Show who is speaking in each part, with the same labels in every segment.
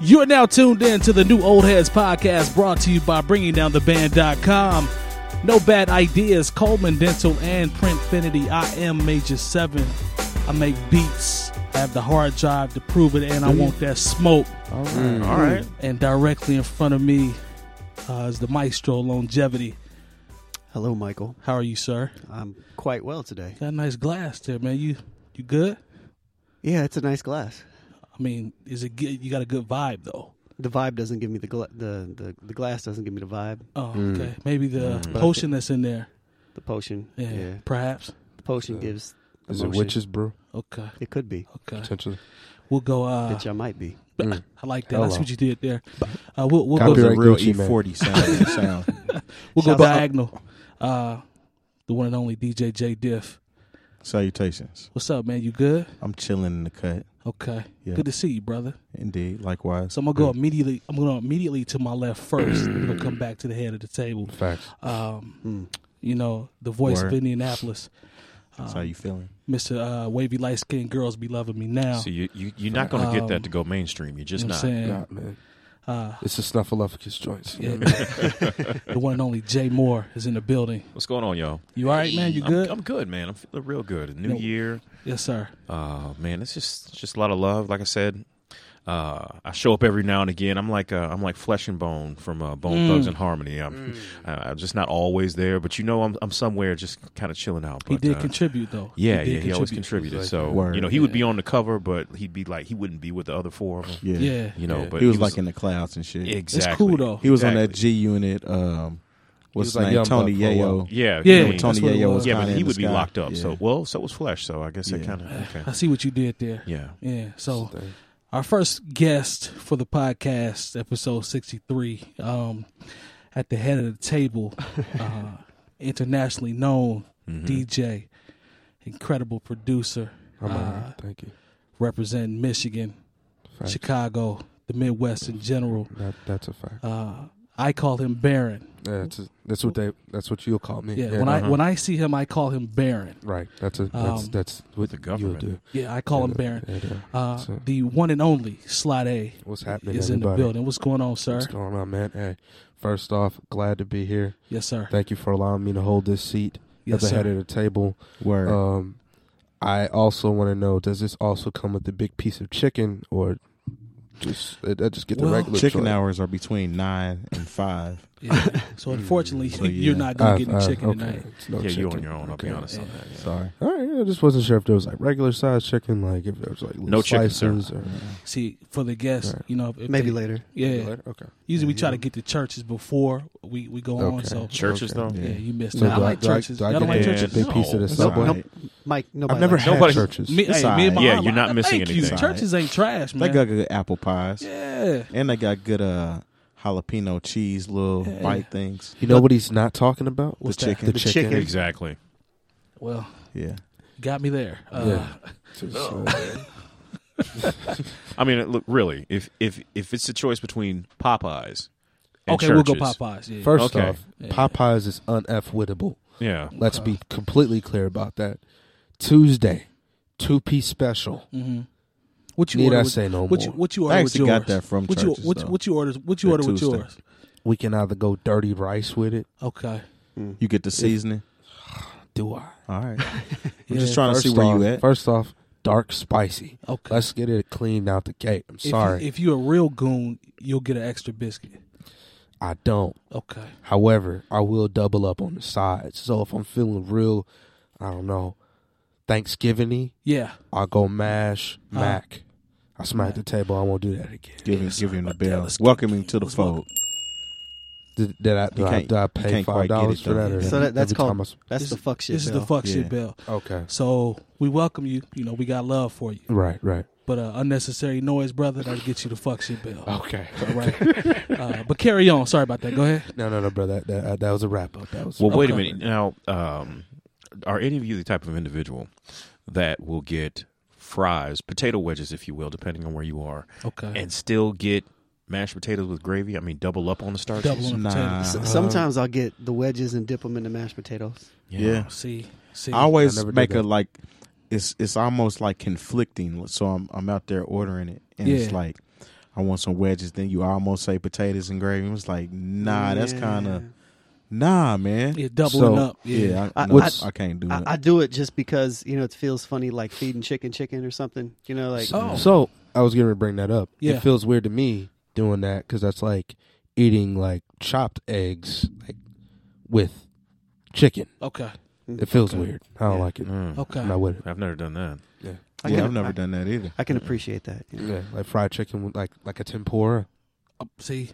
Speaker 1: You are now tuned in to the new Old Heads podcast brought to you by BringingDownTheBand.com. No Bad Ideas, Coleman Dental, and Printfinity. I am Major 7. I make beats. I have the hard drive to prove it, and I want that smoke.
Speaker 2: Mm. All right.
Speaker 3: All right.
Speaker 1: And directly in front of me uh, is the maestro Longevity.
Speaker 2: Hello, Michael.
Speaker 1: How are you, sir?
Speaker 2: I'm quite well today.
Speaker 1: Got a nice glass there, man. You you good?
Speaker 2: Yeah, it's a nice glass.
Speaker 1: I mean, is it good? You got a good vibe though.
Speaker 2: The vibe doesn't give me the gla- the, the the glass doesn't give me the vibe.
Speaker 1: Oh,
Speaker 2: Mm.
Speaker 1: okay. Maybe the potion that's in there.
Speaker 2: The potion,
Speaker 1: Yeah,
Speaker 2: yeah,
Speaker 1: perhaps.
Speaker 2: the potion
Speaker 3: So,
Speaker 2: gives. The
Speaker 3: Is it
Speaker 2: motion.
Speaker 3: witches brew?
Speaker 1: Okay,
Speaker 2: It could be.
Speaker 1: okay.
Speaker 3: Potentially.
Speaker 1: We'll go. Uh,
Speaker 2: Bitch, I might be.
Speaker 3: Mm.
Speaker 1: I like that. That's
Speaker 3: Hello.
Speaker 1: what you did there. Uh, we'll we'll
Speaker 3: Copyright.
Speaker 1: go.
Speaker 4: was a real
Speaker 3: Gucci, man.
Speaker 4: E40 sound. sound.
Speaker 1: We'll go
Speaker 2: Shouts out.
Speaker 1: diagonal. Uh, the one and only DJ J Diff.
Speaker 4: Salutations.
Speaker 1: What's up, man? You good?
Speaker 4: I'm chilling in the cut.
Speaker 1: Okay.
Speaker 4: Yeah.
Speaker 1: Good to see you, brother.
Speaker 4: Indeed. Likewise.
Speaker 1: So I'm gonna go immediately. I'm gonna immediately to my left first. I'm gonna come back to the head of the table.
Speaker 3: Facts.
Speaker 1: Um,
Speaker 2: Mm.
Speaker 1: you know, the voice of
Speaker 4: Word.
Speaker 1: Indianapolis,
Speaker 4: That's how you feeling?
Speaker 1: Mr. Uh, wavy light skinned girls be loving me now.
Speaker 5: So you, you you're not going to
Speaker 1: Um,
Speaker 5: get that to go mainstream. You're just
Speaker 1: you know what
Speaker 5: not.
Speaker 1: I'm saying?
Speaker 3: Nah, man.
Speaker 1: Uh,
Speaker 3: It's the snuffleupagus joints.
Speaker 1: Yeah. the one and only Jay Moore is in the building.
Speaker 5: What's going on, y'all?
Speaker 1: You all right, man? You
Speaker 5: I'm,
Speaker 1: good?
Speaker 5: I'm good, man. I'm feeling real good. New
Speaker 1: No.
Speaker 5: year.
Speaker 1: yes, sir.
Speaker 5: Uh, man, it's just it's just a lot of love. Like I said, uh, I show up every now and again. I'm like uh, I'm like flesh and bone from uh, Bone
Speaker 1: Mm.
Speaker 5: Thugs and Harmony. I'm,
Speaker 3: Uh,
Speaker 5: I, am just not always there, but you know I'm I'm somewhere just kind of chilling out. But,
Speaker 1: he did
Speaker 5: uh,
Speaker 1: contribute though.
Speaker 5: yeah,
Speaker 1: did
Speaker 5: yeah, he always
Speaker 1: contribute.
Speaker 5: contributed.
Speaker 3: He's
Speaker 5: so
Speaker 4: Word.
Speaker 5: you know he would be on the cover, but he'd be like he wouldn't be with the other four of them.
Speaker 4: Yeah.
Speaker 1: Yeah,
Speaker 5: You know,
Speaker 3: Yeah.
Speaker 5: but
Speaker 4: he was like in the clouds and shit.
Speaker 5: exactly.
Speaker 1: it's cool though.
Speaker 4: He was on
Speaker 5: Exactly.
Speaker 4: that G unit. Um, what's
Speaker 3: was
Speaker 4: his
Speaker 3: like
Speaker 4: name?
Speaker 3: Young
Speaker 4: Tony
Speaker 3: Buck for a while.
Speaker 4: Yayo.
Speaker 5: Yeah,
Speaker 1: Yeah.
Speaker 5: I
Speaker 4: When
Speaker 5: mean,
Speaker 1: That's
Speaker 4: Tony
Speaker 1: what it
Speaker 4: Yayo
Speaker 1: was.
Speaker 4: was
Speaker 5: yeah, but
Speaker 4: kinda
Speaker 5: he
Speaker 4: in
Speaker 5: would
Speaker 4: the
Speaker 5: be
Speaker 4: sky.
Speaker 5: locked up.
Speaker 4: Yeah.
Speaker 5: So well, so was Flesh. So I guess that
Speaker 4: Yeah.
Speaker 5: kind of
Speaker 1: I
Speaker 5: okay.
Speaker 1: see what you did there.
Speaker 5: yeah.
Speaker 1: Yeah. So
Speaker 3: Thing.
Speaker 1: our first guest for the podcast, episode sixty three, um, at the head of the table, uh, internationally known
Speaker 5: mm-hmm.
Speaker 1: DJ, incredible producer,
Speaker 5: Oh,
Speaker 3: I'm all
Speaker 1: uh,
Speaker 3: right. Thank you.
Speaker 1: representing Michigan,
Speaker 3: Facts.
Speaker 1: Chicago, the Midwest in general.
Speaker 3: That, that's a fact.
Speaker 1: Uh, I call him Baron.
Speaker 3: Yeah, it's a, that's what they. That's what you'll call me.
Speaker 1: Yeah, when I
Speaker 5: uh-huh.
Speaker 1: when I see him, I call him Baron.
Speaker 3: right. That's a. That's
Speaker 1: Um,
Speaker 3: that's what
Speaker 5: The
Speaker 3: you'll
Speaker 5: government.
Speaker 3: do.
Speaker 1: Yeah, I call him
Speaker 3: Yeah,
Speaker 1: Baron.
Speaker 3: yeah, yeah.
Speaker 1: Uh,
Speaker 3: So-
Speaker 1: the one and only Slot A
Speaker 3: What's happening?
Speaker 1: is in
Speaker 3: everybody?
Speaker 1: the building. What's going on, sir?
Speaker 3: What's going on, man? Hey, first off, glad to be here.
Speaker 1: Yes, sir.
Speaker 3: Thank you for allowing me to hold this seat
Speaker 1: Yes,
Speaker 3: at the head
Speaker 1: sir.
Speaker 3: of the table.
Speaker 4: Word.
Speaker 5: Uh,
Speaker 3: Um, I also want to know: Does this also come with a big piece of chicken, or just I I just get
Speaker 1: Well,
Speaker 3: the regular
Speaker 4: Chicken
Speaker 3: joint?
Speaker 4: hours are between nine and five.
Speaker 1: Yeah. So unfortunately,
Speaker 4: So,
Speaker 1: you're
Speaker 4: yeah.
Speaker 1: not
Speaker 3: I've-
Speaker 1: gonna get any
Speaker 3: I've-
Speaker 1: chicken
Speaker 3: okay.
Speaker 1: tonight.
Speaker 3: It's no
Speaker 5: yeah, you on
Speaker 3: chicken.
Speaker 5: your own. I'll be
Speaker 3: Okay.
Speaker 5: honest on that. yeah.
Speaker 4: Sorry.
Speaker 3: All right, I just wasn't sure if there was like regular size chicken, like if there was like little
Speaker 5: No chicken, sir.
Speaker 3: slices or
Speaker 1: See, for the guests,
Speaker 3: Right.
Speaker 1: you know, if
Speaker 2: Maybe
Speaker 1: they-
Speaker 2: later.
Speaker 1: Yeah.
Speaker 3: Okay.
Speaker 1: Usually, we try to get to churches before we we go on.
Speaker 3: Okay.
Speaker 1: So
Speaker 5: Churches
Speaker 3: Okay.
Speaker 5: though.
Speaker 1: yeah,
Speaker 4: Yeah.
Speaker 1: you missed.
Speaker 3: So
Speaker 1: it. I
Speaker 3: do I-
Speaker 1: like
Speaker 3: do I-
Speaker 1: churches.
Speaker 3: do I
Speaker 1: Y'all don't
Speaker 3: get
Speaker 1: like
Speaker 3: a
Speaker 1: churches.
Speaker 3: big piece of the
Speaker 5: No.
Speaker 3: subway?
Speaker 2: Nope. Mike, nobody.
Speaker 3: I've never
Speaker 2: likes
Speaker 3: had
Speaker 5: Nobody-
Speaker 3: churches.
Speaker 1: Me,
Speaker 4: It's
Speaker 1: hey, me and my
Speaker 4: alright.
Speaker 5: Yeah,
Speaker 1: mom,
Speaker 5: you're not
Speaker 1: I-
Speaker 5: missing
Speaker 1: thank You.
Speaker 5: anything.
Speaker 1: Churches ain't trash,
Speaker 4: They
Speaker 1: man.
Speaker 4: got good apple pies.
Speaker 1: yeah.
Speaker 4: And they got good uh, jalapeno cheese little
Speaker 1: Yeah.
Speaker 4: bite things.
Speaker 3: You know what he's not talking about?
Speaker 1: What's
Speaker 4: the
Speaker 1: that?
Speaker 4: chicken.
Speaker 3: The
Speaker 2: chicken.
Speaker 3: chicken.
Speaker 5: Exactly.
Speaker 1: Well,
Speaker 4: Yeah.
Speaker 1: got me there. Uh,
Speaker 3: Yeah. So,
Speaker 5: I mean, look, really, if if if it's a choice between Popeyes, and
Speaker 1: Okay, we'll
Speaker 5: churches,
Speaker 1: go Popeyes. Yeah.
Speaker 3: First
Speaker 5: Okay.
Speaker 3: off,
Speaker 1: Yeah.
Speaker 3: Popeyes is unf wittable.
Speaker 5: Yeah,
Speaker 3: Let's be completely clear about that. Tuesday, two piece special.
Speaker 1: hmm What you
Speaker 3: Need
Speaker 1: order
Speaker 3: I
Speaker 1: with-
Speaker 3: say no
Speaker 1: What you
Speaker 3: more?
Speaker 1: what you
Speaker 4: I
Speaker 1: order with
Speaker 4: actually
Speaker 1: yours?
Speaker 4: got that from
Speaker 1: what
Speaker 4: churches,
Speaker 1: you what, you-
Speaker 4: though.
Speaker 1: what you order what you
Speaker 4: That
Speaker 1: order with
Speaker 4: Tuesday.
Speaker 1: yours?
Speaker 3: We can either go dirty rice with it.
Speaker 1: Okay.
Speaker 4: You get the seasoning.
Speaker 3: Do I?
Speaker 4: All right.
Speaker 1: Yeah.
Speaker 4: I'm just trying to see where
Speaker 3: off,
Speaker 4: you at.
Speaker 3: First off, dark spicy.
Speaker 1: Okay.
Speaker 3: Let's get it cleaned out the gate. I'm
Speaker 1: If you-
Speaker 3: sorry,
Speaker 1: If, you, are a real goon, you'll get an extra biscuit.
Speaker 3: I don't.
Speaker 1: Okay.
Speaker 3: However, I will double up on the sides. So if I'm feeling real, I don't know, Thanksgiving-y,
Speaker 1: Yeah.
Speaker 3: I'll go mash
Speaker 1: Uh-huh.
Speaker 3: mac. I smack the table. I won't do that again.
Speaker 4: Give him, give him the
Speaker 1: that.
Speaker 4: bell.
Speaker 1: Let's get-
Speaker 4: Welcome him to the
Speaker 1: let's welcome-
Speaker 4: fold.
Speaker 3: Did, did I, did I,
Speaker 4: can't-
Speaker 3: did I
Speaker 4: you
Speaker 3: pay
Speaker 4: can't
Speaker 3: five
Speaker 4: quite get it,
Speaker 3: dollars for that?
Speaker 4: though.
Speaker 3: Or
Speaker 2: So that- that's
Speaker 3: every
Speaker 2: called-
Speaker 3: time I s-
Speaker 2: That's the fuck shit.
Speaker 1: This is
Speaker 2: Bill.
Speaker 1: the fuck shit
Speaker 4: Yeah.
Speaker 1: bell.
Speaker 3: okay.
Speaker 1: So we welcome you. You know we got love for you,
Speaker 3: Right, right.
Speaker 1: but uh, unnecessary noise, brother, that'll get you the fuck shit bell.
Speaker 3: Okay.
Speaker 1: All right. uh, but carry on. Sorry about that. Go ahead.
Speaker 3: No, no, no, bro. That that, uh, that was a wrap up. That was
Speaker 5: Well, wait a
Speaker 1: Okay.
Speaker 5: minute. Now, um, are any of you the type of individual that will get fries, potato wedges, if you will, depending on where you are,
Speaker 1: Okay.
Speaker 5: and still get mashed potatoes with gravy? I mean, double up on the starches.
Speaker 1: Double on the
Speaker 4: Nah.
Speaker 1: potatoes.
Speaker 2: S- sometimes I'll get the wedges and dip them into mashed potatoes.
Speaker 4: Yeah.
Speaker 1: See. See.
Speaker 4: I always
Speaker 3: I never did
Speaker 4: make a
Speaker 3: that.
Speaker 4: like. It's it's almost like conflicting. So I'm I'm out there ordering it, and it's
Speaker 1: Yeah.
Speaker 4: like I want some wedges. Then you almost say potatoes and gravy. It was like, nah, that's kind of nah, man.
Speaker 1: Yeah, doubling
Speaker 3: So,
Speaker 1: up. Yeah.
Speaker 4: Yeah, I,
Speaker 2: I-
Speaker 4: no,
Speaker 2: I-
Speaker 4: I can't do
Speaker 2: I, I
Speaker 4: that.
Speaker 2: do it just because you know it feels funny, like feeding chicken chicken or something. You know, like
Speaker 1: Oh.
Speaker 3: So I was going to bring that up.
Speaker 1: Yeah.
Speaker 3: It feels weird to me doing that because that's like eating like chopped eggs like with chicken.
Speaker 1: Okay.
Speaker 2: Mm-hmm.
Speaker 3: It feels weird. I don't
Speaker 2: Yeah.
Speaker 3: like it.
Speaker 5: Mm.
Speaker 1: Okay.
Speaker 3: I'm not with it.
Speaker 5: I've never done that.
Speaker 2: I
Speaker 4: yeah,
Speaker 2: can,
Speaker 4: I've never
Speaker 2: I,
Speaker 4: done that either.
Speaker 2: I can appreciate that. you know.
Speaker 3: Yeah, like fried chicken with like like a tempura.
Speaker 1: Uh, See,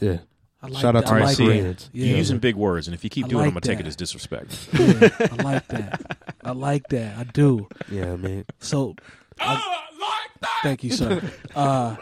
Speaker 3: Yeah.
Speaker 1: I like
Speaker 3: Shout out
Speaker 1: that.
Speaker 3: to
Speaker 1: I
Speaker 5: my
Speaker 1: like
Speaker 5: Koreans.
Speaker 1: that.
Speaker 5: You're
Speaker 1: Yeah.
Speaker 5: using big words, and if you keep
Speaker 1: I
Speaker 5: doing, it, I'm
Speaker 1: like
Speaker 5: gonna take
Speaker 1: that.
Speaker 5: it as disrespect.
Speaker 1: Yeah, I like that. I like that. I do.
Speaker 3: Yeah, man.
Speaker 1: So, I, thank you, sir. Uh,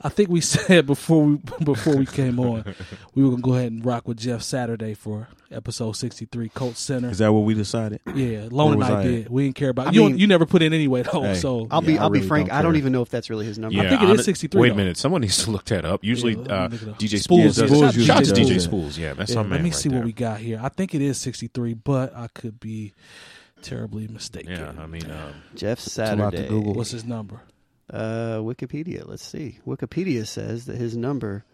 Speaker 1: I think we said before we before we came on, we were gonna go ahead and rock with Jeff Saturday for episode sixty three, Coach Center.
Speaker 4: Is that what we decided?
Speaker 1: Yeah, Lone and
Speaker 4: was
Speaker 1: I
Speaker 4: I
Speaker 1: did. We didn't care about
Speaker 2: I
Speaker 1: you.
Speaker 2: mean-
Speaker 1: you never put in anyway though.
Speaker 4: Hey.
Speaker 1: so
Speaker 2: I'll
Speaker 4: Yeah,
Speaker 2: be
Speaker 4: I
Speaker 2: I'll be
Speaker 4: really
Speaker 2: frank.
Speaker 4: don't
Speaker 2: I don't
Speaker 4: care.
Speaker 2: even know if that's really his number.
Speaker 5: Yeah,
Speaker 1: think it is
Speaker 5: hon-
Speaker 1: 63
Speaker 5: Wait a
Speaker 1: though.
Speaker 5: minute, someone needs to look that up. Usually,
Speaker 1: Yeah, let me
Speaker 5: uh,
Speaker 1: look it up.
Speaker 5: DJ
Speaker 1: Spools
Speaker 5: Spools,
Speaker 1: does-
Speaker 5: does,
Speaker 1: Spools
Speaker 5: shout out to
Speaker 1: usually
Speaker 5: DJ
Speaker 1: does
Speaker 5: Spools. Yeah, that's
Speaker 3: Yeah,
Speaker 5: my
Speaker 3: let
Speaker 5: man.
Speaker 1: Let me
Speaker 5: right
Speaker 1: see
Speaker 5: there.
Speaker 1: what we got here. I think it is 63, but I could be terribly mistaken.
Speaker 5: Yeah, I mean, um,
Speaker 2: Jeff
Speaker 3: a lot to
Speaker 2: Saturday.
Speaker 3: Google.
Speaker 1: What's his number?
Speaker 2: Uh, Wikipedia. Let's see. Wikipedia says that his number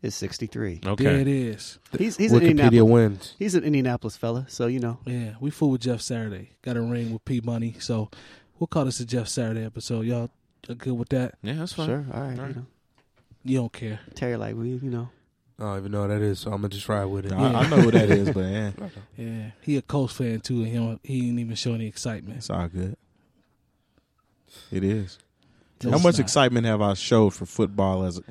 Speaker 2: is sixty three.
Speaker 1: There
Speaker 5: okay.
Speaker 1: it is.
Speaker 2: He's he's an
Speaker 3: Wikipedia
Speaker 2: Indianapolis.
Speaker 3: wins.
Speaker 2: He's an Indianapolis fella, so you know.
Speaker 1: Yeah, we fool with Jeff Saturday. Got a ring with P Money, so we'll call this a Jeff Saturday episode. Y'all are good with that?
Speaker 5: Yeah, that's fine.
Speaker 2: Sure. All right.
Speaker 5: All
Speaker 2: You
Speaker 5: right.
Speaker 2: know.
Speaker 1: You don't care.
Speaker 2: Terry, like we, you know.
Speaker 3: I don't even know what that is, so I'm gonna just ride with it.
Speaker 4: I, I know who that is, but yeah,
Speaker 1: Yeah, he a Colts fan too, and he don't, he didn't even show any excitement.
Speaker 4: it's all good. It is.
Speaker 1: No,
Speaker 4: How
Speaker 1: it's
Speaker 4: much
Speaker 1: not.
Speaker 4: excitement have I showed for football as a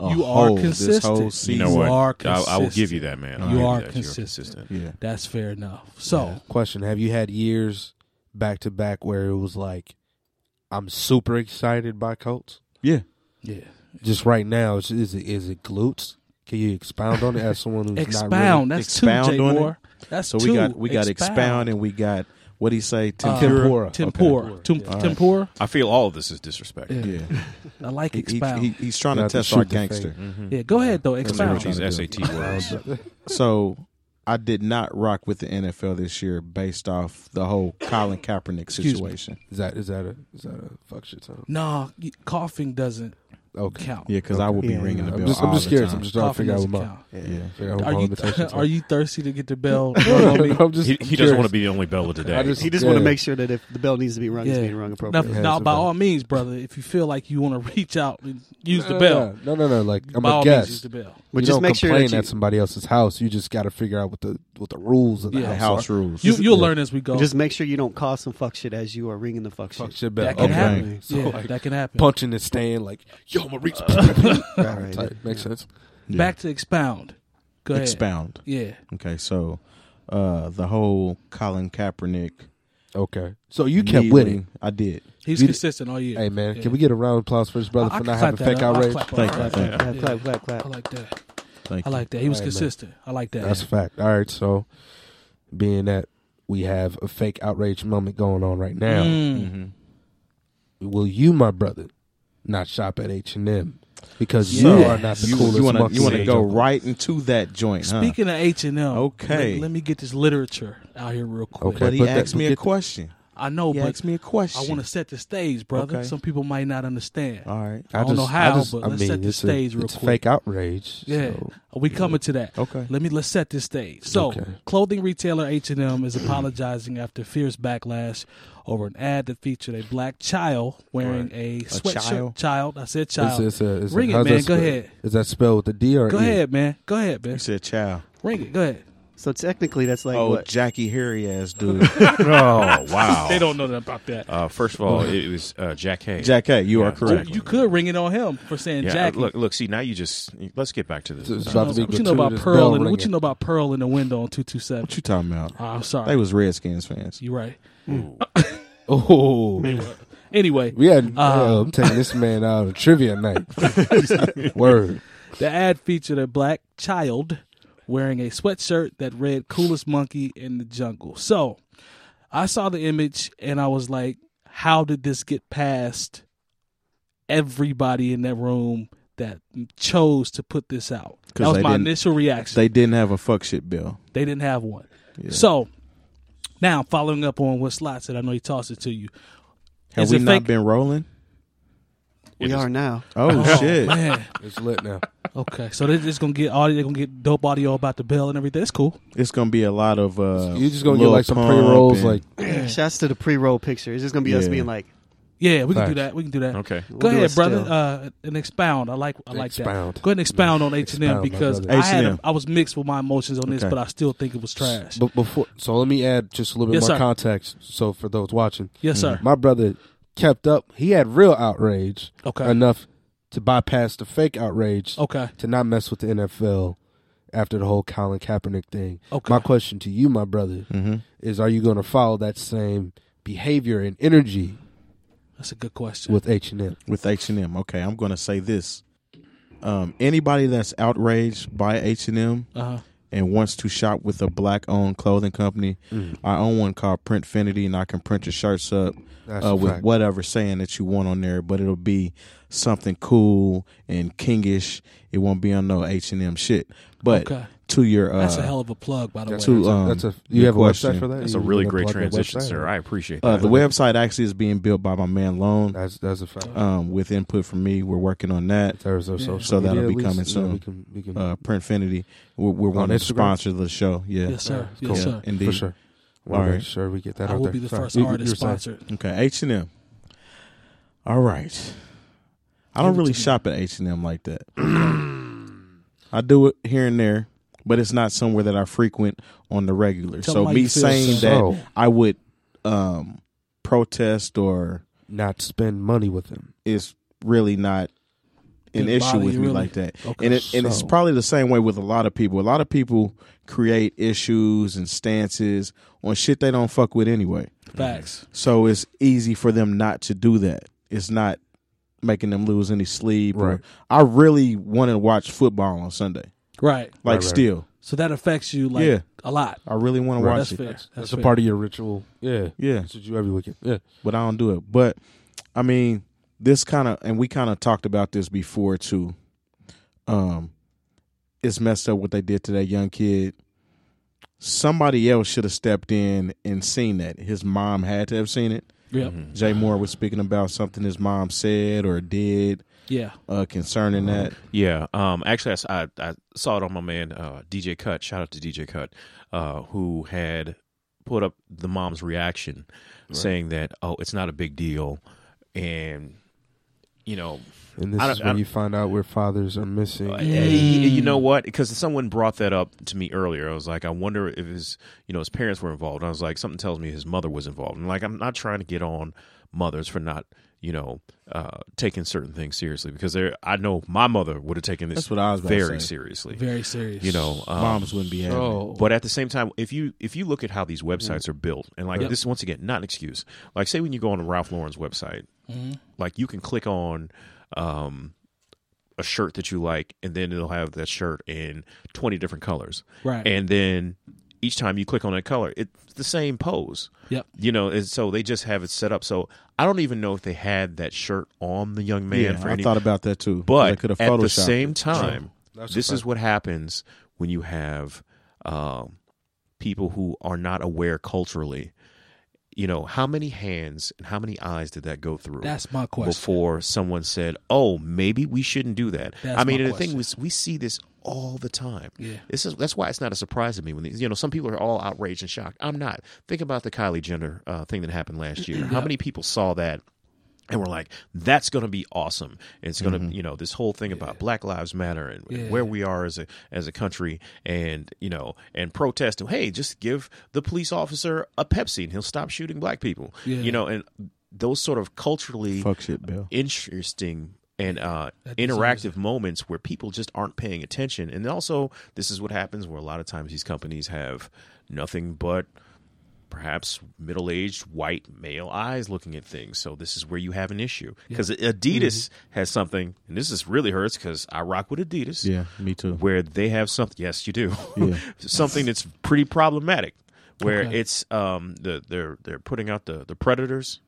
Speaker 4: a
Speaker 1: You are
Speaker 4: whole, This
Speaker 1: consistent. You
Speaker 4: whole
Speaker 1: know
Speaker 5: You
Speaker 4: season?
Speaker 5: know what?
Speaker 1: are
Speaker 5: I, I will
Speaker 1: consistent.
Speaker 5: give you that, man. I'll
Speaker 1: You
Speaker 5: give
Speaker 1: are
Speaker 5: that.
Speaker 1: consistent.
Speaker 4: Yeah.
Speaker 1: That's fair enough. So
Speaker 3: Question: Have you had years back to back where it was like I'm super excited by Colts?
Speaker 4: Yeah.
Speaker 1: yeah,
Speaker 3: Just right now, is, is it is it glutes? Can you expound on it as someone who's
Speaker 1: expound.
Speaker 4: really-
Speaker 1: That's
Speaker 4: expound
Speaker 1: two, Jay
Speaker 4: on it?
Speaker 1: Moore. That's
Speaker 4: So
Speaker 1: two.
Speaker 4: we got we got expound and we got what do you say?
Speaker 1: Uh,
Speaker 4: Tempura.
Speaker 1: tempura. Tem-
Speaker 4: All right.
Speaker 1: Tempura.
Speaker 5: I feel all of this is disrespect.
Speaker 1: Yeah.
Speaker 4: Yeah.
Speaker 1: I like
Speaker 4: He- he-
Speaker 1: expound.
Speaker 4: he- he's trying
Speaker 3: Not
Speaker 4: to
Speaker 3: to
Speaker 4: test our
Speaker 3: shoot the
Speaker 4: gangster.
Speaker 1: yeah, go ahead though.
Speaker 5: Let's hear what
Speaker 1: Expound.
Speaker 5: these SAT words.
Speaker 3: not really.
Speaker 4: So I did not rock with the NFL this year based off the whole Colin
Speaker 1: me.
Speaker 4: Kaepernick situation.
Speaker 3: is that is that a is that a fuck shit time?
Speaker 1: No, y- coughing doesn't
Speaker 3: Okay.
Speaker 1: count.
Speaker 4: Yeah, because I will be
Speaker 2: Yeah,
Speaker 4: ringing the
Speaker 2: yeah.
Speaker 4: bell.
Speaker 3: I'm just,
Speaker 4: all
Speaker 3: I'm just
Speaker 4: the
Speaker 3: curious.
Speaker 4: time.
Speaker 3: I'm just trying to
Speaker 1: Coughing
Speaker 3: figure out what
Speaker 1: doesn't
Speaker 3: my,
Speaker 1: count.
Speaker 4: Yeah.
Speaker 3: figure out what
Speaker 1: Are
Speaker 3: my
Speaker 1: you
Speaker 3: limitations
Speaker 1: are you thirsty to get the bell? rung on me?
Speaker 3: I'm just
Speaker 5: He, he doesn't
Speaker 3: curious.
Speaker 5: want to be the only bell of the
Speaker 3: I
Speaker 5: day.
Speaker 3: just-
Speaker 2: He just
Speaker 3: Yeah.
Speaker 2: want to make sure that if the bell needs to be rung, it's
Speaker 1: Yeah.
Speaker 2: being rung
Speaker 1: Now,
Speaker 2: appropriately.
Speaker 3: Yeah,
Speaker 1: now,
Speaker 3: it's
Speaker 1: by
Speaker 3: okay.
Speaker 1: all means, brother, if you feel like you want to reach out and use the
Speaker 3: No,
Speaker 1: bell,
Speaker 3: No, no, no. Like I'm
Speaker 1: by all
Speaker 3: a
Speaker 1: means, use
Speaker 3: guest.
Speaker 1: the bell.
Speaker 2: But
Speaker 3: you
Speaker 2: just
Speaker 3: don't
Speaker 2: make sure
Speaker 3: complain
Speaker 2: that you,
Speaker 3: at somebody else's house. You just got to figure out what the what the rules of the
Speaker 1: Yeah.
Speaker 4: The
Speaker 3: house,
Speaker 4: house
Speaker 3: are.
Speaker 4: rules.
Speaker 1: You, you'll
Speaker 3: yeah.
Speaker 1: learn as we go.
Speaker 2: just make sure you don't cause some fuck shit as you are ringing the fuck,
Speaker 3: Fuck
Speaker 2: shit.
Speaker 3: shit bell.
Speaker 1: that can
Speaker 4: Okay.
Speaker 1: happen.
Speaker 3: So,
Speaker 1: yeah,
Speaker 3: like,
Speaker 1: that can happen.
Speaker 3: punching and staying like yo, I'm gonna reach. Uh,
Speaker 2: Right, right.
Speaker 3: Type. Makes sense.
Speaker 4: Yeah.
Speaker 1: Back to expound. Go ahead.
Speaker 4: expound.
Speaker 1: Yeah,
Speaker 4: Okay, so uh, the whole Colin Kaepernick.
Speaker 3: Okay, so you kept with it.
Speaker 4: kneeling- I did.
Speaker 1: he's
Speaker 3: You-
Speaker 1: consistent all year.
Speaker 3: Hey man,
Speaker 1: Yeah.
Speaker 3: can we get a round of applause for this brother
Speaker 1: I- I
Speaker 3: for
Speaker 1: can
Speaker 3: not having
Speaker 1: clap that up.
Speaker 3: fake
Speaker 1: I'll
Speaker 3: outrage?
Speaker 1: clap
Speaker 4: Thank
Speaker 1: up. All
Speaker 4: you.
Speaker 1: right.
Speaker 4: Thank you.
Speaker 2: Clap, clap, clap, clap.
Speaker 1: I like that.
Speaker 4: Thank
Speaker 1: I
Speaker 4: you.
Speaker 1: like that. He was
Speaker 3: All right, man.
Speaker 1: consistent. I like that.
Speaker 3: That's a fact. All right, so being that we have a fake outrage moment going on right now,
Speaker 1: Mm.
Speaker 4: hmm
Speaker 3: will you, my brother, not shop at H and M because
Speaker 4: So,
Speaker 3: you are not the
Speaker 4: you,
Speaker 3: coolest?
Speaker 4: you wanna,
Speaker 3: monkey
Speaker 4: you wanna
Speaker 3: in
Speaker 4: go
Speaker 3: the jungle.
Speaker 4: right into that joint,
Speaker 3: Mm-hmm.
Speaker 4: huh?
Speaker 1: Speaking of H and M,
Speaker 4: Okay.
Speaker 1: Let, let me get this literature out here real quick.
Speaker 3: Okay.
Speaker 4: But he
Speaker 3: Put that-
Speaker 4: asked me
Speaker 3: get
Speaker 4: a
Speaker 3: the-
Speaker 4: question.
Speaker 1: I know,
Speaker 4: He
Speaker 1: but
Speaker 4: asked me a question.
Speaker 1: I want to set the stage, brother.
Speaker 4: Okay.
Speaker 1: Some people might not understand.
Speaker 4: All right.
Speaker 1: I don't know how, but let's set the
Speaker 3: it's a-
Speaker 1: stage real
Speaker 3: it's
Speaker 1: quick.
Speaker 3: fake outrage.
Speaker 1: Yeah,
Speaker 3: so-
Speaker 1: we coming to that.
Speaker 4: Okay.
Speaker 1: Let me let's set this stage. So,
Speaker 3: Okay.
Speaker 1: clothing retailer H and M is apologizing after fierce backlash over an ad that featured a black child wearing a sweatshirt.
Speaker 4: child?
Speaker 1: I said
Speaker 3: It's,
Speaker 1: child.
Speaker 3: it's a, it's
Speaker 1: Ring
Speaker 3: a,
Speaker 1: it,
Speaker 3: how's
Speaker 1: man.
Speaker 3: that
Speaker 1: Go
Speaker 3: spell-
Speaker 1: ahead.
Speaker 3: Is that spelled with the D or
Speaker 1: Go
Speaker 3: E?
Speaker 1: ahead, man. Go ahead, man.
Speaker 4: You said child.
Speaker 1: Ring it. Go ahead.
Speaker 2: So technically, that's like
Speaker 4: oh,
Speaker 2: what?
Speaker 4: Jackie Harry ass dude.
Speaker 5: oh wow!
Speaker 1: They don't know nothing about that.
Speaker 5: Uh, first of all, it was uh, Jack Hay.
Speaker 4: Jack Hay, you
Speaker 5: Yeah,
Speaker 4: are correct.
Speaker 5: exactly.
Speaker 1: You could ring it on him for saying
Speaker 5: Yeah,
Speaker 1: Jack.
Speaker 5: look, look. See, now you just let's get back to this.
Speaker 3: It's
Speaker 5: Uh,
Speaker 3: about to be
Speaker 1: what you know about
Speaker 3: gratuitous
Speaker 1: Pearl
Speaker 3: bell
Speaker 1: and what
Speaker 3: ringing.
Speaker 1: you know about Pearl in the window on two two seven? Oh,
Speaker 4: What you talking about?
Speaker 1: I'm
Speaker 4: They
Speaker 1: sorry,
Speaker 4: was Redskins fans.
Speaker 1: you right.
Speaker 3: Oh,
Speaker 1: Anyway,
Speaker 3: yeah. uh, I'm taking this man out of trivia night. Word.
Speaker 1: the ad featured a black child wearing a sweatshirt that read "Coolest Monkey in the Jungle." So, I saw the image and I was like, "How did this get past everybody in that room that chose to put this out?" That
Speaker 4: 'Cause
Speaker 1: was
Speaker 4: they
Speaker 1: my
Speaker 4: didn't-
Speaker 1: initial reaction.
Speaker 4: They didn't have a fuck shit bill.
Speaker 1: They didn't have one. So now following up on what Slot said, I know he tossed it to you.
Speaker 4: Have
Speaker 1: Is
Speaker 4: we
Speaker 1: it
Speaker 4: not
Speaker 1: fake?
Speaker 4: been rolling?
Speaker 5: It
Speaker 2: we
Speaker 5: is-
Speaker 2: are now.
Speaker 4: Oh, shit.
Speaker 1: Man,
Speaker 3: It's lit now.
Speaker 1: okay. So they're just gonna get audio. They're gonna get dope audio about the bell and everything. That's cool.
Speaker 4: It's gonna be a lot of. uh
Speaker 3: You're just gonna get
Speaker 4: Lil
Speaker 3: like some
Speaker 4: Pump
Speaker 3: pre rolls,
Speaker 4: and-
Speaker 3: like
Speaker 2: Shouts to the pre-roll picture. It's just gonna be us
Speaker 4: Yeah.
Speaker 2: being like,
Speaker 1: Yeah, we can do
Speaker 3: Facts.
Speaker 1: that. We can do that.
Speaker 5: Okay.
Speaker 2: we'll
Speaker 1: Go
Speaker 2: do
Speaker 1: ahead,
Speaker 2: it
Speaker 1: brother,
Speaker 2: still.
Speaker 1: uh, and expound. I like I like
Speaker 3: Expound.
Speaker 1: that. Go ahead and expound on H and M
Speaker 3: Expound, my
Speaker 1: because
Speaker 3: brother.
Speaker 1: I had a,
Speaker 4: H&M.
Speaker 1: I was mixed with my emotions on this,
Speaker 4: Okay.
Speaker 1: but I still think it was trash.
Speaker 3: But before, so let me add just a little bit
Speaker 1: Yes,
Speaker 3: more
Speaker 1: sir.
Speaker 3: context. So for those watching,
Speaker 1: yes, sir.
Speaker 3: my brother kept up. He had real outrage
Speaker 1: Okay.
Speaker 3: enough to bypass the fake outrage
Speaker 1: Okay.
Speaker 3: to not mess with the NFL after the whole Colin Kaepernick thing.
Speaker 1: Okay.
Speaker 3: My question to you, my brother,
Speaker 4: Mm-hmm.
Speaker 3: is: Are you going to follow that same behavior and energy
Speaker 1: That's a good question.
Speaker 3: with H and M?
Speaker 4: with H and M. Okay, I'm gonna say this. Um, anybody that's outraged by H and M
Speaker 1: Uh-huh.
Speaker 4: and wants to shop with a black-owned clothing company,
Speaker 3: Mm.
Speaker 4: I own one called Printfinity, and I can print your shirts up
Speaker 3: That's
Speaker 4: uh,
Speaker 3: a
Speaker 4: with
Speaker 3: fact.
Speaker 4: whatever saying that you want on there, but it'll be something cool and kingish. It won't be on no H and M shit. But
Speaker 1: Okay.
Speaker 4: to your uh,
Speaker 1: That's a hell of a plug, by the way.
Speaker 3: That's,
Speaker 4: to,
Speaker 3: a,
Speaker 4: um,
Speaker 3: that's a you
Speaker 4: your
Speaker 3: have a
Speaker 4: question.
Speaker 3: website for that.
Speaker 5: That's
Speaker 3: You
Speaker 5: a really
Speaker 3: gonna
Speaker 5: great
Speaker 3: plug your
Speaker 5: transition,
Speaker 3: website?
Speaker 5: sir. I appreciate that.
Speaker 4: uh, the website actually is being built by my man Lone
Speaker 3: That's that's a Mm-hmm. fact.
Speaker 4: um, with input from me. We're working on that.
Speaker 3: There's our
Speaker 1: Yeah.
Speaker 3: social
Speaker 4: So that'll
Speaker 3: media,
Speaker 4: be
Speaker 3: at least. Yeah,
Speaker 4: coming soon.
Speaker 3: we can, we can,
Speaker 4: Uh, Printfinity, we're, we're
Speaker 3: On
Speaker 4: wanting to
Speaker 3: Instagram?
Speaker 4: sponsor the show. Yeah.
Speaker 1: yes, sir.
Speaker 3: Yeah,
Speaker 1: Yes,
Speaker 4: cool.
Speaker 1: sir.
Speaker 4: Indeed.
Speaker 3: for sure. We'll
Speaker 4: All
Speaker 3: make
Speaker 4: right.
Speaker 3: sure we get that.
Speaker 1: I
Speaker 3: out
Speaker 1: will
Speaker 3: there.
Speaker 1: be the
Speaker 3: Sorry.
Speaker 1: first
Speaker 3: You- you-
Speaker 1: artist
Speaker 3: you're saying.
Speaker 1: sponsored.
Speaker 4: Okay, H and M. All right. I don't
Speaker 1: Give it
Speaker 4: really
Speaker 1: to me.
Speaker 4: shop at H and M like that. I do it here and there, but it's not somewhere that I frequent on the regular.
Speaker 1: Tell them
Speaker 4: so
Speaker 1: how
Speaker 4: me
Speaker 1: you feel,
Speaker 4: saying
Speaker 1: sir.
Speaker 4: that
Speaker 3: So
Speaker 4: I would um, protest or
Speaker 3: not spend money with him.
Speaker 4: is really not an
Speaker 1: Didn't
Speaker 4: issue
Speaker 1: bother
Speaker 4: with
Speaker 1: you,
Speaker 4: me
Speaker 1: really?
Speaker 4: like that.
Speaker 1: Okay,
Speaker 4: and it, and it's
Speaker 3: so-
Speaker 4: probably the same way with a lot of people. A lot of people create issues and stances on shit they don't fuck with anyway.
Speaker 3: Mm-hmm.
Speaker 1: Facts.
Speaker 4: So it's easy for them not to do that. It's not making them lose any sleep. or-
Speaker 3: Right.
Speaker 4: I really want to watch football on Sunday.
Speaker 1: Right.
Speaker 4: Like
Speaker 3: Right, right.
Speaker 4: still,
Speaker 1: So that affects you like
Speaker 4: Yeah.
Speaker 1: a lot.
Speaker 4: I really want to
Speaker 3: Right.
Speaker 4: watch
Speaker 1: That's
Speaker 4: it.
Speaker 1: fair.
Speaker 3: That's,
Speaker 1: That's,
Speaker 3: a
Speaker 1: fair.
Speaker 3: part of your ritual. Yeah.
Speaker 4: Yeah,
Speaker 3: That's what you do every weekend. Yeah.
Speaker 4: but I don't do it. But I mean, this kind of and we kind of talked about this before too. Um, it's messed up what they did to that young kid. Somebody else should have stepped in and seen that. His mom had to have seen it.
Speaker 1: Yep.
Speaker 3: Mm-hmm.
Speaker 4: Jay Moore was speaking about something his mom said or did
Speaker 1: Yeah.
Speaker 4: uh, concerning that.
Speaker 5: Yeah. Um. Actually, I s- I, I saw it on my man uh, DJ Cut. Shout out to DJ Cut, uh, who had put up the mom's reaction, saying that oh, it's not a big deal, and you know,
Speaker 3: And this
Speaker 5: I
Speaker 3: is
Speaker 5: don't- I
Speaker 3: when
Speaker 5: don't-
Speaker 3: you find out where fathers are missing.
Speaker 4: Oh,
Speaker 5: Uh,
Speaker 4: Mm.
Speaker 5: y- You know what? Because someone brought that up to me earlier. I was like, I wonder if his, you know, his parents were involved. I was like, something tells me his mother was involved. And like, I'm not trying to get on mothers for not, you know, uh, taking certain things seriously because they're. I know my mother would have taken this
Speaker 4: That's what I was about to
Speaker 5: very
Speaker 4: say.
Speaker 5: seriously.
Speaker 1: Very serious.
Speaker 5: you know, um,
Speaker 4: Moms wouldn't be having it.
Speaker 3: Oh.
Speaker 5: but at the same time, if you if you look at how these
Speaker 1: Mm.
Speaker 5: websites are built, and like this is once again not an excuse. Like say when you go on Ralph Lauren's website,
Speaker 1: Mm-hmm.
Speaker 5: like you can click on um, a shirt that you like, and then it'll have that shirt in twenty different colors,
Speaker 1: Right.
Speaker 5: And then each time you click on that color, it's the same pose.
Speaker 1: Yep.
Speaker 5: You know, and so they just have it set up. So I don't even know if they had that shirt on the young man
Speaker 4: yeah,
Speaker 5: for
Speaker 4: I
Speaker 5: any
Speaker 4: thought about that too. 'cause I
Speaker 5: but
Speaker 4: could have
Speaker 5: at the
Speaker 4: photoshopped
Speaker 5: same
Speaker 4: it.
Speaker 5: time,
Speaker 3: That's a
Speaker 5: this is
Speaker 3: fact.
Speaker 5: what happens when you have um, people who are not aware culturally. You know, how many hands and how many eyes did that go through?
Speaker 1: That's my question.
Speaker 5: Before someone said, "Oh, maybe we shouldn't do that."
Speaker 1: That's
Speaker 5: I mean,
Speaker 1: my
Speaker 5: and the thing
Speaker 1: question.
Speaker 5: is, we see this all the time.
Speaker 1: Yeah.
Speaker 5: this is that's why it's not a surprise to me when these, you know some people are all outraged and shocked. I'm not. Think about the Kylie Jenner uh, thing that happened last year. How many people saw that and we're like, that's going to be awesome. And it's going to, you know, this whole thing about Black Lives Matter and
Speaker 1: Mm-hmm. Yeah.
Speaker 5: where we are as a as a country, and you know, and protest. And hey, just give the police officer a Pepsi, and he'll stop shooting black people.
Speaker 1: Yeah.
Speaker 5: You know, and those sort of culturally
Speaker 4: Fuck shit, Bill.
Speaker 5: interesting and uh,
Speaker 1: That deserves
Speaker 5: interactive moments where people just aren't paying attention. And also, this is what happens where a lot of times these companies have nothing but perhaps middle aged white male eyes looking at things. So, this is where you have an issue. Because Adidas has something, and this is really hurts because I rock with Adidas,
Speaker 4: Yeah, me too.
Speaker 5: where they have something. Yes, you do.
Speaker 4: Mm. Yeah.
Speaker 5: something that's pretty problematic. Where
Speaker 1: Okay.
Speaker 5: it's um the they're they're putting out the the predators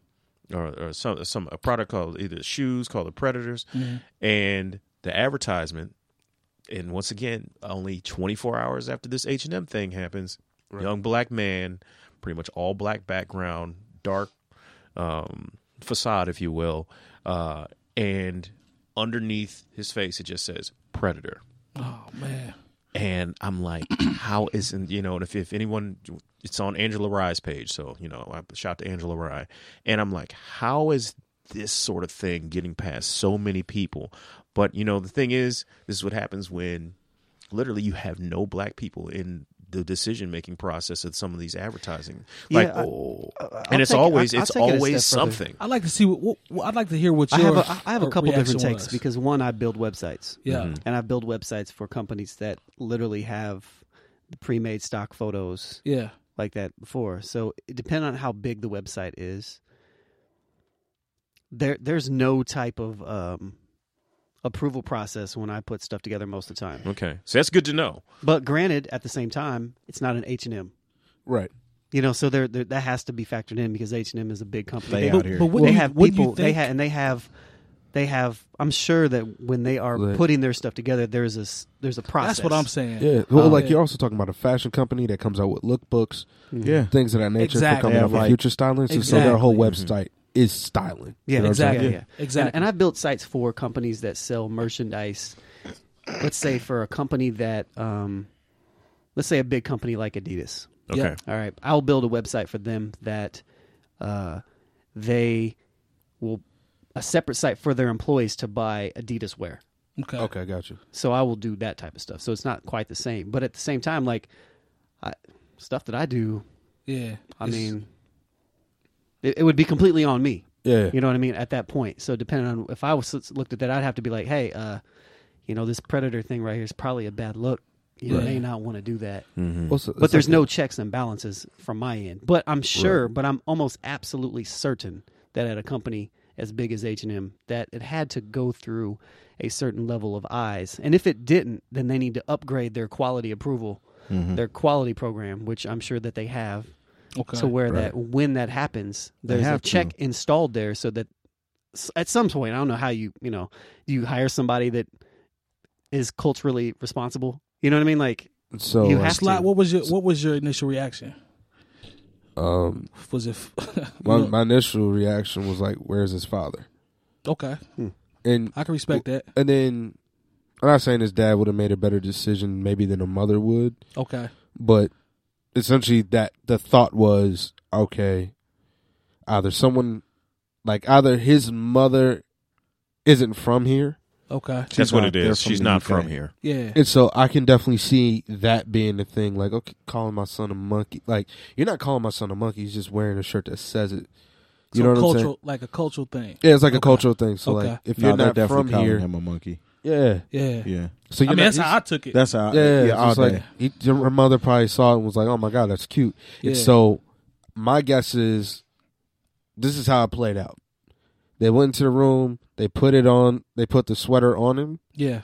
Speaker 5: or, or some some a product called either shoes called the Predators, and the advertisement. And once again, only 24 hours after this H and M thing happens, young black man, pretty much all black background, dark um, facade, if you will, uh, and underneath his face it just says predator.
Speaker 1: Oh man.
Speaker 5: And I'm like, how is and you know, and if, if anyone, it's on Angela Rye's page, so you know, I shout to Angela Rye, and I'm like, how is this sort of thing getting past so many people? But you know, the thing is, this is what happens when literally you have no black people in the decision making process of some of these advertising, like,
Speaker 2: Yeah, I-
Speaker 5: oh,
Speaker 2: I'll
Speaker 5: and it's
Speaker 2: take-
Speaker 5: always
Speaker 2: I'll- I'll
Speaker 5: it's
Speaker 2: take it a
Speaker 5: always
Speaker 2: step further.
Speaker 5: something.
Speaker 1: I'd like to see what, what, what- I'd like to hear what
Speaker 2: I
Speaker 1: your
Speaker 2: have a, I have a couple
Speaker 1: reaction
Speaker 2: different takes
Speaker 1: was.
Speaker 2: because one, I build websites.
Speaker 1: yeah.
Speaker 3: Mm-hmm.
Speaker 2: and I've built websites for companies that literally have pre-made stock photos
Speaker 1: Yeah.
Speaker 2: like that before. So it depending on how big the website is, there there's no type of um, approval process when I put stuff together most of the time.
Speaker 5: Okay, so that's good to know.
Speaker 2: But granted, at the same time, it's not an H and M.
Speaker 4: Right.
Speaker 2: You know, so there, there that has to be factored in because H and M is a big company.
Speaker 4: They
Speaker 2: They,
Speaker 4: out
Speaker 1: But,
Speaker 4: here.
Speaker 1: but what
Speaker 2: they
Speaker 1: do you,
Speaker 2: have
Speaker 1: what
Speaker 2: people.
Speaker 1: Do
Speaker 2: They
Speaker 1: you
Speaker 2: have
Speaker 1: think,
Speaker 2: and they have. They have. I'm sure that when they are
Speaker 3: Right.
Speaker 2: putting their stuff together, there's a s- there's a process.
Speaker 1: that's what I'm saying.
Speaker 3: Yeah. Well,
Speaker 1: Um,
Speaker 3: like you're also talking about a fashion company that comes out with lookbooks,
Speaker 4: Yeah.
Speaker 3: things of that nature
Speaker 1: Exactly.
Speaker 3: for coming
Speaker 4: Yeah,
Speaker 3: out with
Speaker 4: like-
Speaker 3: future stylings. and So their whole
Speaker 5: Exactly.
Speaker 3: website is styling.
Speaker 2: Mm-hmm. Yeah,
Speaker 3: what I'm saying?
Speaker 1: exactly.
Speaker 2: Yeah.
Speaker 1: Exactly.
Speaker 2: And, and I've built sites for companies that sell merchandise. Let's say for a company that, um, let's say a big company like Adidas.
Speaker 5: Okay,
Speaker 1: Yeah.
Speaker 2: All right, I'll build a website for them that uh, they will a separate site for their employees to buy Adidas wear.
Speaker 1: okay.
Speaker 3: Okay, got you.
Speaker 2: So I will do that type of stuff. So it's not quite the same, but at the same time, like I, stuff that I do,
Speaker 1: Yeah.
Speaker 2: I
Speaker 1: It's-
Speaker 2: mean, it, it would be completely on me.
Speaker 3: Yeah.
Speaker 2: You know what I mean? At that point. So depending on if I was looked at that, I'd have to be like, hey, uh, you know, this predator thing right here is probably a bad look. You
Speaker 1: Right.
Speaker 2: may not want to do that.
Speaker 3: Also, it's
Speaker 2: But there's
Speaker 3: like
Speaker 2: no checks and balances from my end. But I'm sure, but I'm almost absolutely certain that at a company as big as H&M that it had to go through a certain level of eyes. And if it didn't, then they need to upgrade their quality approval, their quality program, which I'm sure that they have
Speaker 1: okay.
Speaker 2: to where that when that happens, there's a
Speaker 4: have to.
Speaker 2: check installed there so that s- at some point, I don't know how you you know do you hire somebody that is culturally responsible. You know what I mean? Like
Speaker 3: a- so
Speaker 2: you
Speaker 3: like,
Speaker 2: have-
Speaker 1: Sly, what was your what was your initial reaction?
Speaker 3: um,
Speaker 1: Was it
Speaker 3: my, my initial reaction was like, "Where's his father?"
Speaker 1: okay?
Speaker 3: And
Speaker 1: I can respect that.
Speaker 3: and then I'm not saying his dad would have made a better decision maybe than a mother would,
Speaker 1: Okay,
Speaker 3: but essentially that the thought was okay, either someone like either his mother isn't from here,
Speaker 1: okay,
Speaker 5: that's what
Speaker 4: not-
Speaker 5: it
Speaker 4: they're
Speaker 5: is.
Speaker 4: from
Speaker 5: She's
Speaker 4: the UK.
Speaker 5: not from here.
Speaker 1: yeah,
Speaker 3: and so I can definitely see that being the thing. Like, okay, calling my son a monkey, like you're not calling my son a monkey. He's just wearing a shirt that says it. You
Speaker 1: So
Speaker 3: know what
Speaker 1: cultural,
Speaker 3: I'm saying?
Speaker 1: like a cultural thing.
Speaker 3: Yeah, it's like a
Speaker 1: Okay.
Speaker 3: cultural thing. So
Speaker 1: Okay.
Speaker 3: like, if
Speaker 4: No,
Speaker 3: you're
Speaker 4: they're
Speaker 3: not from
Speaker 4: definitely calling
Speaker 3: here,
Speaker 4: him a monkey.
Speaker 3: yeah.
Speaker 1: Yeah,
Speaker 4: Yeah.
Speaker 3: So
Speaker 1: I
Speaker 3: you're
Speaker 1: mean
Speaker 3: not,
Speaker 1: that's
Speaker 3: he's-
Speaker 1: how I took it.
Speaker 4: That's how.
Speaker 3: yeah,
Speaker 4: Yeah. all
Speaker 3: it's like
Speaker 4: day.
Speaker 3: he, her mother probably saw it and was like, "Oh my god, that's cute." And
Speaker 1: Yeah.
Speaker 3: so my guess is this is how it played out. They went into the room, they put it on, they put the sweater on him.
Speaker 1: yeah,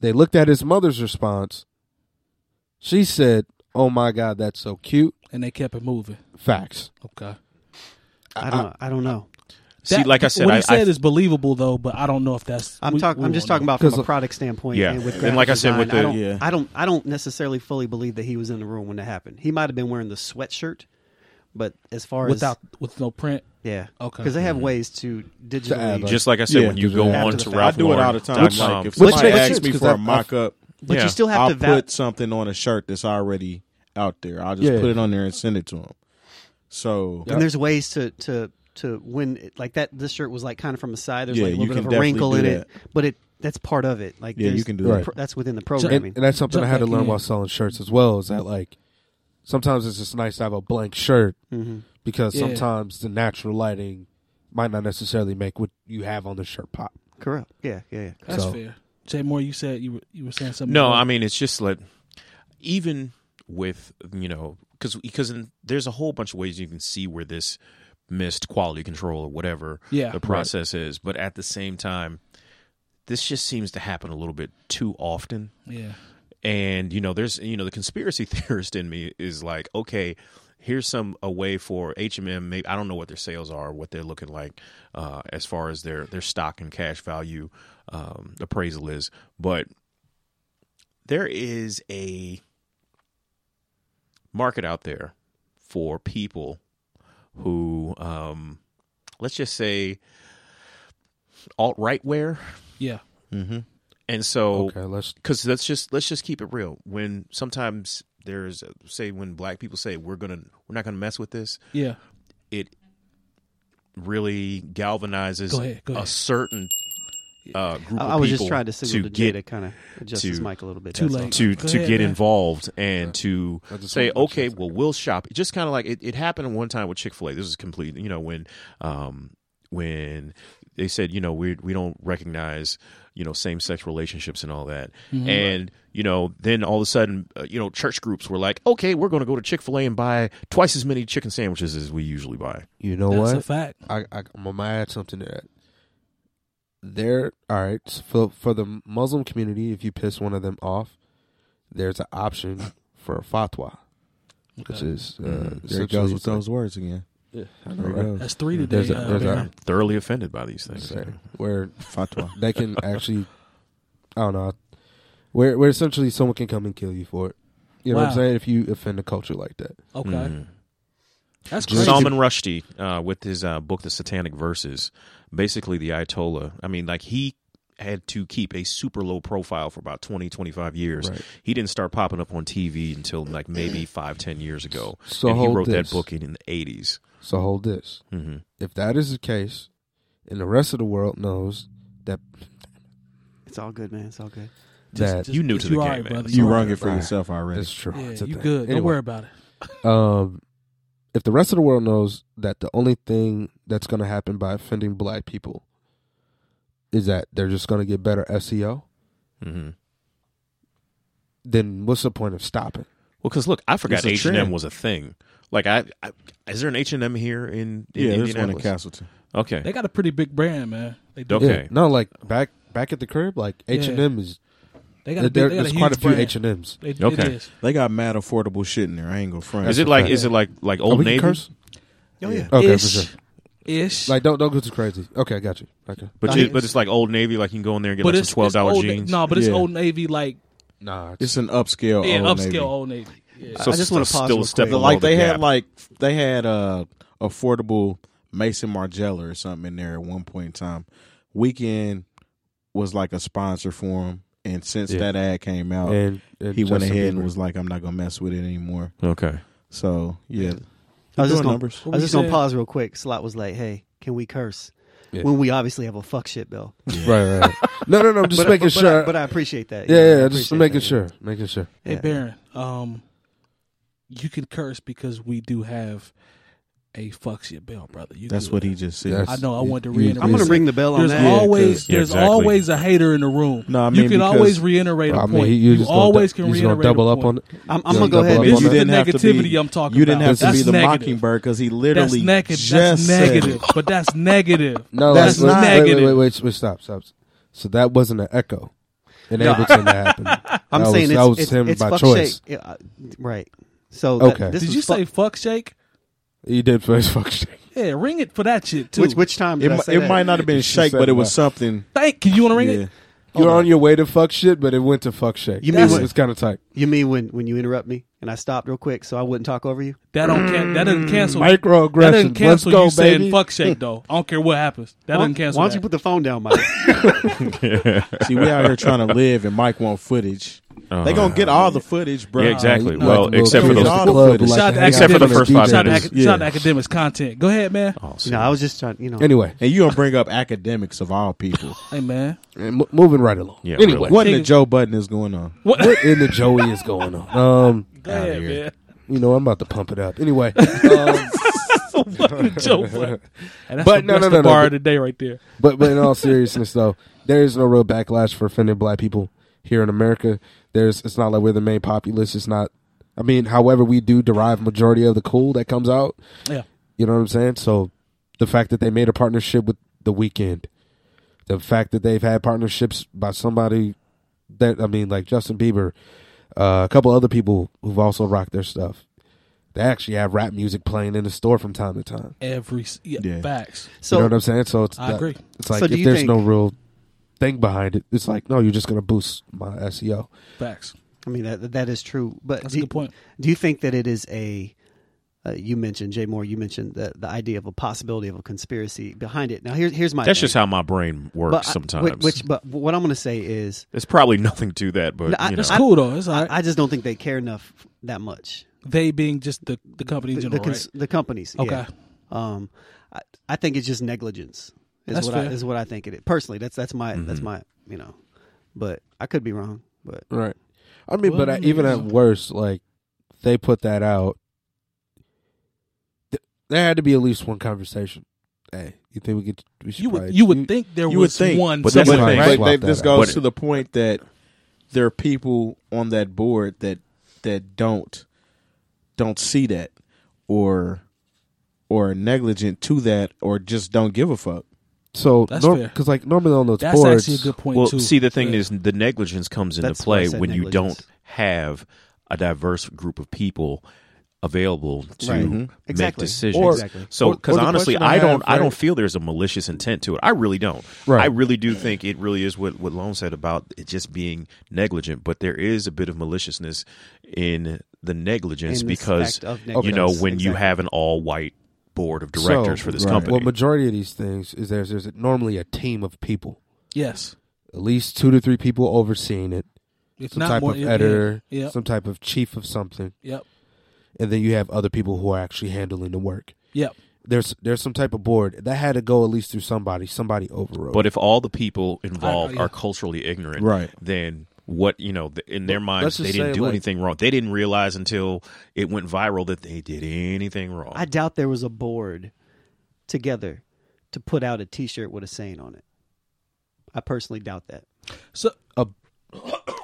Speaker 3: They looked at his mother's response. She said, "Oh my god, that's so cute."
Speaker 1: and they kept it moving.
Speaker 3: Facts.
Speaker 1: Okay,
Speaker 2: I don't know, I don't know.
Speaker 5: See,
Speaker 1: That-
Speaker 5: like I said,
Speaker 1: what
Speaker 5: I,
Speaker 1: he said
Speaker 5: I,
Speaker 1: is believable though, but I don't know if that's.
Speaker 2: I'm
Speaker 1: we-
Speaker 2: talking.
Speaker 1: we
Speaker 2: I'm just
Speaker 1: won't
Speaker 2: talking
Speaker 1: know.
Speaker 2: about from a
Speaker 3: 'Cause-
Speaker 2: product standpoint.
Speaker 5: Yeah.
Speaker 2: and, with
Speaker 5: And like
Speaker 2: graphic
Speaker 5: I said, with
Speaker 2: design, I
Speaker 5: the-
Speaker 2: don't,
Speaker 4: yeah.
Speaker 2: I don't. I don't necessarily fully believe that he was in the room when that happened. He might have been wearing the sweatshirt, but as far
Speaker 1: without
Speaker 2: as
Speaker 1: with no print.
Speaker 2: yeah,
Speaker 1: Okay.
Speaker 2: because they have ways to digitally.
Speaker 3: add, like,
Speaker 5: just like I said,
Speaker 4: Yeah.
Speaker 5: when you go
Speaker 3: After
Speaker 5: on
Speaker 2: the
Speaker 5: to
Speaker 2: fact.
Speaker 5: Ralph
Speaker 4: I do it all the time. um,
Speaker 5: Lauren
Speaker 4: Like, if
Speaker 5: dot com.
Speaker 2: Which
Speaker 4: somebody
Speaker 2: makes
Speaker 4: asks
Speaker 3: sense,
Speaker 4: me
Speaker 3: 'cause
Speaker 4: for a
Speaker 3: that-
Speaker 4: mock up,
Speaker 2: but
Speaker 5: yeah.
Speaker 2: you still have
Speaker 4: I'll
Speaker 2: to val-
Speaker 4: put something on a shirt that's already out there. I'll just
Speaker 3: Yeah.
Speaker 4: put it on there and send it to him. So
Speaker 2: And there's ways to to to when it- like that. This shirt was like kind of from the side. There's
Speaker 4: Yeah,
Speaker 2: like a
Speaker 4: you
Speaker 2: little
Speaker 4: can
Speaker 2: bit of a
Speaker 4: definitely
Speaker 2: wrinkle
Speaker 4: do
Speaker 2: in
Speaker 4: that.
Speaker 2: it, but it that's part of it. Like
Speaker 4: Yeah, you
Speaker 2: there's-
Speaker 4: can do that.
Speaker 2: pr- That's within the
Speaker 3: and,
Speaker 2: programming.
Speaker 3: and that's something I had to
Speaker 1: Jump back
Speaker 3: learn
Speaker 1: in.
Speaker 3: while selling shirts as well. Is that like sometimes it's just nice to have a blank shirt
Speaker 2: Mm-hmm.
Speaker 3: because
Speaker 1: Yeah.
Speaker 3: sometimes the natural lighting might not necessarily make what you have on the shirt pop.
Speaker 2: Correct. Yeah, yeah, yeah.
Speaker 1: That's
Speaker 3: So-
Speaker 1: fair. Jay Moore, you said you were you were saying something.
Speaker 5: No,
Speaker 1: about-
Speaker 5: I mean it's just like even with you know because because there's a whole bunch of ways you can see where this missed quality control or whatever
Speaker 1: Yeah.
Speaker 5: the
Speaker 1: Right.
Speaker 5: process is, but at the same time, this just seems to happen a little bit too often.
Speaker 1: yeah,
Speaker 5: and you know there's you know the conspiracy theorist in me is like okay here's some a way for hmm maybe i don't know what their sales are what they're looking like uh, as far as their their stock and cash value um, appraisal is but there is a market out there for people who um, let's just say alt right wear,
Speaker 1: Yeah.
Speaker 5: and so
Speaker 3: Okay, let's.
Speaker 5: because let's just let's just keep it real. When sometimes there's say when black people say we're gonna we're not gonna mess with this,
Speaker 1: Yeah.
Speaker 5: it really galvanizes
Speaker 1: Go ahead, go
Speaker 5: a
Speaker 1: ahead.
Speaker 5: certain uh, group.
Speaker 2: I,
Speaker 5: of
Speaker 2: I was just
Speaker 5: people
Speaker 2: trying to signal to,
Speaker 5: get
Speaker 2: Jay to kind of adjust his
Speaker 5: to-
Speaker 2: mic a little bit.
Speaker 1: too
Speaker 2: that's all.
Speaker 1: late.
Speaker 5: to
Speaker 1: Go
Speaker 5: to
Speaker 1: ahead,
Speaker 5: get
Speaker 1: man.
Speaker 5: involved and to
Speaker 3: I just
Speaker 5: say,
Speaker 3: wanted to
Speaker 5: okay,
Speaker 3: check
Speaker 5: well, we'll shop. It just kind of like it, it happened one time with Chick Fil A. This is complete. You know when um when they said you know we we don't recognize you know same sex relationships and all that
Speaker 1: Mm-hmm.
Speaker 3: Mm-hmm.
Speaker 5: and you know then all of a sudden uh, you know church groups were like okay we're going to go to chick-fil-a and buy twice as many chicken sandwiches as we usually buy
Speaker 3: You know
Speaker 1: That's
Speaker 3: what?
Speaker 1: a fact.
Speaker 3: I, I I'm gonna add something to that. There, all right. so For for the Muslim community, if you piss one of them off, there's an option for a fatwa, which is uh,
Speaker 4: There
Speaker 3: essentially
Speaker 4: it goes with
Speaker 3: it's like-
Speaker 4: those words again.
Speaker 3: I know,
Speaker 4: There it
Speaker 3: right?
Speaker 4: goes.
Speaker 1: That's three today.
Speaker 3: Mm-hmm. There's a-
Speaker 1: uh,
Speaker 3: there's a-
Speaker 1: man.
Speaker 5: i'm thoroughly offended by these things
Speaker 3: Say, where
Speaker 4: Fatwa.
Speaker 3: they can actually, I don't know, where where essentially someone can come and kill you for it. You know what I'm
Speaker 1: Wow.
Speaker 3: saying? If you offend a culture like that,
Speaker 1: okay.
Speaker 3: mm-hmm.
Speaker 5: Mhm.
Speaker 1: That's crazy.
Speaker 5: Salman Rushdie, uh, with his uh, book, The Satanic Verses, basically the Ayatollah. I mean, like he had to keep a super low profile for about 20, 25 years.
Speaker 3: Right.
Speaker 5: He didn't start popping up on TV until like maybe five, ten years ago.
Speaker 3: So
Speaker 5: and he
Speaker 3: hold
Speaker 5: wrote
Speaker 3: this.
Speaker 5: that book in, in the 80s.
Speaker 3: so hold this.
Speaker 5: hmm
Speaker 3: If that is the case, and the rest of the world knows that
Speaker 2: It's all good, man. It's all good.
Speaker 1: Just-
Speaker 3: that
Speaker 1: just-
Speaker 5: You new to
Speaker 1: you
Speaker 5: the
Speaker 1: all
Speaker 5: game,
Speaker 1: right,
Speaker 5: man.
Speaker 1: brother.
Speaker 4: You
Speaker 1: all
Speaker 4: wrung
Speaker 1: right.
Speaker 4: it for yourself already.
Speaker 3: it's true.
Speaker 1: Yeah,
Speaker 3: It's a
Speaker 1: you
Speaker 3: thing.
Speaker 1: good. Don't
Speaker 3: Anyway.
Speaker 1: worry about it.
Speaker 3: um, if the rest of the world knows that the only thing that's going to happen by offending black people is that they're just going to get better E SEO,
Speaker 5: hmm
Speaker 3: then what's the point of stopping?
Speaker 5: Well, because look, I forgot
Speaker 4: It's a
Speaker 5: H and M
Speaker 4: trend.
Speaker 5: was a thing. Like, I, I is there an H and M here in, in
Speaker 4: Yeah, there's one in
Speaker 5: Indianapolis?
Speaker 4: Castleton.
Speaker 5: okay,
Speaker 1: They got a pretty big brand, man. They do.
Speaker 5: Okay.
Speaker 3: Yeah, no, like back back at the crib, like H and M is
Speaker 1: They got a
Speaker 3: there,
Speaker 1: big, they got
Speaker 3: there's
Speaker 1: a huge
Speaker 3: quite a few
Speaker 1: brand.
Speaker 3: H and M's.
Speaker 1: It, it
Speaker 5: Okay.
Speaker 1: is.
Speaker 4: They got mad affordable shit in there. I ain't gonna front.
Speaker 5: is it like is it like like
Speaker 3: Oh,
Speaker 5: Old
Speaker 3: we can
Speaker 5: Navy?
Speaker 3: curse?
Speaker 5: Oh yeah,
Speaker 3: Okay,
Speaker 1: ish,
Speaker 3: for sure.
Speaker 1: Ish.
Speaker 3: Like don't don't go too crazy. Okay, I got you. Okay,
Speaker 5: but
Speaker 2: I
Speaker 5: you,
Speaker 2: mean,
Speaker 5: but it's like Old Navy. Like you can go in there and get
Speaker 1: but
Speaker 5: like
Speaker 1: it's
Speaker 5: some twelve dollar
Speaker 1: it's Old
Speaker 5: jeans.
Speaker 1: Na- no, but it's
Speaker 4: Yeah.
Speaker 1: Old Navy, like
Speaker 3: nah, it's,
Speaker 4: It's an upscale.
Speaker 1: yeah,
Speaker 4: Old
Speaker 1: upscale
Speaker 4: Navy.
Speaker 1: Old Navy. Yeah.
Speaker 5: So
Speaker 2: I just wanna
Speaker 5: still
Speaker 2: pause
Speaker 5: a
Speaker 2: real
Speaker 5: step
Speaker 2: quick.
Speaker 5: below
Speaker 4: like
Speaker 5: the
Speaker 4: they had
Speaker 5: gap.
Speaker 4: like they had uh affordable Mason Margiela or something in there at one point in time. Weekend was like a sponsor for him, and since
Speaker 3: Yeah.
Speaker 4: that ad came out,
Speaker 3: and, and
Speaker 4: he went
Speaker 3: Justin
Speaker 4: ahead
Speaker 3: Bieber.
Speaker 4: and was like, "I'm not gonna mess with it anymore."
Speaker 5: okay.
Speaker 4: So
Speaker 2: I
Speaker 4: yeah,
Speaker 2: was
Speaker 4: Doing
Speaker 2: just gonna,
Speaker 4: numbers.
Speaker 2: I
Speaker 1: What
Speaker 2: was
Speaker 1: we
Speaker 2: just gonna
Speaker 1: said.
Speaker 2: pause real quick. Slot was like, "Hey, can we curse?"
Speaker 3: Yeah.
Speaker 2: When we obviously have a fuck shit bill.
Speaker 3: right, right, right. No, no, no. I'm Just
Speaker 2: but,
Speaker 3: making
Speaker 2: but,
Speaker 3: sure.
Speaker 2: I, but I appreciate that. you know,
Speaker 3: yeah,
Speaker 2: I
Speaker 3: yeah. Just
Speaker 2: appreciate
Speaker 3: making
Speaker 2: that.
Speaker 3: sure, making sure.
Speaker 1: Hey
Speaker 2: Yeah.
Speaker 1: Baron, um, you can curse because we do have a fuck shit bill, brother. You
Speaker 4: that's
Speaker 1: good.
Speaker 4: what he just said.
Speaker 3: That's-
Speaker 1: I know. I
Speaker 3: You-
Speaker 1: wanted to
Speaker 3: you-
Speaker 1: reiterate.
Speaker 2: I'm gonna
Speaker 3: Is-
Speaker 2: ring the bell on
Speaker 1: There's
Speaker 2: that.
Speaker 4: all-
Speaker 1: always
Speaker 4: 'cause-
Speaker 5: Yeah,
Speaker 1: there's
Speaker 5: exactly.
Speaker 1: always a hater in the room.
Speaker 4: No, I
Speaker 1: you
Speaker 4: mean,
Speaker 1: can
Speaker 4: because-
Speaker 1: always reiterate a
Speaker 3: I
Speaker 1: point.
Speaker 3: mean, he, you just gonna
Speaker 1: always
Speaker 3: du-
Speaker 1: can
Speaker 3: he's gonna
Speaker 1: reiterate.
Speaker 3: double
Speaker 1: a
Speaker 3: up on
Speaker 1: point.
Speaker 3: it.
Speaker 2: I'm, I'm gonna
Speaker 3: Yeah,
Speaker 2: go ahead.
Speaker 3: double
Speaker 2: and
Speaker 1: This
Speaker 3: up
Speaker 1: is
Speaker 3: on it.
Speaker 4: You
Speaker 1: the
Speaker 4: didn't have to
Speaker 1: negativity
Speaker 4: be-
Speaker 1: I'm talking
Speaker 4: You didn't
Speaker 1: about.
Speaker 4: have to
Speaker 1: that's
Speaker 4: be the
Speaker 1: negative.
Speaker 4: mockingbird because he
Speaker 1: That's
Speaker 4: literally
Speaker 1: negative. That's
Speaker 4: just said it.
Speaker 1: negative. But that's negative.
Speaker 3: No,
Speaker 1: that's
Speaker 3: wait, wait,
Speaker 1: negative.
Speaker 3: Wait, wait, wait, wait, stop, stop. So that wasn't an echo in
Speaker 2: No,
Speaker 3: Ableton that happened.
Speaker 2: I'm
Speaker 3: that
Speaker 2: saying
Speaker 3: was,
Speaker 2: it's,
Speaker 3: that was
Speaker 2: it's,
Speaker 3: him
Speaker 2: it's
Speaker 3: by
Speaker 2: fuck
Speaker 3: choice.
Speaker 2: shake. Yeah, uh, right. So that-
Speaker 3: Okay.
Speaker 2: this
Speaker 1: Did
Speaker 2: was
Speaker 1: you
Speaker 2: fuck-
Speaker 1: say fuck shake?
Speaker 3: He did for his fuck shake.
Speaker 1: Yeah, ring it for that shit too.
Speaker 2: which which time
Speaker 4: It,
Speaker 2: did I
Speaker 4: mi-
Speaker 2: say
Speaker 4: it
Speaker 2: that?
Speaker 4: might not have been
Speaker 3: She
Speaker 4: shake,
Speaker 3: said
Speaker 4: but it
Speaker 3: what?
Speaker 4: was something.
Speaker 1: Thank you. You want to ring
Speaker 4: Yeah.
Speaker 1: it?
Speaker 3: You're on your way to fuck shit, but it went to fuck shake.
Speaker 2: You
Speaker 1: mean
Speaker 3: it's,
Speaker 1: what-
Speaker 3: it's kind of tight.
Speaker 2: You mean when when you interrupt me and I stopped real quick so I wouldn't talk over you?
Speaker 1: That don't can- that doesn't cancel.
Speaker 3: Microaggressions.
Speaker 1: That doesn't cancel
Speaker 3: Let's go,
Speaker 1: you saying
Speaker 3: baby.
Speaker 1: fuck shake though. I don't care what happens. That
Speaker 2: Why-
Speaker 1: doesn't cancel.
Speaker 2: Why don't
Speaker 1: that.
Speaker 2: you put the phone down, Mike?
Speaker 4: See, we out here trying to live, and Mike want footage.
Speaker 5: Oh,
Speaker 4: They gonna get all the footage, bro.
Speaker 5: Yeah, exactly.
Speaker 3: Nah,
Speaker 5: well,
Speaker 3: you-
Speaker 5: except for
Speaker 3: you
Speaker 5: those.
Speaker 3: know,
Speaker 4: All
Speaker 3: club
Speaker 4: footage.
Speaker 3: would
Speaker 1: Shout out to
Speaker 3: to hang out
Speaker 5: Except for
Speaker 3: with
Speaker 5: the
Speaker 3: a
Speaker 5: first
Speaker 3: DJ.
Speaker 5: five
Speaker 1: Shout out,
Speaker 5: minutes.
Speaker 1: to, ac- shout out to academics content. Go ahead, man.
Speaker 5: Oh, see.
Speaker 2: no, I was just trying. You know.
Speaker 3: Anyway,
Speaker 4: And you gonna bring up academics of all people.
Speaker 1: Hey, man.
Speaker 3: and mo- moving right along.
Speaker 5: Yeah,
Speaker 3: anyway,
Speaker 5: really.
Speaker 4: what in the
Speaker 1: Chicken-
Speaker 4: Joe Button is going on?
Speaker 1: What?
Speaker 3: what in the Joey is going on? Um,
Speaker 1: Go ahead, man.
Speaker 3: you know, I'm about to pump it up. Anyway, um,
Speaker 1: Fucking joke, but- And that's
Speaker 3: But
Speaker 1: the,
Speaker 3: no,
Speaker 1: that's the
Speaker 3: no, no, no,
Speaker 1: bar
Speaker 3: but-
Speaker 1: of the day right there.
Speaker 3: But but in all seriousness, though, there is no real backlash for offending black people here in America. There's it's not like we're the main populace. It's not. I mean, however, we do derive majority of the cool that comes out.
Speaker 1: Yeah.
Speaker 3: You know what I'm saying? So the fact that they made a partnership with The Weeknd, the fact that they've had partnerships by somebody that I mean, like Justin Bieber, uh, a couple other people who've also rocked their stuff. They actually have rap music playing in the store from time to time.
Speaker 1: Every s- yeah,
Speaker 4: Yeah.
Speaker 1: facts.
Speaker 2: So
Speaker 3: you know what I'm saying? So it's
Speaker 1: I
Speaker 3: that-
Speaker 1: agree.
Speaker 3: It's like
Speaker 2: So do
Speaker 3: if
Speaker 2: you
Speaker 3: there's
Speaker 2: think-
Speaker 3: no real thing behind it, it's like no, you're just gonna boost my E SEO.
Speaker 1: Facts.
Speaker 2: I mean that that is true. But
Speaker 1: That's a
Speaker 2: do,
Speaker 1: good point.
Speaker 2: Do you think that it is a uh, you mentioned, Jay Moore, you mentioned the, the idea of a possibility of a conspiracy behind it. Now, here's here's my
Speaker 5: That's
Speaker 2: thing.
Speaker 5: just how my brain works
Speaker 2: But I-
Speaker 5: sometimes.
Speaker 2: Which, but what I'm going to say is,
Speaker 5: There's probably nothing to that, but
Speaker 2: No, I-
Speaker 5: you know,
Speaker 2: that's
Speaker 1: It's cool though. It's all right.
Speaker 2: I just don't think they care enough that much.
Speaker 1: they being just the the company in
Speaker 2: The,
Speaker 1: general.
Speaker 2: the cons- the companies, yeah.
Speaker 1: Okay.
Speaker 2: Um, I, I think it's just negligence. Is
Speaker 1: That's
Speaker 2: what I,
Speaker 1: fair.
Speaker 2: is what I think it is. Personally, that's that's my that's
Speaker 5: Mm-hmm.
Speaker 2: my you know, but I could be wrong. But
Speaker 3: Right. I mean, but
Speaker 1: Well,
Speaker 3: I, even
Speaker 1: yeah.
Speaker 3: at worst, like they put that out. Th- there had to be at least one conversation. Hey, you think we could? We should
Speaker 1: You would
Speaker 3: probably-
Speaker 1: you would think there
Speaker 4: you would
Speaker 1: was
Speaker 4: think,
Speaker 1: one.
Speaker 5: but that's the
Speaker 4: but,
Speaker 5: thing.
Speaker 4: but
Speaker 3: Swap
Speaker 4: they-
Speaker 3: that
Speaker 4: this
Speaker 3: out.
Speaker 4: goes
Speaker 5: But-
Speaker 4: to the point that there are people on that board that that don't don't see that or or are negligent to that or just don't give a fuck.
Speaker 3: So
Speaker 1: That's fair.
Speaker 3: because like normally on those
Speaker 1: that's
Speaker 3: boards,
Speaker 1: actually a good point
Speaker 5: well,
Speaker 1: too.
Speaker 5: see, the thing
Speaker 1: Yeah.
Speaker 5: is, the negligence comes into
Speaker 2: That's why I
Speaker 5: play
Speaker 2: said
Speaker 5: when you
Speaker 2: negligence.
Speaker 5: don't have a diverse group of people available to
Speaker 2: Right. Mm-hmm.
Speaker 5: make
Speaker 2: Exactly.
Speaker 5: decisions.
Speaker 2: Or- Exactly.
Speaker 5: So,
Speaker 3: or-
Speaker 5: because
Speaker 3: or the
Speaker 5: honestly,
Speaker 3: question I
Speaker 5: I don't,
Speaker 3: have,
Speaker 5: I don't
Speaker 3: right?
Speaker 5: feel there's a malicious intent to it. I really don't.
Speaker 3: Right.
Speaker 5: I really do think it really is what what Lone said about it just being negligent, but there is a bit of maliciousness in the negligence
Speaker 2: In this
Speaker 5: because
Speaker 2: fact of
Speaker 5: you know
Speaker 2: negligence.
Speaker 5: when you
Speaker 2: Exactly.
Speaker 5: have an all white board of directors
Speaker 3: So,
Speaker 5: for this
Speaker 4: right.
Speaker 5: company.
Speaker 3: Well, majority of these things is there's there's normally a team of people,
Speaker 1: yes,
Speaker 3: at least two to three people overseeing it,
Speaker 1: if
Speaker 3: some
Speaker 1: not
Speaker 3: type
Speaker 1: more,
Speaker 3: of
Speaker 1: yeah,
Speaker 3: editor,
Speaker 1: Yeah, yep,
Speaker 3: some type of chief of something,
Speaker 1: yep,
Speaker 3: and then you have other people who are actually handling the work.
Speaker 1: yep.
Speaker 3: There's there's some type of board that had to go at least through somebody. Somebody overrode.
Speaker 5: But if all the people involved
Speaker 1: yeah.
Speaker 5: are culturally ignorant,
Speaker 4: Right.
Speaker 5: then what you know th- in their minds
Speaker 3: let's just
Speaker 5: they didn't
Speaker 3: say,
Speaker 5: do
Speaker 3: like-
Speaker 5: anything wrong. They didn't realize until it went viral that they did anything wrong.
Speaker 2: I doubt there was a board together to put out a T-shirt with a saying on it. I personally doubt that.
Speaker 1: So
Speaker 2: A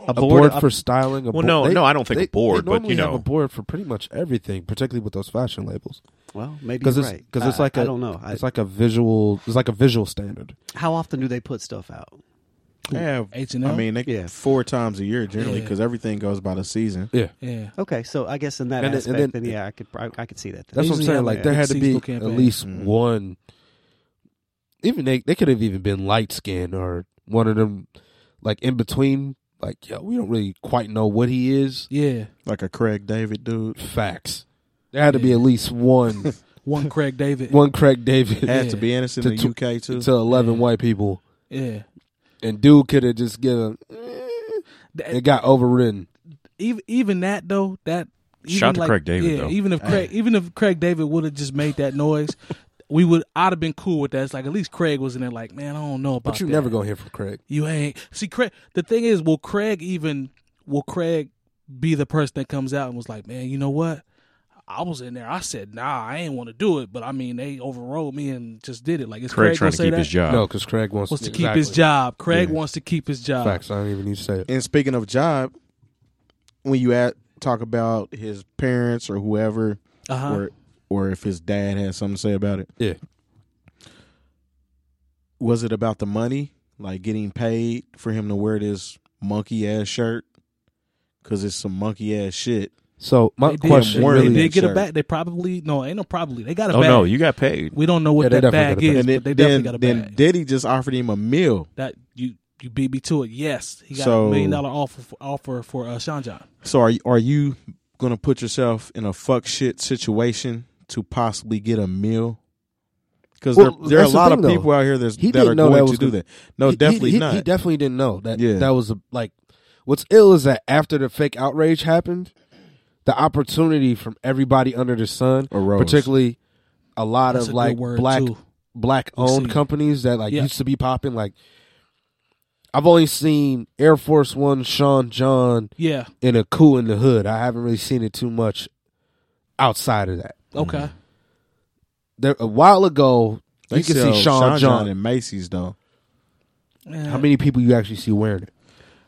Speaker 3: a board,
Speaker 2: a-
Speaker 3: for styling. A
Speaker 5: Well,
Speaker 3: bo-
Speaker 5: no,
Speaker 3: they-
Speaker 5: no, I don't think a
Speaker 3: they-
Speaker 5: board,
Speaker 3: they
Speaker 5: but, you
Speaker 3: normally have
Speaker 5: know.
Speaker 3: a board for pretty much everything, particularly with those fashion labels,
Speaker 2: well, maybe
Speaker 3: because
Speaker 2: you're
Speaker 3: it's
Speaker 2: right.
Speaker 3: because it's
Speaker 2: I-
Speaker 3: like
Speaker 2: I
Speaker 3: a-
Speaker 2: I don't know. I,
Speaker 3: It's like a visual. It's like a visual standard.
Speaker 2: how often do they put stuff out?
Speaker 4: They have-
Speaker 1: H&M?
Speaker 4: I mean, they,
Speaker 2: Yeah.
Speaker 4: four times a year generally
Speaker 1: Yeah.
Speaker 4: because everything goes by the season.
Speaker 3: Yeah,
Speaker 1: yeah,
Speaker 2: Okay, so I guess in that
Speaker 3: And then- and
Speaker 2: aspect,
Speaker 3: then-
Speaker 2: then, yeah, I could prob- I could see that. Then.
Speaker 3: that's what I'm
Speaker 1: usually
Speaker 3: saying.
Speaker 1: have,
Speaker 3: Like
Speaker 1: like,
Speaker 3: there had to
Speaker 1: seasonal
Speaker 3: be at
Speaker 1: campaigns.
Speaker 3: least
Speaker 5: Hmm.
Speaker 4: Mhm.
Speaker 3: one. Even they they could have even been light skinned or one of them, like in between. Like yo, we don't really quite know what he is.
Speaker 1: yeah.
Speaker 4: Like a Craig David dude.
Speaker 3: Facts. There had to be at least one
Speaker 1: One Craig David.
Speaker 3: one Craig David
Speaker 4: Has
Speaker 1: Yeah.
Speaker 4: to be innocent
Speaker 3: To
Speaker 4: in the
Speaker 3: tw-
Speaker 4: UK too.
Speaker 3: to eleven white people,
Speaker 1: Yeah.
Speaker 3: and dude could have just given. It got overridden.
Speaker 1: even even that though that even
Speaker 5: Shout to
Speaker 1: like,
Speaker 5: Craig David,
Speaker 1: yeah,
Speaker 5: though.
Speaker 1: Even if Craig, even if Craig David would have just made that noise, we would. I'd have been cool with that. It's like at least Craig was in there. Like, man, I don't know about.
Speaker 3: But you
Speaker 1: that.
Speaker 3: never gonna hear from Craig.
Speaker 1: You ain't see Craig. The thing is, will Craig even? Will Craig be the person that comes out and was like, man, you know what? I was in there. I said, nah, I ain't want to do it. But I mean, they overrode me and just did it. Like, is Craig,
Speaker 5: Craig trying
Speaker 1: gonna
Speaker 5: to
Speaker 1: say
Speaker 5: keep
Speaker 1: that?
Speaker 5: his
Speaker 4: Oh.
Speaker 5: job.
Speaker 3: no, because Craig wants,
Speaker 1: Wants to keep his job. Craig
Speaker 3: Yeah.
Speaker 1: wants to keep his job.
Speaker 3: Facts. I don't even need to say it.
Speaker 4: And speaking of job, when you at, talk about his parents or whoever,
Speaker 1: Uh-huh.
Speaker 4: or or if his dad has something to say about it,
Speaker 3: Yeah.
Speaker 4: was it about the money, like getting paid for him to wear this monkey ass shirt? Because it's some monkey ass shit.
Speaker 3: So my
Speaker 1: They did,
Speaker 3: question
Speaker 4: Warren
Speaker 1: they
Speaker 3: really,
Speaker 1: did get a
Speaker 4: shirt.
Speaker 1: bag. They probably no, ain't no probably. They got a
Speaker 5: oh
Speaker 1: bag.
Speaker 5: no, you got paid.
Speaker 1: We don't know
Speaker 3: Yeah,
Speaker 1: what
Speaker 3: they
Speaker 1: that
Speaker 3: definitely
Speaker 1: bag
Speaker 3: got a bag.
Speaker 1: is,
Speaker 4: And then,
Speaker 1: but they
Speaker 4: then,
Speaker 1: definitely got a
Speaker 4: then
Speaker 1: bag.
Speaker 4: Diddy just offered him a meal.
Speaker 1: that you you beat me to it. Yes, he got a
Speaker 4: So-
Speaker 1: million dollar offer for, offer for uh, Sean John.
Speaker 4: So are you, are you gonna put yourself in a fuck shit situation to possibly get a meal? Because
Speaker 3: Well,
Speaker 4: there, there are a
Speaker 3: that's the
Speaker 4: lot of
Speaker 3: thing, though.
Speaker 4: people out here that's,
Speaker 3: He
Speaker 4: that
Speaker 3: didn't
Speaker 4: are
Speaker 3: know
Speaker 4: going
Speaker 3: that
Speaker 4: to
Speaker 3: was
Speaker 4: do
Speaker 3: gonna-
Speaker 4: that. No,
Speaker 3: he-
Speaker 4: definitely
Speaker 3: he, he,
Speaker 4: not.
Speaker 3: He definitely didn't know that.
Speaker 4: Yeah.
Speaker 3: That was a, like, what's ill is that after the fake outrage happened, the opportunity from everybody under the sun,
Speaker 4: Arose.
Speaker 3: particularly a lot
Speaker 1: That's a
Speaker 3: of
Speaker 1: good
Speaker 3: like
Speaker 1: word,
Speaker 3: black
Speaker 1: too.
Speaker 3: black
Speaker 1: see.
Speaker 3: owned companies that like
Speaker 1: Yeah.
Speaker 3: used to be popping. Like, I've only seen Air Force One, Sean John,
Speaker 1: Yeah.
Speaker 3: in a coup in the hood. I haven't really seen it too much outside of that.
Speaker 1: Okay.
Speaker 3: Mm-hmm. There a while ago,
Speaker 4: They
Speaker 3: you can
Speaker 4: sell
Speaker 3: see Sean John.
Speaker 4: and Macy's though.
Speaker 1: Man,
Speaker 3: How many people you actually see wearing it?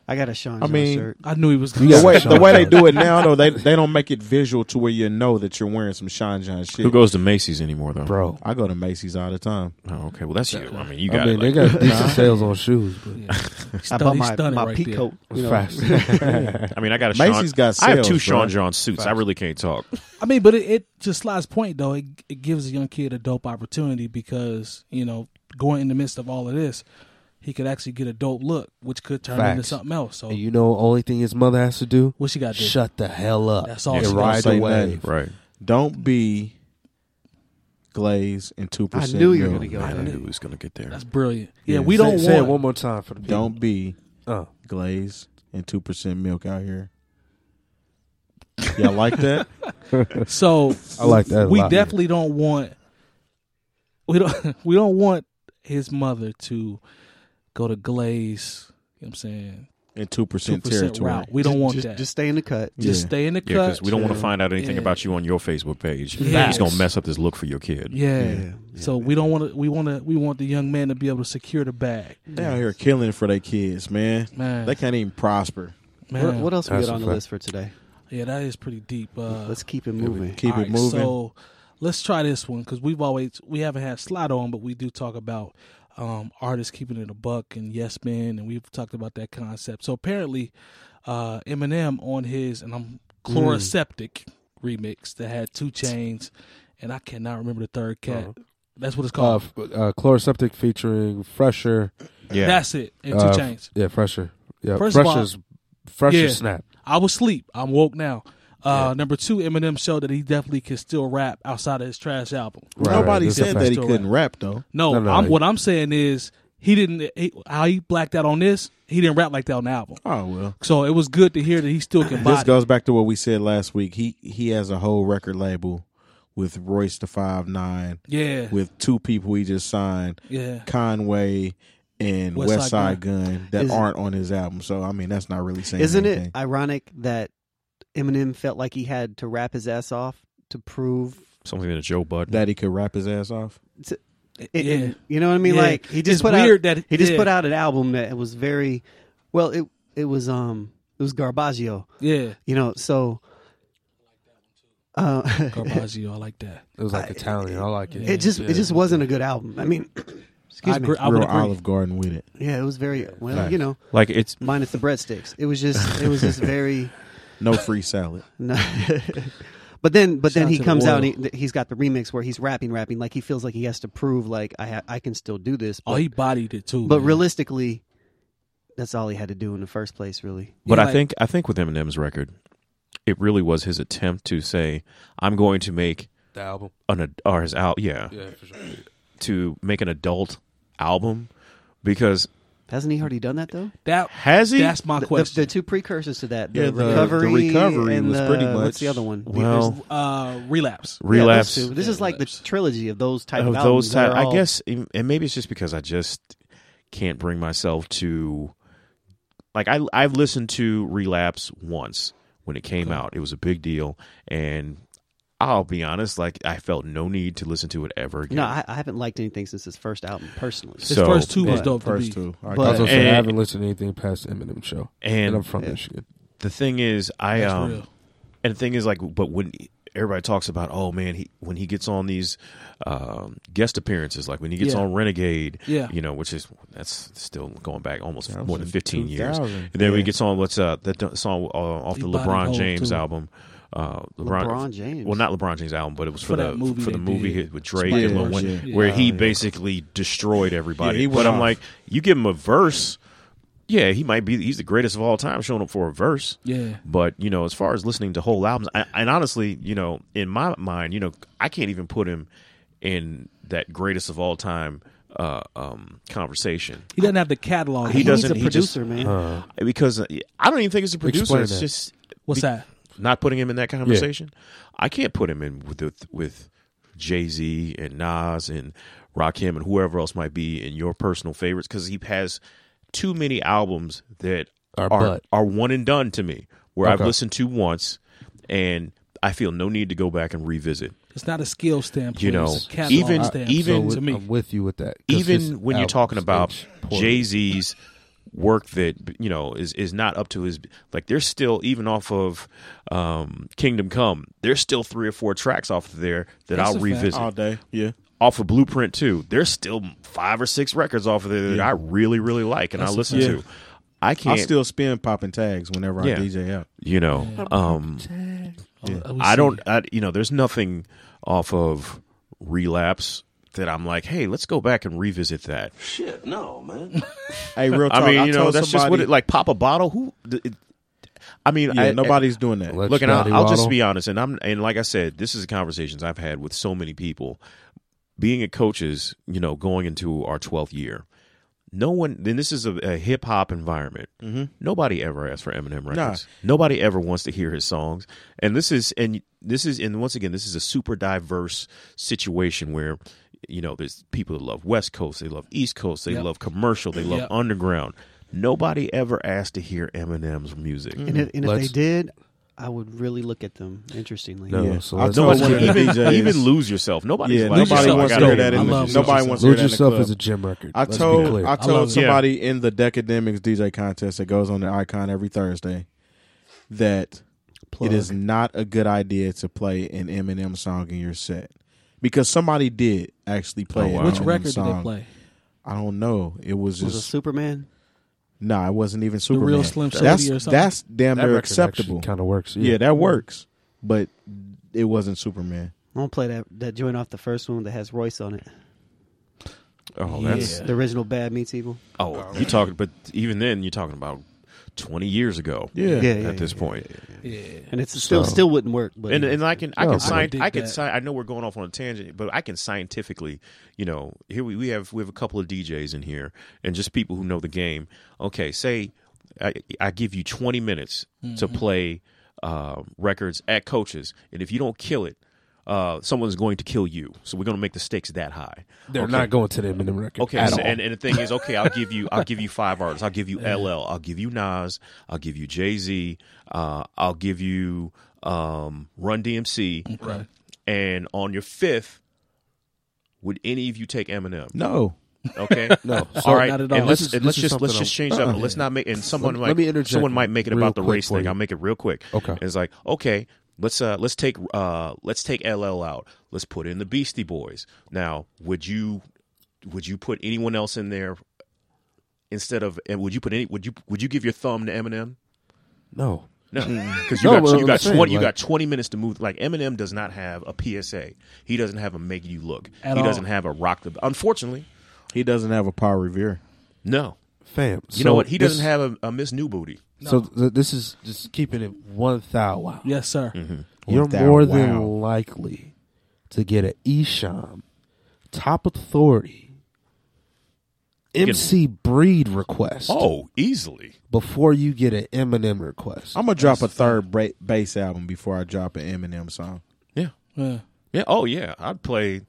Speaker 2: I got a Sean
Speaker 4: I
Speaker 2: John
Speaker 4: mean-
Speaker 2: shirt.
Speaker 1: I knew he was.
Speaker 3: You
Speaker 1: Gonna
Speaker 3: got
Speaker 4: The way,
Speaker 3: Sean
Speaker 4: the way they
Speaker 3: John.
Speaker 4: do it now though, they they don't make it visual to where you know that you're wearing some Sean John shit.
Speaker 5: Who goes to Macy's anymore though?
Speaker 3: Bro.
Speaker 4: I go to Macy's all the time.
Speaker 5: Oh, okay, well that's you. I mean, you
Speaker 3: I
Speaker 5: got
Speaker 3: mean,
Speaker 5: it.
Speaker 3: they
Speaker 5: Like,
Speaker 3: got decent sales on shoes, but
Speaker 2: I
Speaker 1: Stun-
Speaker 2: bought
Speaker 1: he
Speaker 2: my,
Speaker 1: stunning
Speaker 2: my
Speaker 1: right
Speaker 2: peacoat.
Speaker 1: there.
Speaker 2: you know.
Speaker 3: fast.
Speaker 5: I mean, I got a
Speaker 4: Macy's
Speaker 5: Sean,
Speaker 4: got
Speaker 5: I have two
Speaker 4: sales, bro.
Speaker 5: Sean John suits. I really can't talk.
Speaker 1: I mean, but it, it to Sly's point though, it, it gives a young kid a dope opportunity because you know going in the midst of all of this, he could actually get a dope look, which could turn into
Speaker 3: Facts.
Speaker 1: something else. So
Speaker 3: and you know, only thing his mother has to do,
Speaker 1: what she got to do?
Speaker 3: shut the hell up
Speaker 1: That's all
Speaker 3: and
Speaker 1: she
Speaker 3: ride
Speaker 4: gotta say,
Speaker 3: away.
Speaker 5: Right.
Speaker 4: Don't be glazed and two
Speaker 2: I
Speaker 4: percent.
Speaker 2: knew you were going to go
Speaker 1: I
Speaker 2: there.
Speaker 1: knew
Speaker 5: was going to get there.
Speaker 1: That's brilliant. Yeah, we
Speaker 3: Say-
Speaker 1: don't
Speaker 3: say it
Speaker 1: want.
Speaker 3: one more time for the people.
Speaker 4: Don't be
Speaker 3: Oh.
Speaker 4: glazed and two percent milk out here. Y'all like that?
Speaker 1: So
Speaker 3: I like that. a
Speaker 1: we
Speaker 3: lot.
Speaker 1: definitely don't want. We don't. We don't want his mother to go to Glaze. You know what I'm saying
Speaker 4: In two
Speaker 1: two
Speaker 4: percent
Speaker 1: percent
Speaker 4: territory.
Speaker 1: route. We don't want
Speaker 2: just,
Speaker 1: that.
Speaker 2: Just
Speaker 1: Just,
Speaker 2: stay in the cut.
Speaker 4: Yeah.
Speaker 1: stay in the
Speaker 5: Yeah,
Speaker 1: cut.
Speaker 5: because we don't want to find out anything
Speaker 1: Yeah.
Speaker 5: about you on your Facebook page.
Speaker 1: Yeah.
Speaker 5: It's gonna mess up this look for your kid.
Speaker 1: Yeah.
Speaker 2: Yeah.
Speaker 1: So we don't want to. We want to. We want the young man to be able to secure the bag,
Speaker 4: They out here killing it for their kids, man.
Speaker 1: man.
Speaker 4: They can't even prosper.
Speaker 1: man.
Speaker 2: What, what else we
Speaker 3: That's
Speaker 2: got
Speaker 3: a
Speaker 2: on the
Speaker 3: fact.
Speaker 2: list for today?
Speaker 1: Yeah, that is pretty deep. Uh,
Speaker 2: Let's keep it moving.
Speaker 4: Keep
Speaker 1: All
Speaker 4: it
Speaker 1: right,
Speaker 4: moving.
Speaker 1: So let's try this one because we've always we haven't had Slot on, but we do talk about um, artists keeping it a buck and Yes Men, and we've talked about that concept. So apparently, uh, Eminem on his and I'm Chloroseptic remix that had two chains, and I cannot remember the third cat. That's what it's
Speaker 3: Uh,
Speaker 1: called.
Speaker 3: f- uh, Chloroseptic featuring Fresher.
Speaker 5: Yeah.
Speaker 1: That's it. And two
Speaker 3: uh,
Speaker 1: chains.
Speaker 3: Yeah, Fresher. Yeah,
Speaker 1: First of all-
Speaker 3: Fresher's Fresher
Speaker 1: Yeah.
Speaker 3: snap.
Speaker 1: I was asleep. I'm woke now. Uh, Number two, Eminem showed that he definitely can still rap outside of his trash album.
Speaker 3: Right,
Speaker 4: Nobody
Speaker 3: right, that's a
Speaker 4: said
Speaker 3: fact.
Speaker 4: that he
Speaker 1: Still
Speaker 4: couldn't rap though.
Speaker 1: No,
Speaker 3: No, no,
Speaker 1: I'm,
Speaker 3: he-
Speaker 1: what I'm saying is he didn't. He, how he blacked out on this, he didn't rap like that on the album.
Speaker 4: Oh well.
Speaker 1: So it was good to hear that he still can
Speaker 4: This
Speaker 1: body.
Speaker 4: goes back to what we said last week. He he has a whole record label with Royce the Five Nine,
Speaker 1: Yeah,
Speaker 4: with two people he just signed,
Speaker 1: yeah.
Speaker 4: Conway and
Speaker 1: West
Speaker 4: West,
Speaker 1: Side
Speaker 4: Side Gun, that
Speaker 2: Is-
Speaker 4: aren't on his album. So I mean, that's not really saying
Speaker 2: Isn't
Speaker 4: anything.
Speaker 2: it ironic that Eminem felt like he had to rap his ass off to prove?
Speaker 5: Something that Joe Budden.
Speaker 4: that he could rap his ass off?
Speaker 2: it-
Speaker 1: Yeah.
Speaker 2: it- you know what I mean?
Speaker 1: Yeah.
Speaker 2: Like he just
Speaker 1: It's
Speaker 2: put
Speaker 1: weird
Speaker 2: out
Speaker 1: that-
Speaker 2: he just
Speaker 1: yeah.
Speaker 2: put out an album that was very well. It it was um it was Garbaggio.
Speaker 1: Yeah,
Speaker 2: You know, so uh,
Speaker 1: Carbaggio, I like that.
Speaker 3: It was like Italian. I like it.
Speaker 2: it just it just wasn't a good album. I mean, excuse
Speaker 1: I,
Speaker 2: me.
Speaker 1: agree, I would
Speaker 4: Real
Speaker 1: agree.
Speaker 4: Olive Garden with it.
Speaker 2: Yeah, it was very well.
Speaker 4: Right.
Speaker 2: You know,
Speaker 5: Like it's
Speaker 2: minus the breadsticks. It was just it was just very.
Speaker 4: No free salad.
Speaker 2: No. but then, but
Speaker 1: Shout
Speaker 2: then he
Speaker 1: to the
Speaker 2: comes out
Speaker 1: oil.
Speaker 2: and he, th- he's got the remix where he's rapping, rapping like he feels like he has to prove like I ha- I can still do this. But,
Speaker 1: Oh, he bodied it too.
Speaker 2: but
Speaker 1: man.
Speaker 2: realistically, that's all he had to do in the first place, really.
Speaker 5: But
Speaker 1: Yeah,
Speaker 5: I
Speaker 1: like-
Speaker 5: think I think with Eminem's record, it really was his attempt to say, "I'm going to make
Speaker 3: the album.
Speaker 5: an ad- or his out, yeah,
Speaker 3: Yeah, for sure.
Speaker 5: to make an adult album." Because
Speaker 2: Hasn't he already done that though?
Speaker 1: that
Speaker 5: has he?
Speaker 1: that's my
Speaker 2: The, the,
Speaker 1: question.
Speaker 2: the two precursors to that, the,
Speaker 4: Yeah, the- the
Speaker 2: recovery,
Speaker 4: recovery
Speaker 2: and
Speaker 4: was
Speaker 2: the-
Speaker 4: pretty much-
Speaker 2: what's the other one?
Speaker 5: well,
Speaker 1: uh, relapse.
Speaker 2: Yeah, those
Speaker 5: relapse
Speaker 2: two. This
Speaker 1: Yeah,
Speaker 2: is like
Speaker 1: relapse.
Speaker 2: the trilogy of those type
Speaker 5: of
Speaker 2: of,
Speaker 5: those.
Speaker 2: albums that
Speaker 5: Type,
Speaker 2: are
Speaker 5: I
Speaker 2: all-
Speaker 5: guess, e, and maybe it's just because I just can't bring myself to like I I've listened to Relapse once when it came out. It was a big deal, and I'll be honest, like I felt no need to listen to it ever again.
Speaker 2: No, I, I haven't liked anything since his first album personally.
Speaker 1: His
Speaker 5: so-
Speaker 1: first two was
Speaker 2: but-
Speaker 1: dope.
Speaker 4: First
Speaker 1: to me.
Speaker 4: two. I
Speaker 2: But-
Speaker 3: I was gonna say,
Speaker 5: And-
Speaker 3: I haven't listened to anything past Eminem show, and,
Speaker 5: and
Speaker 3: I'm from
Speaker 2: Yeah.
Speaker 3: Michigan.
Speaker 5: the thing is, I
Speaker 1: That's
Speaker 5: um,
Speaker 1: real.
Speaker 5: and the thing is, like, but when everybody talks about, oh man, he when he gets on these um, guest appearances, like when he gets
Speaker 1: Yeah.
Speaker 5: on Renegade,
Speaker 1: Yeah.
Speaker 5: you know, which is that's still going back almost
Speaker 4: That was
Speaker 5: more than
Speaker 4: in
Speaker 5: fifteen years.
Speaker 4: 2000.
Speaker 5: And then when he
Speaker 4: Yeah.
Speaker 5: gets on what's uh that d- song uh, off
Speaker 1: He
Speaker 5: the
Speaker 1: bodied
Speaker 5: LeBron
Speaker 1: Hov,
Speaker 5: James
Speaker 1: too.
Speaker 5: album, uh, LeBron,
Speaker 2: LeBron James.
Speaker 5: Well, not LeBron James album, but it was for,
Speaker 1: For
Speaker 5: the
Speaker 1: that movie
Speaker 5: for the
Speaker 1: they
Speaker 5: movie
Speaker 1: did.
Speaker 5: hit with Drake
Speaker 4: Spike
Speaker 5: and Lil
Speaker 4: Jonze.
Speaker 5: Wayne,
Speaker 1: Yeah.
Speaker 5: where he
Speaker 4: Yeah.
Speaker 5: basically destroyed everybody.
Speaker 4: he
Speaker 5: but
Speaker 4: went
Speaker 5: I'm
Speaker 4: off.
Speaker 5: like, you give him a verse. Yeah, he might be. He's the greatest of all time, showing up for a verse.
Speaker 1: Yeah,
Speaker 5: But you know, as far as listening to whole albums, I, and honestly, you know, in my mind, you know, I can't even put him in that greatest of all time uh, um, conversation
Speaker 1: he doesn't have the catalog.
Speaker 5: He
Speaker 2: He's
Speaker 5: doesn't-
Speaker 2: a
Speaker 5: he just-
Speaker 2: producer, man.
Speaker 5: because uh, I don't even think it's a producer.
Speaker 3: Explain
Speaker 5: it's
Speaker 3: that.
Speaker 5: just
Speaker 1: What's that?
Speaker 5: not putting him in that conversation. I can't put him in with with, with Jay Z and Nas and Rakim and whoever else might be in your personal favorites because he has too many albums that
Speaker 3: Are
Speaker 5: are,
Speaker 3: butt.
Speaker 5: are one and done to me where I've
Speaker 3: Okay.
Speaker 5: listened to once and I feel no need to go back and revisit.
Speaker 1: It's not a skill standpoint.
Speaker 5: You know,
Speaker 1: it's a catalog
Speaker 5: even-
Speaker 1: standpoint
Speaker 5: even-
Speaker 1: to
Speaker 3: with,
Speaker 1: me.
Speaker 3: I'm with you with that. 'cause his
Speaker 5: even when you're
Speaker 3: album
Speaker 5: talking about
Speaker 3: stinks poorly.
Speaker 5: Jay Z's work that you know is is not up to his like there's still even off of um Kingdom Come there's still three or four tracks off of there that
Speaker 1: That's a
Speaker 5: I'll
Speaker 1: fact. Uh,
Speaker 5: revisit
Speaker 4: All day. Yeah.
Speaker 5: off of Blueprint too there's still five or six records off of there that
Speaker 4: Yeah.
Speaker 5: I really really like and I listen
Speaker 4: fact.
Speaker 5: to I
Speaker 4: I
Speaker 5: can't
Speaker 4: still spin popping tags whenever
Speaker 5: Yeah.
Speaker 4: I DJ out.
Speaker 5: you know um
Speaker 1: Oh, we
Speaker 5: I
Speaker 1: see.
Speaker 5: don't, I, you know, there's nothing off of relapse that I'm like, hey, let's go back and revisit that.
Speaker 4: Hey, real talk.
Speaker 5: I mean, you know,
Speaker 4: told
Speaker 5: that's just
Speaker 4: somebody-
Speaker 5: what it like. Pop a bottle. Who? th- it- I mean,
Speaker 4: Yeah,
Speaker 5: I-
Speaker 4: nobody's doing that.
Speaker 3: Let
Speaker 5: Look, and
Speaker 3: Scotty
Speaker 5: I'll, I'll just
Speaker 3: waddle.
Speaker 5: be honest, and I'm and like I said, this is conversations I've had with so many people. Being a coaches, you know, going into our twelfth year, no one. Then this is a, a hip hop environment. Mm-hmm. Nobody ever asks for Eminem records. Nobody ever wants to hear his songs. And this is and this is and once again, this is a super diverse situation where. You know, there's people that love West Coast, they love East Coast, they
Speaker 1: Yep.
Speaker 5: love commercial, they love
Speaker 1: Yep.
Speaker 5: underground. Nobody ever asked to hear Eminem's music.
Speaker 2: And, if, and if they
Speaker 3: Let's-
Speaker 2: did, I would really look at them. Interestingly,
Speaker 3: No,
Speaker 4: Yeah.
Speaker 3: so
Speaker 4: I'll
Speaker 3: let's
Speaker 4: tell
Speaker 3: not
Speaker 5: Nobody
Speaker 4: you
Speaker 3: do
Speaker 4: what
Speaker 3: that.
Speaker 4: it is.
Speaker 5: even,
Speaker 4: DJs.
Speaker 5: even lose yourself. Nobody,
Speaker 4: yeah,
Speaker 5: like,
Speaker 1: Lose
Speaker 4: nobody
Speaker 1: Yourself.
Speaker 4: wants
Speaker 1: I
Speaker 4: to
Speaker 1: got
Speaker 4: hear
Speaker 1: it.
Speaker 4: that.
Speaker 1: I
Speaker 4: In
Speaker 1: love
Speaker 4: the, nobody
Speaker 3: Lose
Speaker 4: wants to hear that. in the
Speaker 3: yourself
Speaker 4: club.
Speaker 3: as a gym record.
Speaker 4: I
Speaker 3: Let's be
Speaker 4: told
Speaker 3: clear.
Speaker 4: I
Speaker 1: love
Speaker 4: told
Speaker 1: it.
Speaker 4: somebody in the Decademics DJ contest that goes on the Icon every Thursday that
Speaker 2: Plug.
Speaker 4: it is not a good idea to play an Eminem song in your set because somebody did actually play.
Speaker 5: Oh,
Speaker 4: an
Speaker 5: wow.
Speaker 1: Which
Speaker 4: Eminem
Speaker 1: record did they
Speaker 4: song.
Speaker 1: play?
Speaker 4: I don't know. It was
Speaker 2: was a
Speaker 4: just
Speaker 2: Superman.
Speaker 4: no. Nah, it wasn't even
Speaker 1: The
Speaker 4: Superman.
Speaker 1: Real Slim
Speaker 4: that's
Speaker 1: Shady or something?
Speaker 4: that's damn
Speaker 3: that
Speaker 4: near
Speaker 3: record
Speaker 4: acceptable.
Speaker 3: Kind of works.
Speaker 4: yeah. that works, but it wasn't Superman.
Speaker 2: I'm gonna play that that joint off the first one that has Royce on it.
Speaker 5: Oh, that's
Speaker 1: Yeah.
Speaker 2: The original Bad Meets Evil.
Speaker 5: oh, you talking? But even then, you're talking about 20 years ago.
Speaker 4: Yeah.
Speaker 2: Yeah,
Speaker 5: at this point,
Speaker 1: yeah.
Speaker 2: And it's still still wouldn't work. But
Speaker 5: and and I can I
Speaker 3: No,
Speaker 5: can
Speaker 3: but-
Speaker 5: sign
Speaker 1: Oh, dig
Speaker 5: I can
Speaker 1: that.
Speaker 5: sign I know we're going off on a tangent, but I can scientifically, you know, here we, we have we have a couple of DJs in here and just people who know the game. Okay, say I, I give you 20 minutes to
Speaker 1: Mm-hmm.
Speaker 5: play uh, records at coaches, and if you don't kill it, uh, someone's going to kill you. So we're going to make the stakes that high.
Speaker 3: They're
Speaker 5: Okay.
Speaker 3: not going to the Eminem record.
Speaker 5: Okay,
Speaker 3: at
Speaker 5: so-
Speaker 3: all.
Speaker 5: and and the thing is, okay, I'll give you I'll give you five artists. I'll give you LL. I'll give you Nas. I'll give you Jay Z. Uh, I'll give you um, Run DMC.
Speaker 1: Okay.
Speaker 5: And on your fifth, would any of you take Eminem?
Speaker 4: No,
Speaker 5: Okay,
Speaker 3: no,
Speaker 5: all right.
Speaker 1: not at all.
Speaker 5: And let's
Speaker 3: This is-
Speaker 5: and
Speaker 3: this
Speaker 5: let's
Speaker 3: is
Speaker 5: just let's
Speaker 3: something
Speaker 5: just
Speaker 3: I'm-
Speaker 5: change that.
Speaker 3: uh-uh.
Speaker 5: up. Let's not make and someone
Speaker 3: Let-
Speaker 5: might
Speaker 3: let me interject
Speaker 5: someone might make it
Speaker 3: real
Speaker 5: about the
Speaker 3: quick
Speaker 5: race
Speaker 3: for
Speaker 5: thing.
Speaker 3: you.
Speaker 5: I'll make it real quick.
Speaker 3: Okay.
Speaker 5: it's like okay. Let's uh let's take uh let's take LL out. Let's put in the Beastie Boys. Now, would you would you put anyone else in there instead of and would you put any would you would you give your thumb to Eminem?
Speaker 3: no,
Speaker 5: No, because you
Speaker 3: No,
Speaker 5: got
Speaker 3: well,
Speaker 5: you got
Speaker 3: I'm saying,
Speaker 5: twenty you
Speaker 3: like-
Speaker 5: got twenty minutes to move. Like Eminem does not have a PSA. He doesn't have a make you look.
Speaker 1: At
Speaker 5: he
Speaker 1: all.
Speaker 5: doesn't have a rock the. Unfortunately,
Speaker 4: he doesn't have a Power Revere.
Speaker 5: no.
Speaker 3: fam.
Speaker 5: You know what? He doesn't
Speaker 3: have.
Speaker 5: have a, a Miss New Booty.
Speaker 3: So th- this is just keeping it one thou. Wow.
Speaker 1: Yes, sir.
Speaker 3: You're
Speaker 4: thou,
Speaker 3: more than
Speaker 4: wow.
Speaker 3: likely to get an Esham, top authority, MC Breed request
Speaker 5: Oh, easily.
Speaker 3: before you get an Eminem request.
Speaker 4: I'm gonna drop a third bra- bass album before I drop an Eminem song.
Speaker 5: Yeah.
Speaker 1: Yeah.
Speaker 5: Yeah. Oh, yeah. I'd play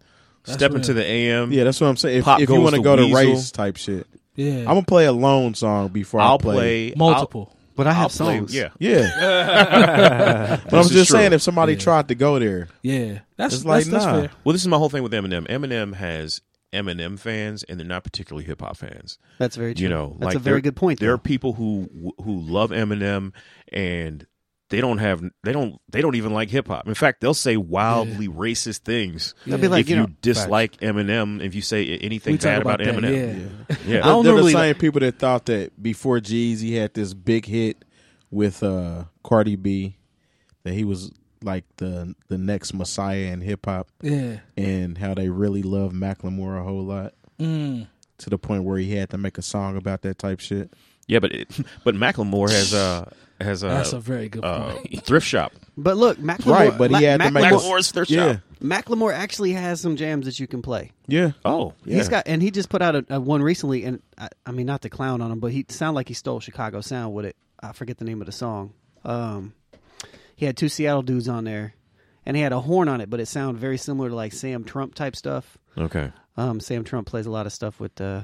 Speaker 5: Step
Speaker 1: real.
Speaker 5: Into the AM.
Speaker 4: Yeah, that's what I'm saying. If,
Speaker 5: Pop
Speaker 4: if you
Speaker 5: Goes
Speaker 4: want
Speaker 5: the
Speaker 4: to go to
Speaker 5: Weasel.
Speaker 4: race type shit,
Speaker 1: Yeah.
Speaker 4: I'm gonna play a lone song before I
Speaker 5: I'll play
Speaker 1: Multiple.
Speaker 2: but I
Speaker 5: I'll,
Speaker 2: have
Speaker 5: I'll play.
Speaker 2: songs.
Speaker 5: Yeah.
Speaker 4: Yeah, but
Speaker 5: This
Speaker 4: I'm
Speaker 5: is
Speaker 4: just
Speaker 5: true.
Speaker 4: saying if somebody tried to go there,
Speaker 1: yeah. That's,
Speaker 4: It's like,
Speaker 1: that's, that's
Speaker 4: nah.
Speaker 1: fair.
Speaker 5: Well, this is my whole thing with Eminem. Eminem has Eminem fans, and they're not particularly hip hop fans.
Speaker 2: that's very true.
Speaker 5: You know,
Speaker 2: that's
Speaker 5: like
Speaker 2: a very
Speaker 5: there-
Speaker 2: good point.
Speaker 5: There are
Speaker 2: though.
Speaker 5: people who who love Eminem, and they don't have they don't they don't even like hip hop. In fact, they'll say wildly racist things
Speaker 2: They'll be like,
Speaker 5: if
Speaker 2: you
Speaker 5: you,
Speaker 2: know,
Speaker 5: dislike Eminem. If you say anything
Speaker 1: We talk
Speaker 5: bad
Speaker 1: about, that.
Speaker 5: about, Eminem,
Speaker 1: Yeah.
Speaker 5: yeah.
Speaker 2: I don't
Speaker 4: they're the
Speaker 2: normally-
Speaker 4: same people that thought that before Jeezy had this big hit with uh, Cardi B, that he was like the the next messiah in hip hop,
Speaker 1: yeah.
Speaker 4: and how they really love Macklemore a whole lot
Speaker 1: Mm.
Speaker 4: to the point where he had to make a song about that type shit.
Speaker 5: Yeah, but it, but Macklemore has uh has
Speaker 1: That's a
Speaker 5: a,
Speaker 1: very good
Speaker 5: uh,
Speaker 1: point.
Speaker 5: thrift shop.
Speaker 2: but look, Macklemore,
Speaker 4: Right, but he
Speaker 2: Ma-
Speaker 4: had to make
Speaker 2: Macklemore,
Speaker 5: Macklemore's thrift
Speaker 4: Yeah,
Speaker 5: shop.
Speaker 2: Macklemore actually has some jams that you can play.
Speaker 4: yeah.
Speaker 5: Oh, yeah.
Speaker 2: He's got, and he just put out a, a one recently, and I, I mean, not to clown on him, but he sound like he stole Chicago sound with it. I forget the name of the song. Um, he had two Seattle dudes on there, and he had a horn on it, but it sounded very similar to like Sam Trump type stuff.
Speaker 5: okay.
Speaker 2: Um, Sam Trump plays a lot of stuff with, uh,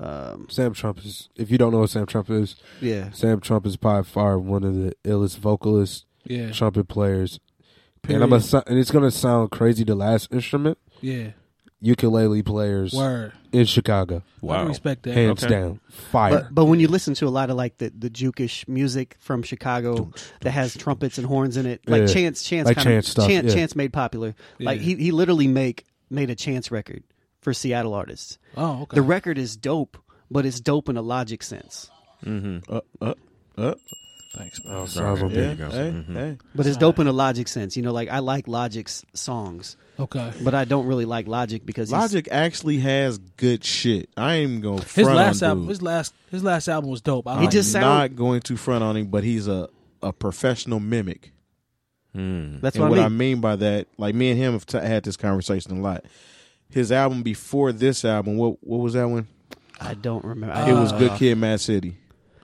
Speaker 2: um,
Speaker 3: Sam Trump is. If you don't know what Sam Trump is,
Speaker 2: yeah,
Speaker 3: Sam Trump is by far one of the illest vocalists,
Speaker 1: Yeah.
Speaker 3: trumpet players, and I'm a, so- and it's gonna sound crazy. The last instrument
Speaker 1: Yeah.
Speaker 3: ukulele players
Speaker 1: Word.
Speaker 3: in Chicago,
Speaker 1: I
Speaker 5: Wow.
Speaker 1: respect that.
Speaker 3: hands
Speaker 5: Okay.
Speaker 3: down, fire.
Speaker 2: But, but when you listen to a lot of like the, the jukish music from Chicago that has trumpets and horns in it, like
Speaker 3: Yeah.
Speaker 2: Chance, Chance,
Speaker 3: Like
Speaker 2: kind
Speaker 3: Chance
Speaker 2: of,
Speaker 3: stuff,
Speaker 2: Chance,
Speaker 3: yeah.
Speaker 2: Chance made popular. Like
Speaker 1: Yeah.
Speaker 2: he, he literally make made a Chance record for Seattle artists.
Speaker 1: Oh, okay.
Speaker 2: The record is dope, but it's dope in a logic sense.
Speaker 4: Up, up, up.
Speaker 1: Thanks, man.
Speaker 3: Oh, sounds like-
Speaker 5: There you go.
Speaker 4: uh, Hey,
Speaker 5: Mhm.
Speaker 4: hey.
Speaker 2: But it's dope in a logic sense. You know, like I like Logic's songs,
Speaker 1: Okay.
Speaker 2: but I don't really like Logic because he's-
Speaker 4: Logic actually has good shit. I ain't gonna
Speaker 1: His
Speaker 4: front
Speaker 1: last
Speaker 4: on
Speaker 1: album,
Speaker 4: dude.
Speaker 1: his last, his last album was dope. I
Speaker 2: He
Speaker 1: like
Speaker 2: just
Speaker 1: it.
Speaker 2: sound-
Speaker 4: not going to front on him, but he's a a professional mimic.
Speaker 5: Mm.
Speaker 2: That's
Speaker 4: and
Speaker 2: what, I mean.
Speaker 4: by that, like me and him have t- had this conversation a lot. His album before this album, what what was that one?
Speaker 2: I don't remember.
Speaker 4: it was
Speaker 2: Uh,
Speaker 4: Good Kid, Mad City.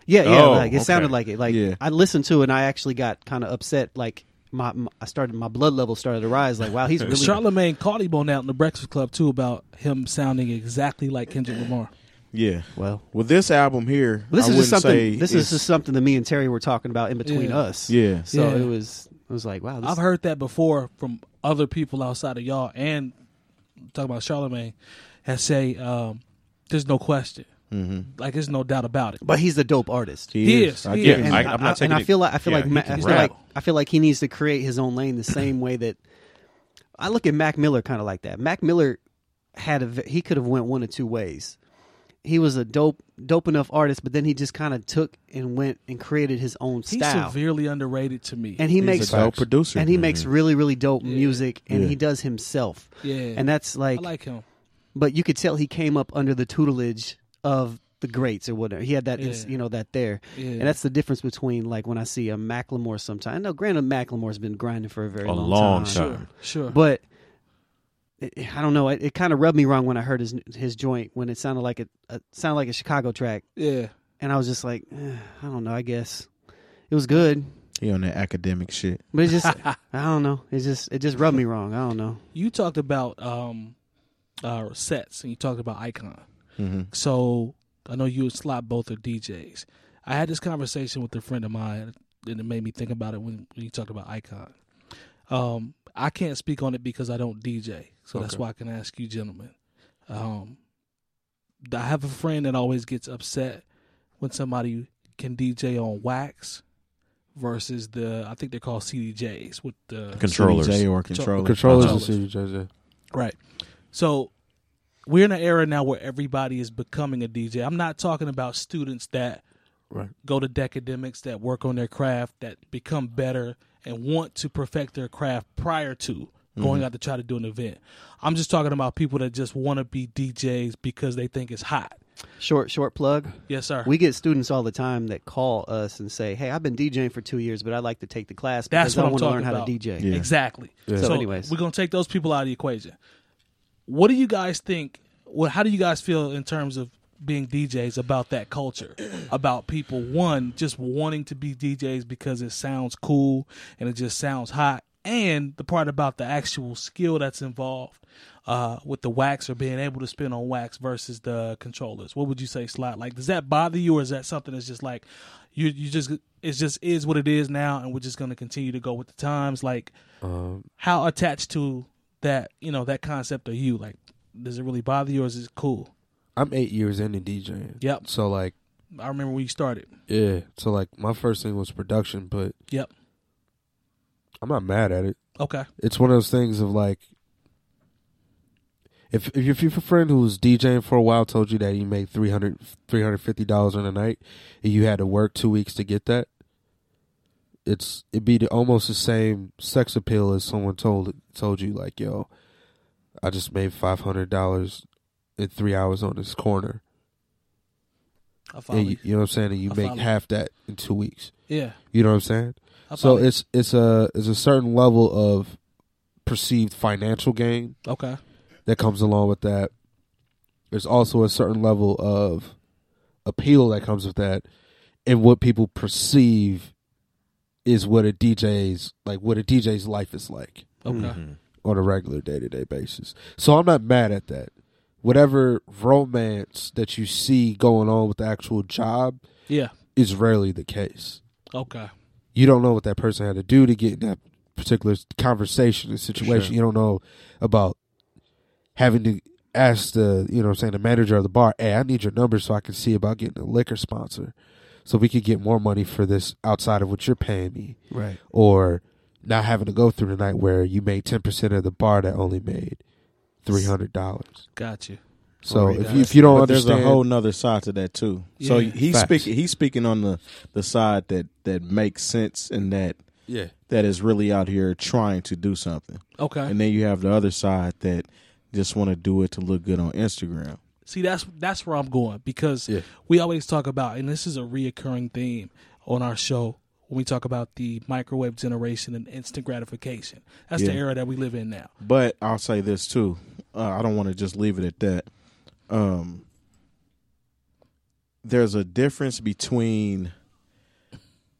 Speaker 2: Yeah, yeah.
Speaker 5: Oh,
Speaker 2: like it
Speaker 5: okay.
Speaker 2: sounded like it. Like
Speaker 4: Yeah.
Speaker 2: I listened to it and I actually got kind of upset. Like my, my I started my blood level started to rise. Like wow, he's really
Speaker 1: Charlemagne called him on out in the Breakfast Club too about him sounding exactly like Kendrick Lamar.
Speaker 4: Yeah.
Speaker 2: well.
Speaker 4: Well, this album here,
Speaker 2: This
Speaker 4: I
Speaker 2: is just
Speaker 4: wouldn't
Speaker 2: something.
Speaker 4: say
Speaker 2: This is
Speaker 4: it's-
Speaker 2: just something that me and Terry were talking about in between
Speaker 1: Yeah.
Speaker 2: us.
Speaker 4: Yeah.
Speaker 2: So
Speaker 1: Yeah.
Speaker 2: it was. It was like wow. This,
Speaker 1: I've heard that before from other people outside of y'all, and talking about Charlemagne, has say um, there's no question, mm-hmm. like there's no doubt about it.
Speaker 2: but he's a dope artist.
Speaker 1: He
Speaker 4: Yes,
Speaker 1: is,
Speaker 4: I
Speaker 1: he
Speaker 4: get
Speaker 1: is.
Speaker 4: it.
Speaker 5: Yeah, I- I'm not
Speaker 2: and
Speaker 5: taking
Speaker 2: I
Speaker 5: it-
Speaker 2: feel like I feel
Speaker 5: yeah,
Speaker 2: like
Speaker 5: he
Speaker 2: Ma-
Speaker 5: can
Speaker 2: I feel
Speaker 5: rap.
Speaker 2: like I feel like he needs to create his own lane the same way that I look at Mac Miller kind of like that. Mac Miller had a v- he could have went one of two ways. He was a dope dope enough artist, but then he just kind of took and went and created his own
Speaker 1: He's
Speaker 2: style.
Speaker 1: severely underrated to me.
Speaker 2: and he
Speaker 4: He's
Speaker 2: makes
Speaker 4: a dope producer.
Speaker 2: and he makes
Speaker 5: Mm-hmm.
Speaker 2: really really dope music and
Speaker 4: Yeah.
Speaker 2: he does himself.
Speaker 1: yeah,
Speaker 2: And that's
Speaker 1: I
Speaker 2: like,
Speaker 1: like him.
Speaker 2: but you could tell he came up under the tutelage of the greats or whatever. He had that ins-
Speaker 1: Yeah.
Speaker 2: you know that there.
Speaker 1: Yeah.
Speaker 2: And that's the difference between like when I see a Macklemore sometime. I know granted Macklemore's been grinding for a very
Speaker 5: A
Speaker 2: long,
Speaker 5: long
Speaker 2: time.
Speaker 5: time.
Speaker 1: sure, sure.
Speaker 2: But it, I don't know. It, it kind of rubbed me wrong when I heard his his joint when it sounded like a, a sounded like a Chicago track,
Speaker 1: yeah,
Speaker 2: and I was just like, eh, I don't know. I guess it was good,
Speaker 4: He on that academic shit.
Speaker 2: but it just I don't know. It just it just rubbed me wrong. I don't know.
Speaker 1: you talked about um, uh, sets, and you talked about Icon.
Speaker 4: hmm
Speaker 1: So I know you and Slot both are DJs. I had this conversation with a friend of mine, and it made me think about it when, when you talked about Icon. Um, I can't speak on it because I don't DJ, so that's
Speaker 5: Okay.
Speaker 1: why I can ask you, gentlemen. Um, I have a friend that always gets upset when somebody can DJ on wax versus the I think they're called CDJs with the
Speaker 5: Controllers.
Speaker 4: CDJ or
Speaker 1: Control-
Speaker 4: controller.
Speaker 3: Controllers
Speaker 1: Uh-huh.
Speaker 3: and City Jersey.
Speaker 1: Right. So we're in an era now where everybody is becoming a DJ. I'm not talking about students that
Speaker 3: Right.
Speaker 1: go to academics that work on their craft that become better and want to perfect their craft prior to
Speaker 2: Mm-hmm.
Speaker 1: going out to try to do an event. I'm just talking about people that just want to be DJs because they think it's hot.
Speaker 2: Short short plug.
Speaker 1: Yes, sir.
Speaker 2: We get students all the time that call us and say, "Hey, I've been DJing for two years, but I'd like to take the class
Speaker 1: That's
Speaker 2: because I
Speaker 1: what I'm
Speaker 2: want to
Speaker 1: talking
Speaker 2: learn how
Speaker 1: about.
Speaker 2: to DJ."
Speaker 4: Yeah.
Speaker 1: Exactly.
Speaker 2: So anyways.
Speaker 1: we're gonna take those people out of the equation. What do you guys think? Well, how do you guys feel in terms of being DJs about that culture, about people one just wanting to be DJs because it sounds cool and it just sounds hot, and the part about the actual skill that's involved uh, with the wax or being able to spin on wax versus the controllers. What would you say, Slot? Like, does that bother you, or is that something that's just like you you just it just is what it is now, and we're just gonna continue to go with the times? Like, how attached to that you know that concept are you like does it really bother you or is it cool
Speaker 3: I'm eight years into DJing.
Speaker 1: Yep.
Speaker 3: So like,
Speaker 1: i remember when you started
Speaker 3: yeah. So like, my first thing was production, but
Speaker 1: yep
Speaker 3: I'm not mad at it.
Speaker 1: okay
Speaker 3: It's one of those things of like, if if your, if your friend who was DJing for a while told you that he made 300 $350 in a night, and you had to work two weeks to get that, it's it'd be the, almost the same sex appeal as someone told told you like, yo, I just made five hundred dollars in three hours on this corner.
Speaker 1: i follow
Speaker 3: And
Speaker 1: you.
Speaker 3: you, you know what I'm saying? And you
Speaker 1: I
Speaker 3: make
Speaker 1: follow.
Speaker 3: half that in two weeks.
Speaker 1: yeah
Speaker 3: You know what I'm saying?
Speaker 1: I
Speaker 3: So
Speaker 1: follow you.
Speaker 3: it's it's a it's a certain level of perceived financial gain
Speaker 1: okay
Speaker 3: that comes along with that. There's also a certain level of appeal that comes with that, and what people perceive is what a DJ's like what a DJ's life is like
Speaker 1: okay
Speaker 4: Mm-hmm.
Speaker 3: on a regular day to day basis. So I'm not mad at that. Whatever romance that you see going on with the actual job
Speaker 1: yeah
Speaker 3: is rarely the case.
Speaker 1: okay
Speaker 3: you don't know what that person had to do to get in that particular conversation and situation. You don't know about having to ask the you know what I'm saying the manager of the bar, hey, I need your number so I can see about getting a liquor sponsor, so we could get more money for this outside of what you're paying me,
Speaker 2: Right.
Speaker 3: or not having to go through the night where you made ten percent of the bar that only made three hundred dollars.
Speaker 1: got you
Speaker 3: So
Speaker 1: Right,
Speaker 3: if
Speaker 1: that-
Speaker 3: you, if you don't
Speaker 4: But
Speaker 3: understand,
Speaker 4: there's a whole nother side to that too. So
Speaker 1: Yeah.
Speaker 4: he's
Speaker 3: Facts.
Speaker 4: speaking. He's speaking on the the side that that makes sense and that
Speaker 3: yeah,
Speaker 4: that is really out here trying to do something.
Speaker 1: okay
Speaker 4: And then you have the other side that just want to do it to look good on Instagram.
Speaker 1: see that's that's where i'm going because
Speaker 3: Yeah.
Speaker 1: we always talk about and this is a reoccurring theme on our show when we talk about the microwave generation and instant gratification. That's the
Speaker 4: Yeah.
Speaker 1: era that we live in now.
Speaker 4: But I'll say this too. Uh, I don't want to just leave it at that. Um, there's a difference between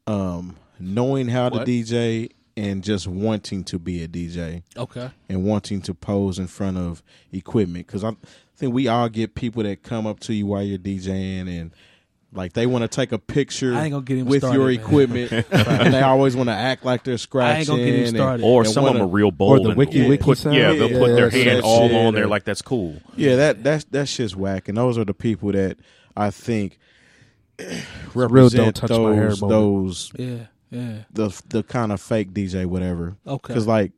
Speaker 4: um, knowing how
Speaker 1: What?
Speaker 4: to DJ and just wanting to be a DJ
Speaker 1: Okay.
Speaker 4: and wanting to pose in front of equipment. Because I think we all get people that come up to you while you're DJing and like they want to take a picture
Speaker 1: I ain't gonna get him
Speaker 4: with
Speaker 1: started,
Speaker 4: your
Speaker 1: man.
Speaker 4: equipment, and they always want to act like they're scratching.
Speaker 1: I ain't gonna get him
Speaker 4: and-
Speaker 1: started.
Speaker 5: Or
Speaker 4: And
Speaker 5: some of
Speaker 4: wanna-
Speaker 5: them are real bold.
Speaker 3: the
Speaker 5: and
Speaker 3: wiki
Speaker 5: will
Speaker 3: wiki
Speaker 5: put,
Speaker 3: sound?
Speaker 5: Yeah, they'll
Speaker 4: Yeah,
Speaker 5: put their
Speaker 4: yeah,
Speaker 5: hand
Speaker 4: that
Speaker 5: all
Speaker 4: shit
Speaker 5: on there
Speaker 4: or-
Speaker 5: like that's cool.
Speaker 4: Yeah, that that's that shit's whack, and those are the people that I think
Speaker 3: real don't
Speaker 4: represent
Speaker 3: touch my hair
Speaker 4: those
Speaker 3: moment.
Speaker 4: those
Speaker 1: Yeah. Yeah.
Speaker 4: the the kind of fake DJ whatever.
Speaker 1: Okay.
Speaker 4: Because like,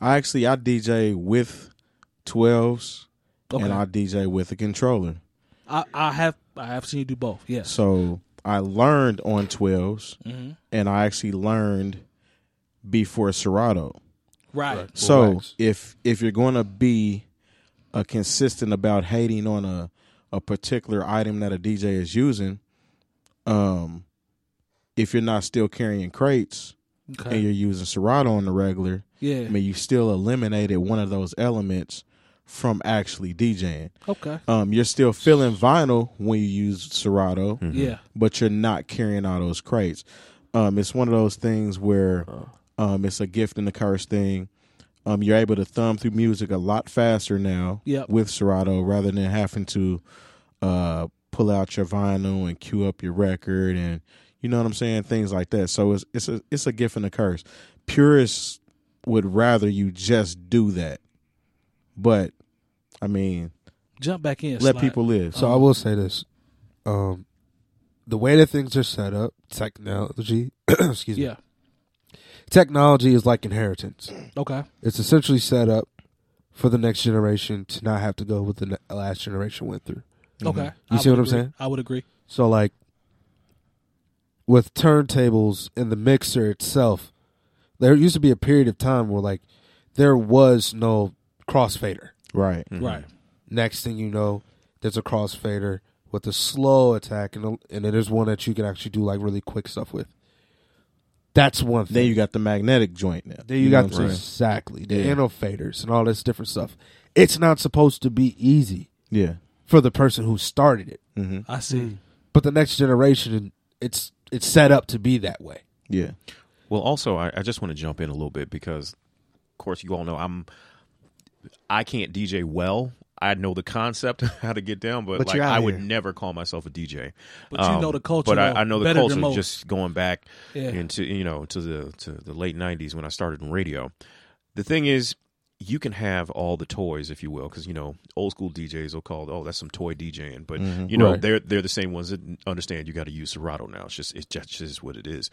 Speaker 4: I actually I DJ with twelves
Speaker 1: okay.
Speaker 4: and I
Speaker 1: I,
Speaker 4: DJ with a controller.
Speaker 1: I, have I have seen you do both. Yes.
Speaker 4: So I learned on 12s
Speaker 1: hmm
Speaker 4: and I actually learned before Serato.
Speaker 1: Right.
Speaker 4: So
Speaker 3: Correct.
Speaker 4: if if you're going to be a consistent about hating on a a particular item that a DJ is using, um, if you're not still carrying crates and
Speaker 1: Okay.
Speaker 4: you're using Serato on the regular,
Speaker 1: Yeah.
Speaker 4: I mean, you still eliminated one of those elements from actually DJing.
Speaker 1: Okay.
Speaker 4: Um, you're still feeling vinyl when you use Serato
Speaker 1: Yeah.
Speaker 4: but you're not carrying all those crates. Um, it's one of those things where um, it's a gift and a curse thing. Um, you're able to thumb through music a lot faster now
Speaker 1: Yep.
Speaker 4: with Serato rather than having to uh, pull out your vinyl and cue up your record and you know what I'm saying, things like that. So it's it's a it's a gift and a curse. Purists would rather you just do that, but I mean,
Speaker 1: Jump back in.
Speaker 4: let
Speaker 1: Slide.
Speaker 4: people live.
Speaker 3: So I will say this: um, the way that things are set up, technology, excuse me,
Speaker 1: Yeah.
Speaker 3: technology is like inheritance.
Speaker 1: Okay.
Speaker 3: It's essentially set up for the next generation to not have to go with the ne- last generation went through.
Speaker 1: Okay. I
Speaker 3: You see
Speaker 1: would
Speaker 3: what I'm
Speaker 1: agree.
Speaker 3: saying?
Speaker 1: I would agree.
Speaker 3: So like with turntables and the mixer itself, there used to be a period of time where like there was no crossfader.
Speaker 4: right.
Speaker 3: mm-hmm.
Speaker 1: Right.
Speaker 3: Next thing you know, there's a crossfader with a slow attack and a, and then there's one that you can actually do like really quick stuff with. That's one thing.
Speaker 4: Then you got the magnetic joint now.
Speaker 3: Then you,
Speaker 4: know
Speaker 3: got
Speaker 4: what I'm saying?
Speaker 3: exactly the
Speaker 4: Yeah.
Speaker 3: anofaders and all this different stuff. It's not supposed to be easy
Speaker 4: yeah.
Speaker 3: for the person who started it,
Speaker 4: Mm-hmm.
Speaker 1: I see.
Speaker 3: but the next generation, it's it's set up to be that way.
Speaker 4: Yeah.
Speaker 5: Well, also, I, I just want to jump in a little bit because, of course, you all know I'm. I can't DJ well. I know the concept of how to get down, but,
Speaker 2: But
Speaker 5: like
Speaker 2: you're out
Speaker 5: I would
Speaker 2: here.
Speaker 5: never call myself a DJ.
Speaker 1: But you know the culture,
Speaker 5: Um, But I,
Speaker 1: though,
Speaker 5: I know the
Speaker 1: better than
Speaker 5: culture.
Speaker 1: most.
Speaker 5: Just going back
Speaker 1: Yeah.
Speaker 5: into you know to the to the late '90s when I started in radio. The thing is, you can have all the toys, if you will, because you know old school DJs will call, oh, that's some toy DJing, but you know
Speaker 3: Right.
Speaker 5: they're they're the same ones that understand you got to use Serato now. It's just it's just, it's just what it is.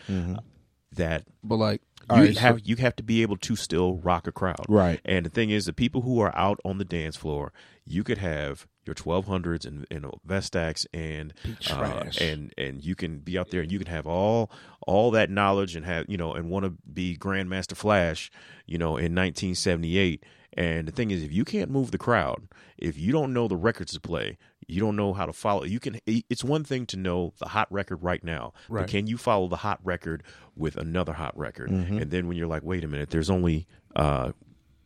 Speaker 5: That
Speaker 3: But like,
Speaker 5: you
Speaker 3: alright, so-
Speaker 5: have you have to be able to still rock a crowd,
Speaker 4: Right.
Speaker 5: And the thing is, the people who are out on the dance floor, you could have your twelve hundreds and, and Vestax and uh,
Speaker 3: trash.
Speaker 5: and and you can be out there and you can have all all that knowledge and have you know and want to be Grandmaster Flash, you know, in nineteen seventy eight. And the thing is, if you can't move the crowd, if you don't know the records to play, you don't know how to follow. You can. It's one thing to know the hot record right now,
Speaker 3: Right.
Speaker 5: but can you follow the hot record with another hot record? And then when you're like, wait a minute, there's only uh,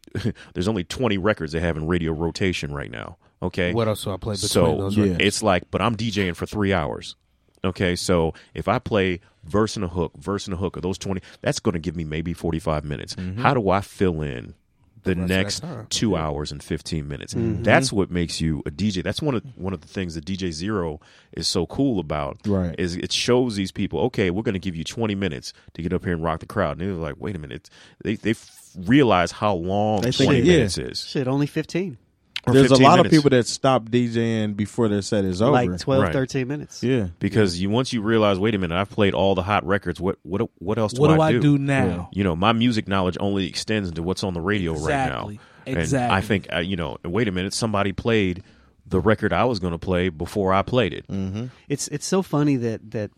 Speaker 5: there's only 20 records they have in radio rotation right now. Okay,
Speaker 3: what else do I play between
Speaker 5: so
Speaker 3: those?
Speaker 4: yeah.
Speaker 3: records?
Speaker 5: it's like, but I'm DJing for three hours. Okay, so if I play verse and a hook, verse and a hook, of those 20, that's going to give me maybe 45 minutes.
Speaker 4: Mm-hmm.
Speaker 5: How do I fill in the
Speaker 3: rest of that
Speaker 5: next
Speaker 3: time.
Speaker 5: two hours and 15 minutes?
Speaker 4: Mm-hmm.
Speaker 5: That's what makes you a DJ. That's one of one of the things that DJ Zero is so cool about.
Speaker 4: Right.
Speaker 5: Is it shows these people, okay, we're going to give you 20 minutes to get up here and rock the crowd. And they're like, wait a minute. They, they f- realize how long
Speaker 4: They
Speaker 5: 20
Speaker 4: think, yeah.
Speaker 5: minutes is.
Speaker 2: Shit, only 15.
Speaker 5: or
Speaker 4: There's a
Speaker 5: 15
Speaker 4: lot of
Speaker 5: minutes.
Speaker 4: people that stop DJing before their set is over.
Speaker 2: Like 12,
Speaker 5: Right.
Speaker 2: 13 minutes.
Speaker 4: yeah.
Speaker 5: because you once you realize, wait a minute, I've played all the hot records. What what what else do
Speaker 1: What
Speaker 5: I
Speaker 1: do I do now?
Speaker 5: You know, my music knowledge only extends into what's on the radio
Speaker 1: Exactly.
Speaker 5: right now. And
Speaker 1: Exactly.
Speaker 5: I think uh, you know. Wait a minute, somebody played the record I was going to play before I played it.
Speaker 2: It's it's so funny that that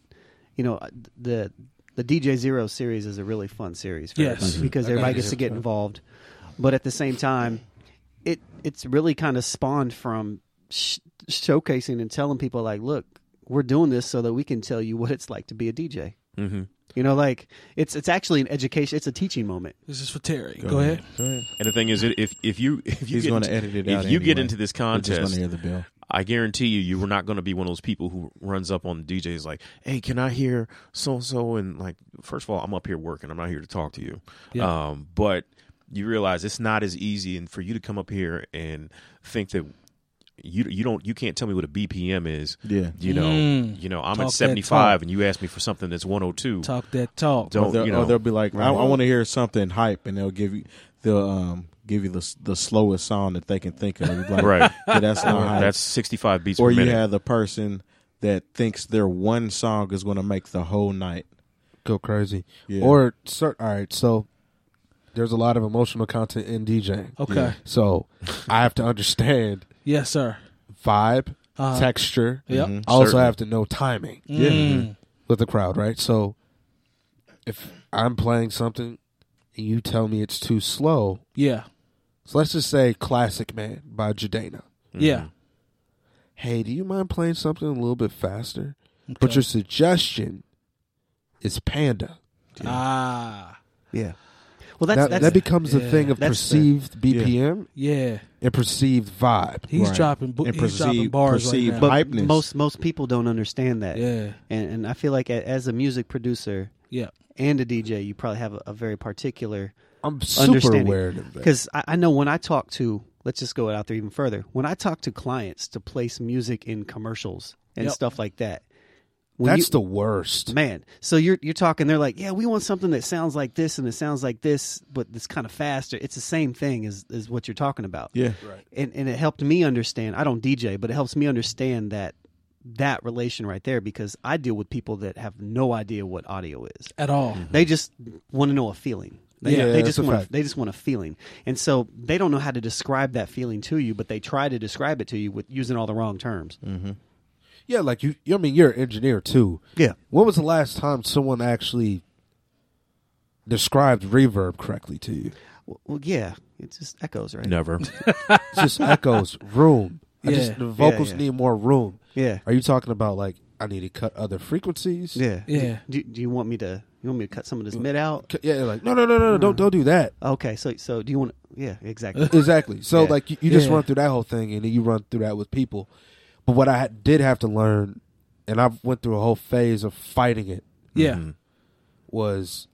Speaker 2: you know the the DJ Zero series is a really fun series for
Speaker 1: Yes.
Speaker 2: everybody
Speaker 1: Mhm.
Speaker 2: because
Speaker 1: I
Speaker 2: everybody
Speaker 1: agree.
Speaker 2: gets to get involved. But at the same time, it it's really kind of spawned from sh- showcasing and telling people like, look, we're doing this so that we can tell you what it's like to be a DJ.
Speaker 5: Mm-hmm.
Speaker 2: You know, like it's it's actually an education. It's a teaching moment.
Speaker 1: This is for Terry. Go, ahead.
Speaker 5: And the thing is, it- if if you if you
Speaker 4: He's
Speaker 5: get
Speaker 4: going to
Speaker 5: into-
Speaker 4: edit it
Speaker 5: if
Speaker 4: out.
Speaker 5: you get
Speaker 4: anyway.
Speaker 5: into this
Speaker 4: We're just gonna
Speaker 5: contest,
Speaker 4: hear the bill.
Speaker 5: I guarantee you, you were not going to be one of those people who runs up on DJs like, "Hey, can I hear so and so?" And like, first of all, I'm up here working. I'm not here to talk to you.
Speaker 1: Yeah.
Speaker 5: Um, but you realize it's not as easy, and for you to come up here and think that you you don't you can't tell me what a BPM is.
Speaker 4: Yeah.
Speaker 5: You know,
Speaker 1: Mm.
Speaker 5: you know, I'm
Speaker 1: Talk that
Speaker 5: at 75,
Speaker 1: talk.
Speaker 5: and you ask me for something that's 102.
Speaker 1: Talk that talk.
Speaker 5: Don't
Speaker 4: They'll-
Speaker 5: Oh, you
Speaker 4: or
Speaker 5: know?
Speaker 4: they'll be like, I, I want to hear something hype, and they'll give you they'll um give you the the slowest song that they can think of. You'd be Like,
Speaker 5: Right. Oh,
Speaker 4: "Yeah, that's not hype.
Speaker 5: That's 65 beats
Speaker 4: or
Speaker 5: per
Speaker 4: you
Speaker 5: minute.
Speaker 4: have the person that thinks their one song is going to make the whole night.
Speaker 3: Go crazy.
Speaker 4: Yeah.
Speaker 3: Or cer all right, so there's a lot of emotional content in DJing.
Speaker 1: Okay.
Speaker 3: So I have to understand
Speaker 1: Yes, sir.
Speaker 3: vibe,
Speaker 1: Uh-huh.
Speaker 3: texture.
Speaker 1: Yep.
Speaker 4: Mhm.
Speaker 3: I also
Speaker 5: Certainly.
Speaker 3: have to know timing
Speaker 4: Yeah.
Speaker 1: Mm.
Speaker 3: with the crowd, right? So if I'm playing something and you tell me it's too slow,
Speaker 1: Yeah.
Speaker 3: so let's just say Classic Man by Jadena.
Speaker 5: Mm-hmm.
Speaker 1: Yeah.
Speaker 3: Hey, do you mind playing something a little bit faster?
Speaker 1: Okay.
Speaker 3: But your suggestion is Panda.
Speaker 1: Ah.
Speaker 3: Yeah.
Speaker 2: Well, that's
Speaker 3: that,
Speaker 2: that's
Speaker 3: that becomes
Speaker 1: yeah,
Speaker 3: a thing of
Speaker 2: that's the-
Speaker 3: perceived BPM
Speaker 1: Yeah.
Speaker 3: and perceived vibe.
Speaker 1: He's
Speaker 4: Right.
Speaker 1: dropping. bo-
Speaker 4: And
Speaker 1: he's dropping
Speaker 4: perceived-
Speaker 1: bars right
Speaker 4: perceived
Speaker 1: now.
Speaker 2: but
Speaker 4: hypeness.
Speaker 2: most most people don't understand that.
Speaker 1: yeah.
Speaker 2: And and I feel like a- as a music producer
Speaker 1: Yeah.
Speaker 2: and a DJ, you probably have a, a very particular
Speaker 3: I'm super
Speaker 2: understanding.
Speaker 3: aware of that.
Speaker 2: because I, I know when I talk to let's just go out there even further. When I talk to clients to place music in commercials and
Speaker 1: Yep.
Speaker 2: stuff like that, when
Speaker 3: That's
Speaker 2: you- Oh,
Speaker 3: the worst.
Speaker 2: Man, so you're you're talking. They're like, yeah, we want something that sounds like this and it sounds like this, but it's kind of faster. It's the same thing as is what you're talking about.
Speaker 4: Yeah.
Speaker 2: and and it helped me understand. I don't DJ, but it helps me understand that that relation right there because I deal with people that have no idea what audio is.
Speaker 1: At all.
Speaker 2: They just want to know a feeling. They,
Speaker 3: Yeah,
Speaker 2: they
Speaker 3: that's
Speaker 2: just
Speaker 3: a
Speaker 2: want a,
Speaker 3: fact.
Speaker 2: they just want a feeling, and so they don't know how to describe that feeling to you, but they try to describe it to you with using all the wrong terms.
Speaker 5: Mm.
Speaker 3: Yeah, like you, you. I mean, you're an engineer too.
Speaker 2: Yeah.
Speaker 3: When was the last time someone actually described reverb correctly to you?
Speaker 2: Well, well, yeah, it just echoes, right?
Speaker 5: Never.
Speaker 3: It's just echoes, room. I
Speaker 1: Yeah.
Speaker 3: just the vocals
Speaker 2: yeah.
Speaker 3: need more room.
Speaker 2: Yeah,
Speaker 3: Are you talking about like I need to cut other frequencies?
Speaker 2: yeah,
Speaker 1: Yeah.
Speaker 2: Do, do you want me to? You want me to cut some of this mid out?
Speaker 3: C- Yeah. Like no, no, no, no, no. Don't don't do that.
Speaker 2: Okay, so so do you want? Yeah, exactly.
Speaker 3: Exactly. So
Speaker 2: Yeah.
Speaker 3: like you, you just
Speaker 1: Yeah.
Speaker 3: run through that whole thing, and then you run through that with people. But what I ha- did have to learn, and I went through a whole phase of fighting it,
Speaker 1: Yeah.
Speaker 3: was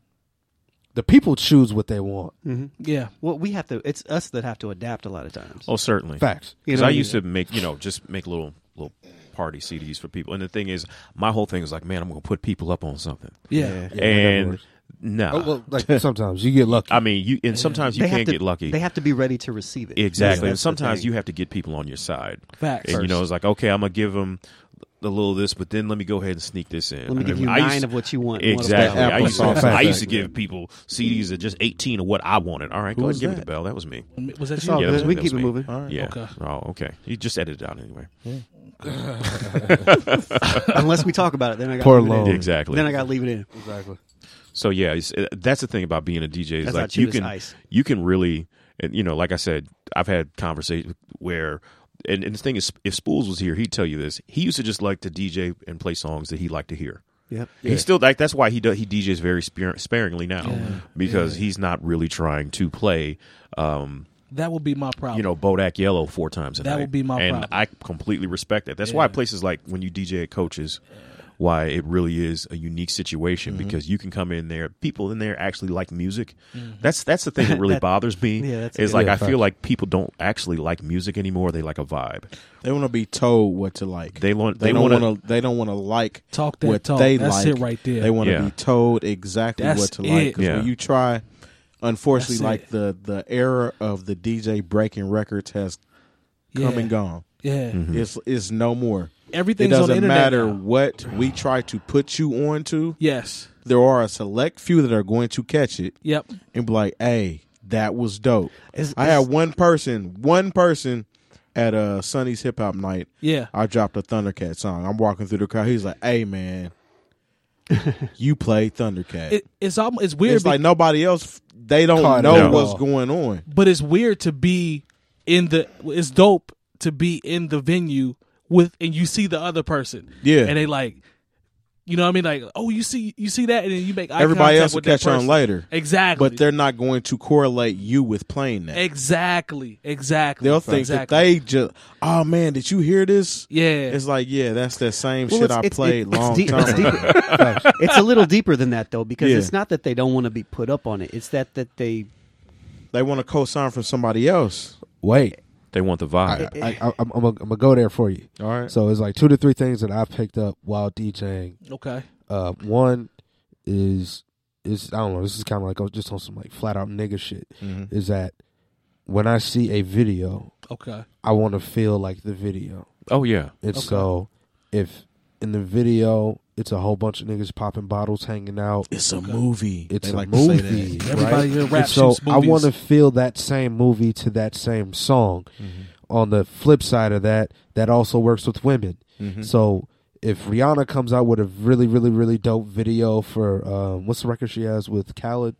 Speaker 3: the people choose what they want.
Speaker 2: Mm.
Speaker 1: Yeah.
Speaker 2: Well, we have to. It's us that have to adapt a lot of times.
Speaker 5: oh, certainly.
Speaker 3: Facts.
Speaker 2: You
Speaker 5: Because
Speaker 2: know
Speaker 5: I
Speaker 2: what I
Speaker 5: used to make, you know, just make little little party CDs for people. And the thing is, my whole thing is like, man, I'm going to put people up on something.
Speaker 1: Yeah.
Speaker 3: Yeah, that
Speaker 5: and
Speaker 3: works.
Speaker 5: no,
Speaker 3: Oh, well, like sometimes you get lucky.
Speaker 5: I mean, you and sometimes you
Speaker 2: have
Speaker 5: can't
Speaker 2: to,
Speaker 5: get lucky.
Speaker 2: They have to be ready to receive it.
Speaker 5: exactly. and
Speaker 2: That's- that's the
Speaker 5: sometimes
Speaker 2: thing.
Speaker 5: you have to get people on your side.
Speaker 1: Facts.
Speaker 5: And you know, it's like, okay, I'm going to give them a little of this, but then let me go ahead and sneak this in.
Speaker 2: Let me
Speaker 5: I
Speaker 2: give
Speaker 5: mean,
Speaker 2: you
Speaker 5: I used-
Speaker 2: nine of what you want. and one of what I
Speaker 5: Exactly.
Speaker 2: want.
Speaker 5: I used, to,
Speaker 4: Applesauce
Speaker 5: I used to
Speaker 4: effect.
Speaker 5: give people CDs of just 18 of what I wanted. All right, go ahead
Speaker 4: was
Speaker 5: and give me
Speaker 4: that?
Speaker 5: the bell. That was me.
Speaker 1: Was that
Speaker 2: It's
Speaker 1: you?
Speaker 2: all
Speaker 5: Yeah, that
Speaker 2: good.
Speaker 5: was-
Speaker 2: we
Speaker 5: that
Speaker 2: keep it
Speaker 5: was me.
Speaker 2: moving.
Speaker 4: All right.
Speaker 5: Yeah.
Speaker 1: Okay.
Speaker 5: Oh, okay. You just edit it out anyway.
Speaker 2: Unless we talk about it, then I got
Speaker 3: Poor
Speaker 2: leave it in.
Speaker 3: Lone.
Speaker 5: Exactly.
Speaker 2: Then I got to leave it in.
Speaker 3: exactly.
Speaker 5: So yeah, it's, uh, that's the thing about being a DJ is
Speaker 2: That's how
Speaker 5: like
Speaker 2: cheap
Speaker 5: you
Speaker 2: is
Speaker 5: can
Speaker 2: ice.
Speaker 5: you can really and you know like I said I've had conversations where and, and the thing is if Spools was here he'd tell you this he used to just like to DJ and play songs that he liked to hear.
Speaker 2: Yep.
Speaker 5: He's still like that's why he do, he DJs very spar- sparingly now because he's not really trying to play um,
Speaker 1: That would be my problem.
Speaker 5: you know Bodak Yellow four times a
Speaker 1: That
Speaker 5: night.
Speaker 1: would be my
Speaker 5: and
Speaker 1: problem.
Speaker 5: I completely respect that. That's why places like when you DJ at coaches, why it really is a unique situation because you can come in there. People in there actually like music. That's that's the thing that really
Speaker 2: That-
Speaker 5: bothers me.
Speaker 2: yeah, that's a
Speaker 5: is
Speaker 2: good-
Speaker 5: like
Speaker 3: Yeah,
Speaker 5: I feel
Speaker 3: facts.
Speaker 5: like people don't actually like music anymore. They like a vibe.
Speaker 4: They want to be told what to like.
Speaker 5: They want they,
Speaker 4: They, don't
Speaker 5: want
Speaker 4: want to. They don't want to like
Speaker 1: Talk that
Speaker 4: what
Speaker 1: talk.
Speaker 4: they
Speaker 1: That's
Speaker 4: like.
Speaker 1: it right there.
Speaker 4: They want to
Speaker 5: Yeah.
Speaker 4: be told exactly
Speaker 1: That's
Speaker 4: what to
Speaker 1: it.
Speaker 4: like. 'Cause
Speaker 5: Yeah.
Speaker 4: when you try, unfortunately,
Speaker 1: That's
Speaker 4: like
Speaker 1: it.
Speaker 4: the the era of the DJ breaking records has
Speaker 1: yeah.
Speaker 4: come and gone.
Speaker 1: Yeah.
Speaker 5: Mm.
Speaker 4: It's it's no more.
Speaker 1: Everything's
Speaker 4: it
Speaker 1: on the
Speaker 4: doesn't
Speaker 1: internet
Speaker 4: matter
Speaker 1: now.
Speaker 4: what we try to put you on to.
Speaker 1: Yes.
Speaker 4: There are a select few that are going to catch it
Speaker 1: Yep.
Speaker 4: and be like, "Hey, that was dope."
Speaker 2: It's-
Speaker 4: I
Speaker 2: it's-
Speaker 4: had one person, one person at uh Sonny's hip hop night.
Speaker 1: Yeah.
Speaker 4: I dropped a Thundercat song. I'm walking through the crowd. He's like, "Hey, man, you play Thundercat."
Speaker 1: It, it's almost it's weird,
Speaker 4: it's
Speaker 1: be-
Speaker 4: like nobody else. They don't
Speaker 3: Caught
Speaker 4: know
Speaker 5: it.
Speaker 4: what's
Speaker 3: No.
Speaker 4: going on.
Speaker 1: but it's weird to be in the. It's dope to be in the venue with, and you see the other person.
Speaker 4: Yeah.
Speaker 1: And they like, You know what I mean? Like, oh, you see, you see that, and then you make eye
Speaker 4: Everybody
Speaker 1: contact
Speaker 4: else will
Speaker 1: with that
Speaker 4: catch on
Speaker 1: person.
Speaker 4: later,
Speaker 1: Exactly.
Speaker 4: but they're not going to correlate you with playing that.
Speaker 1: exactly, exactly.
Speaker 4: They'll think
Speaker 1: exactly.
Speaker 4: that they just, oh man, did you hear this?
Speaker 1: Yeah,
Speaker 4: It's like, yeah, that's that same
Speaker 2: Well,
Speaker 4: shit
Speaker 2: it's-
Speaker 4: I
Speaker 2: it's-
Speaker 4: played
Speaker 2: it's
Speaker 4: long
Speaker 2: deep-
Speaker 4: time
Speaker 2: it's
Speaker 4: ago.
Speaker 2: deeper. it's a little deeper than that though, because
Speaker 4: Yeah.
Speaker 2: it's not that they don't want to be put up on it. It's that that they
Speaker 4: They want to co-sign from somebody else.
Speaker 3: Wait,
Speaker 5: They want
Speaker 3: I,
Speaker 5: the vibe.
Speaker 3: I, I, I'm, I'm gonna go there for you.
Speaker 4: All right.
Speaker 3: So it's like two to three things that I've picked up while DJing.
Speaker 1: okay.
Speaker 3: Uh, one is is I don't know. This is kind of like I was just on some like flat out nigga shit.
Speaker 4: Mhm.
Speaker 3: Is that when I see a video,
Speaker 1: Okay.
Speaker 3: I want to feel like the video.
Speaker 5: Oh yeah.
Speaker 3: And
Speaker 1: Okay.
Speaker 3: so if in the video it's a whole bunch of niggas popping bottles, hanging out.
Speaker 4: It's a movie.
Speaker 3: It's
Speaker 4: they
Speaker 3: a
Speaker 4: like
Speaker 3: movie.
Speaker 4: To say that.
Speaker 1: Everybody in rap
Speaker 3: And so
Speaker 1: shoots
Speaker 3: I
Speaker 1: movies.
Speaker 3: want to feel that same movie to that same song.
Speaker 4: Mm-hmm.
Speaker 3: On the flip side of that, that also works with women.
Speaker 4: Mm-hmm.
Speaker 3: So if Rihanna comes out with a really, really, really dope video for um, what's the record she has with Khaled,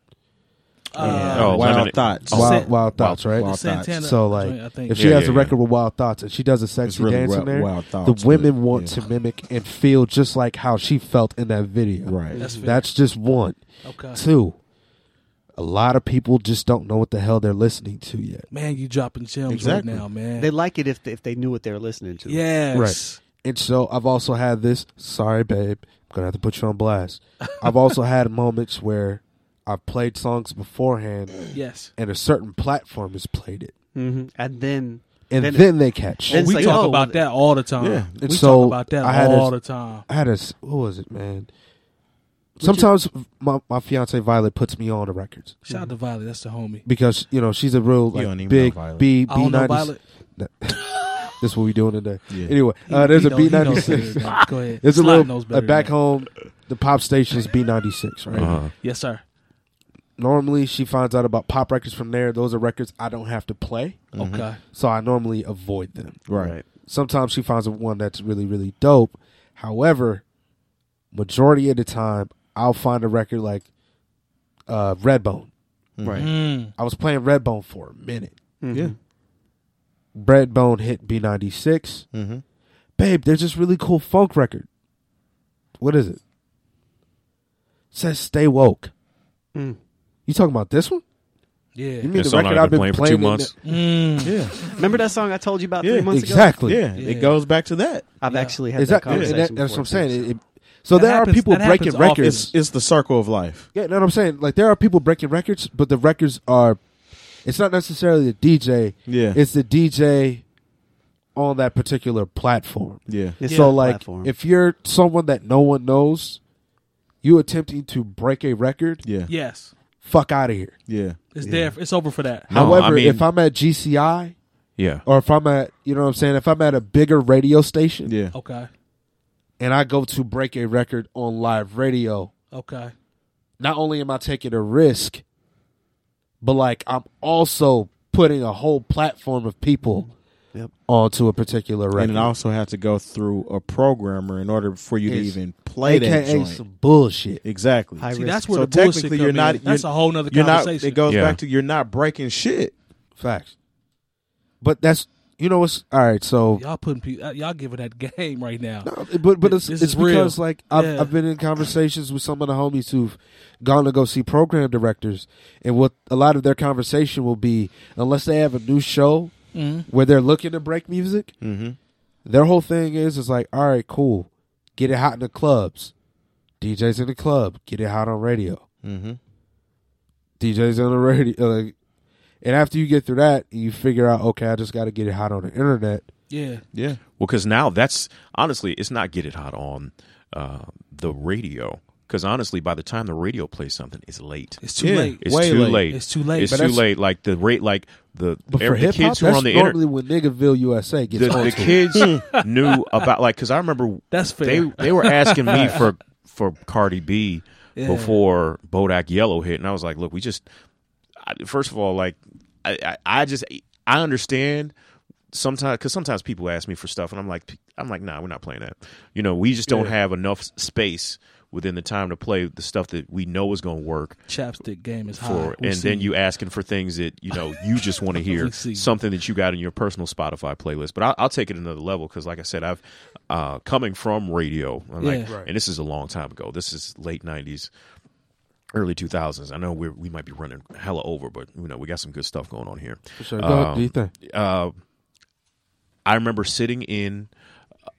Speaker 1: Uh,
Speaker 5: Oh,
Speaker 4: Wild
Speaker 5: Lemonade.
Speaker 4: thoughts.
Speaker 1: Oh.
Speaker 3: Wild,
Speaker 1: Sa-
Speaker 3: Wild Thoughts, right?
Speaker 1: the
Speaker 4: Wild Thoughts.
Speaker 1: Santana
Speaker 3: Oh, So
Speaker 1: joint, I
Speaker 3: like,
Speaker 1: think.
Speaker 3: if she
Speaker 5: Yeah,
Speaker 3: has
Speaker 5: yeah,
Speaker 3: a
Speaker 5: yeah.
Speaker 3: record with Wild Thoughts and she does a
Speaker 4: It's
Speaker 3: sexy
Speaker 4: really
Speaker 3: dance in
Speaker 4: wild,
Speaker 3: there,
Speaker 4: wild
Speaker 3: the
Speaker 4: thoughts.
Speaker 3: women
Speaker 4: but,
Speaker 3: want
Speaker 4: yeah.
Speaker 3: to mimic and feel just like how she felt in that video.
Speaker 4: Right.
Speaker 1: That's fair.
Speaker 3: That's just one.
Speaker 1: okay.
Speaker 3: Two, a lot of people just don't know what the hell they're listening to yet.
Speaker 1: Man, you dropping gems
Speaker 4: Exactly.
Speaker 1: right now, man.
Speaker 2: they like it if they, if they knew what they were listening to.
Speaker 1: yes.
Speaker 3: And so I've also had this. Sorry, babe. I'm gonna have to put you on blast. I've also had moments where I've played songs beforehand,
Speaker 1: Yes.
Speaker 3: and a certain platform has played it,
Speaker 2: hmm and then
Speaker 3: and
Speaker 2: Then-
Speaker 3: then, they catch.
Speaker 2: then- It's
Speaker 1: we
Speaker 2: like,
Speaker 1: talk
Speaker 2: oh,
Speaker 1: about that all the time.
Speaker 4: Yeah.
Speaker 1: We
Speaker 3: And so
Speaker 1: talk about that
Speaker 3: I had
Speaker 1: all
Speaker 3: a-
Speaker 1: the time.
Speaker 3: I had a s- what was it, man? Sometimes my my fiance Violet puts me on the records
Speaker 1: Shout out to Violet. That's the homie.
Speaker 3: because you know she's a real like,
Speaker 4: don't even
Speaker 3: big
Speaker 4: know Violet.
Speaker 3: B
Speaker 1: I
Speaker 3: B
Speaker 1: don't know
Speaker 3: ninety.
Speaker 1: Violet.
Speaker 3: This is what we doing today.
Speaker 4: Yeah.
Speaker 3: Anyway, uh, there's
Speaker 1: He
Speaker 3: a
Speaker 1: don't- he
Speaker 3: B
Speaker 1: don't
Speaker 3: ninety
Speaker 1: say
Speaker 3: six.
Speaker 1: it, man. Go ahead.
Speaker 3: There's a
Speaker 1: Slime
Speaker 3: little
Speaker 1: knows
Speaker 3: uh,
Speaker 1: better than
Speaker 3: back
Speaker 1: that.
Speaker 3: home. The pop station's B ninety six, right?
Speaker 5: Uh-huh.
Speaker 1: Yes, sir.
Speaker 3: normally she finds out about pop records from there. Those are records I don't have to play,
Speaker 1: Okay.
Speaker 3: so I normally avoid them.
Speaker 4: Right.
Speaker 3: Sometimes she finds one that's really really dope. However, majority of the time I'll find a record like uh, Redbone.
Speaker 2: right.
Speaker 1: Mm.
Speaker 3: I was playing Redbone for a minute.
Speaker 5: Mm-hmm.
Speaker 4: Yeah.
Speaker 3: Redbone hit B ninety six.
Speaker 4: Mm-hmm.
Speaker 3: Babe, there's this really cool funk record. What is it? it says Stay Woke.
Speaker 2: Mm.
Speaker 3: You talking about this one? You
Speaker 1: Yeah.
Speaker 3: mean
Speaker 5: That
Speaker 3: the
Speaker 5: song
Speaker 3: record
Speaker 5: I've
Speaker 3: I've been
Speaker 5: been playing for two
Speaker 3: playing in
Speaker 5: months.
Speaker 3: the-
Speaker 1: Mm.
Speaker 4: Yeah.
Speaker 2: Remember that song I told you about
Speaker 4: Yeah,
Speaker 2: three months ago?
Speaker 3: Exactly.
Speaker 4: yeah.
Speaker 1: Yeah.
Speaker 4: It goes back to that.
Speaker 2: I've
Speaker 1: Yeah.
Speaker 2: actually had that
Speaker 3: Exactly. And
Speaker 2: conversation.
Speaker 3: that- that's what
Speaker 2: before,
Speaker 3: I'm saying.
Speaker 2: too, so-
Speaker 3: It- it- so
Speaker 1: That
Speaker 3: there
Speaker 1: happens-
Speaker 3: are people
Speaker 1: that happens
Speaker 3: breaking
Speaker 1: often.
Speaker 3: records.
Speaker 4: It's it's the circle of life.
Speaker 3: Yeah, no, what I'm saying like there are people breaking records, but the records are. It's not necessarily the DJ.
Speaker 4: Yeah.
Speaker 3: It's the DJ on that particular platform.
Speaker 4: yeah.
Speaker 2: It's a
Speaker 3: so like,
Speaker 2: platform.
Speaker 3: if you're someone that no one knows, you attempting to break a record,
Speaker 4: Yeah. Yeah.
Speaker 1: Yes.
Speaker 3: fuck out of here.
Speaker 4: Yeah.
Speaker 1: It's there. It's over for that.
Speaker 5: No,
Speaker 3: However,
Speaker 5: I mean-
Speaker 3: if I'm at GCI
Speaker 5: Yeah.
Speaker 3: or if I'm at, you know what I'm saying, if I'm at a bigger radio station
Speaker 4: Yeah.
Speaker 1: Okay.
Speaker 3: and I go to break a record on live radio,
Speaker 1: Okay.
Speaker 3: not only am I taking a risk, but like I'm also putting a whole platform of people
Speaker 2: Yep.
Speaker 3: onto a particular record.
Speaker 4: And it also had to go through a programmer in order for you to
Speaker 3: It's-
Speaker 4: even play that
Speaker 3: AKA
Speaker 4: joint.
Speaker 3: some bullshit.
Speaker 4: Exactly.
Speaker 2: High
Speaker 1: See,
Speaker 2: risk.
Speaker 1: that's where
Speaker 4: So
Speaker 1: the bullshit
Speaker 4: technically
Speaker 1: come
Speaker 4: you're
Speaker 1: in.
Speaker 4: not-
Speaker 1: That's
Speaker 4: you're-
Speaker 1: a whole nother
Speaker 4: You're not.
Speaker 1: conversation.
Speaker 4: It goes
Speaker 5: Yeah.
Speaker 4: back to you're not breaking shit.
Speaker 3: Facts. But that's you know what's all right. So
Speaker 1: y'all putting pe- uh, y'all giving that game right now.
Speaker 3: no, but but it's,
Speaker 1: This
Speaker 3: it's
Speaker 1: is real.
Speaker 3: because like I've,
Speaker 1: Yeah.
Speaker 3: I've been in conversations with some of the homies who've gone to go see program directors, and what a lot of their conversation will be unless they have a new show
Speaker 1: Mm.
Speaker 3: where they're looking to break music,
Speaker 4: Mm-hmm.
Speaker 3: their whole thing is is like, all right, cool, get it hot in the clubs, DJs in the club, get it hot on radio,
Speaker 4: Mm-hmm.
Speaker 3: DJs on the radio. Like, and after you get through that, you figure out, okay, I just got to get it hot on the internet.
Speaker 1: Yeah.
Speaker 4: Yeah.
Speaker 5: Well, because now that's honestly, it's not get it hot on uh, the radio. Because honestly, by the time the radio plays something, it's late.
Speaker 1: It's too
Speaker 4: Yeah.
Speaker 1: late.
Speaker 5: It's
Speaker 4: Way
Speaker 5: too
Speaker 4: late.
Speaker 5: late.
Speaker 1: It's too late.
Speaker 5: It's
Speaker 1: But
Speaker 5: too
Speaker 1: that's-
Speaker 5: late. Like the rate, like the,
Speaker 3: But for
Speaker 5: every- the
Speaker 3: hip hop,
Speaker 5: kids who are
Speaker 3: that's
Speaker 5: on the internet.
Speaker 3: normally when Niggerville USA
Speaker 5: The,
Speaker 3: gets on.
Speaker 5: the kids knew about like because I remember
Speaker 1: That's fair.
Speaker 5: they they were asking me for for Cardi B
Speaker 1: Yeah.
Speaker 5: before Bodak Yellow hit, and I was like, look, we just I, first of all, like I, I, I just I understand sometimes because sometimes people ask me for stuff, and I'm like, I'm like, nah, we're not playing that. You know, we just don't have enough space. within the time to play the stuff that we know is going to work
Speaker 1: Chapstick game is high.
Speaker 5: for, and then you asking for things that you know you just want to hear
Speaker 1: We see.
Speaker 5: something that you got in your personal Spotify playlist. But I'll, I'll take it another level because, like I said, I've uh, coming from radio, I'm like,
Speaker 1: Yeah.
Speaker 5: and this is a long time ago. This is late '90s, early 2000s. I know we we might be running hella over, but you know we got some good stuff going on here.
Speaker 3: So go ahead, do you think?
Speaker 5: Uh, I remember sitting in. uh,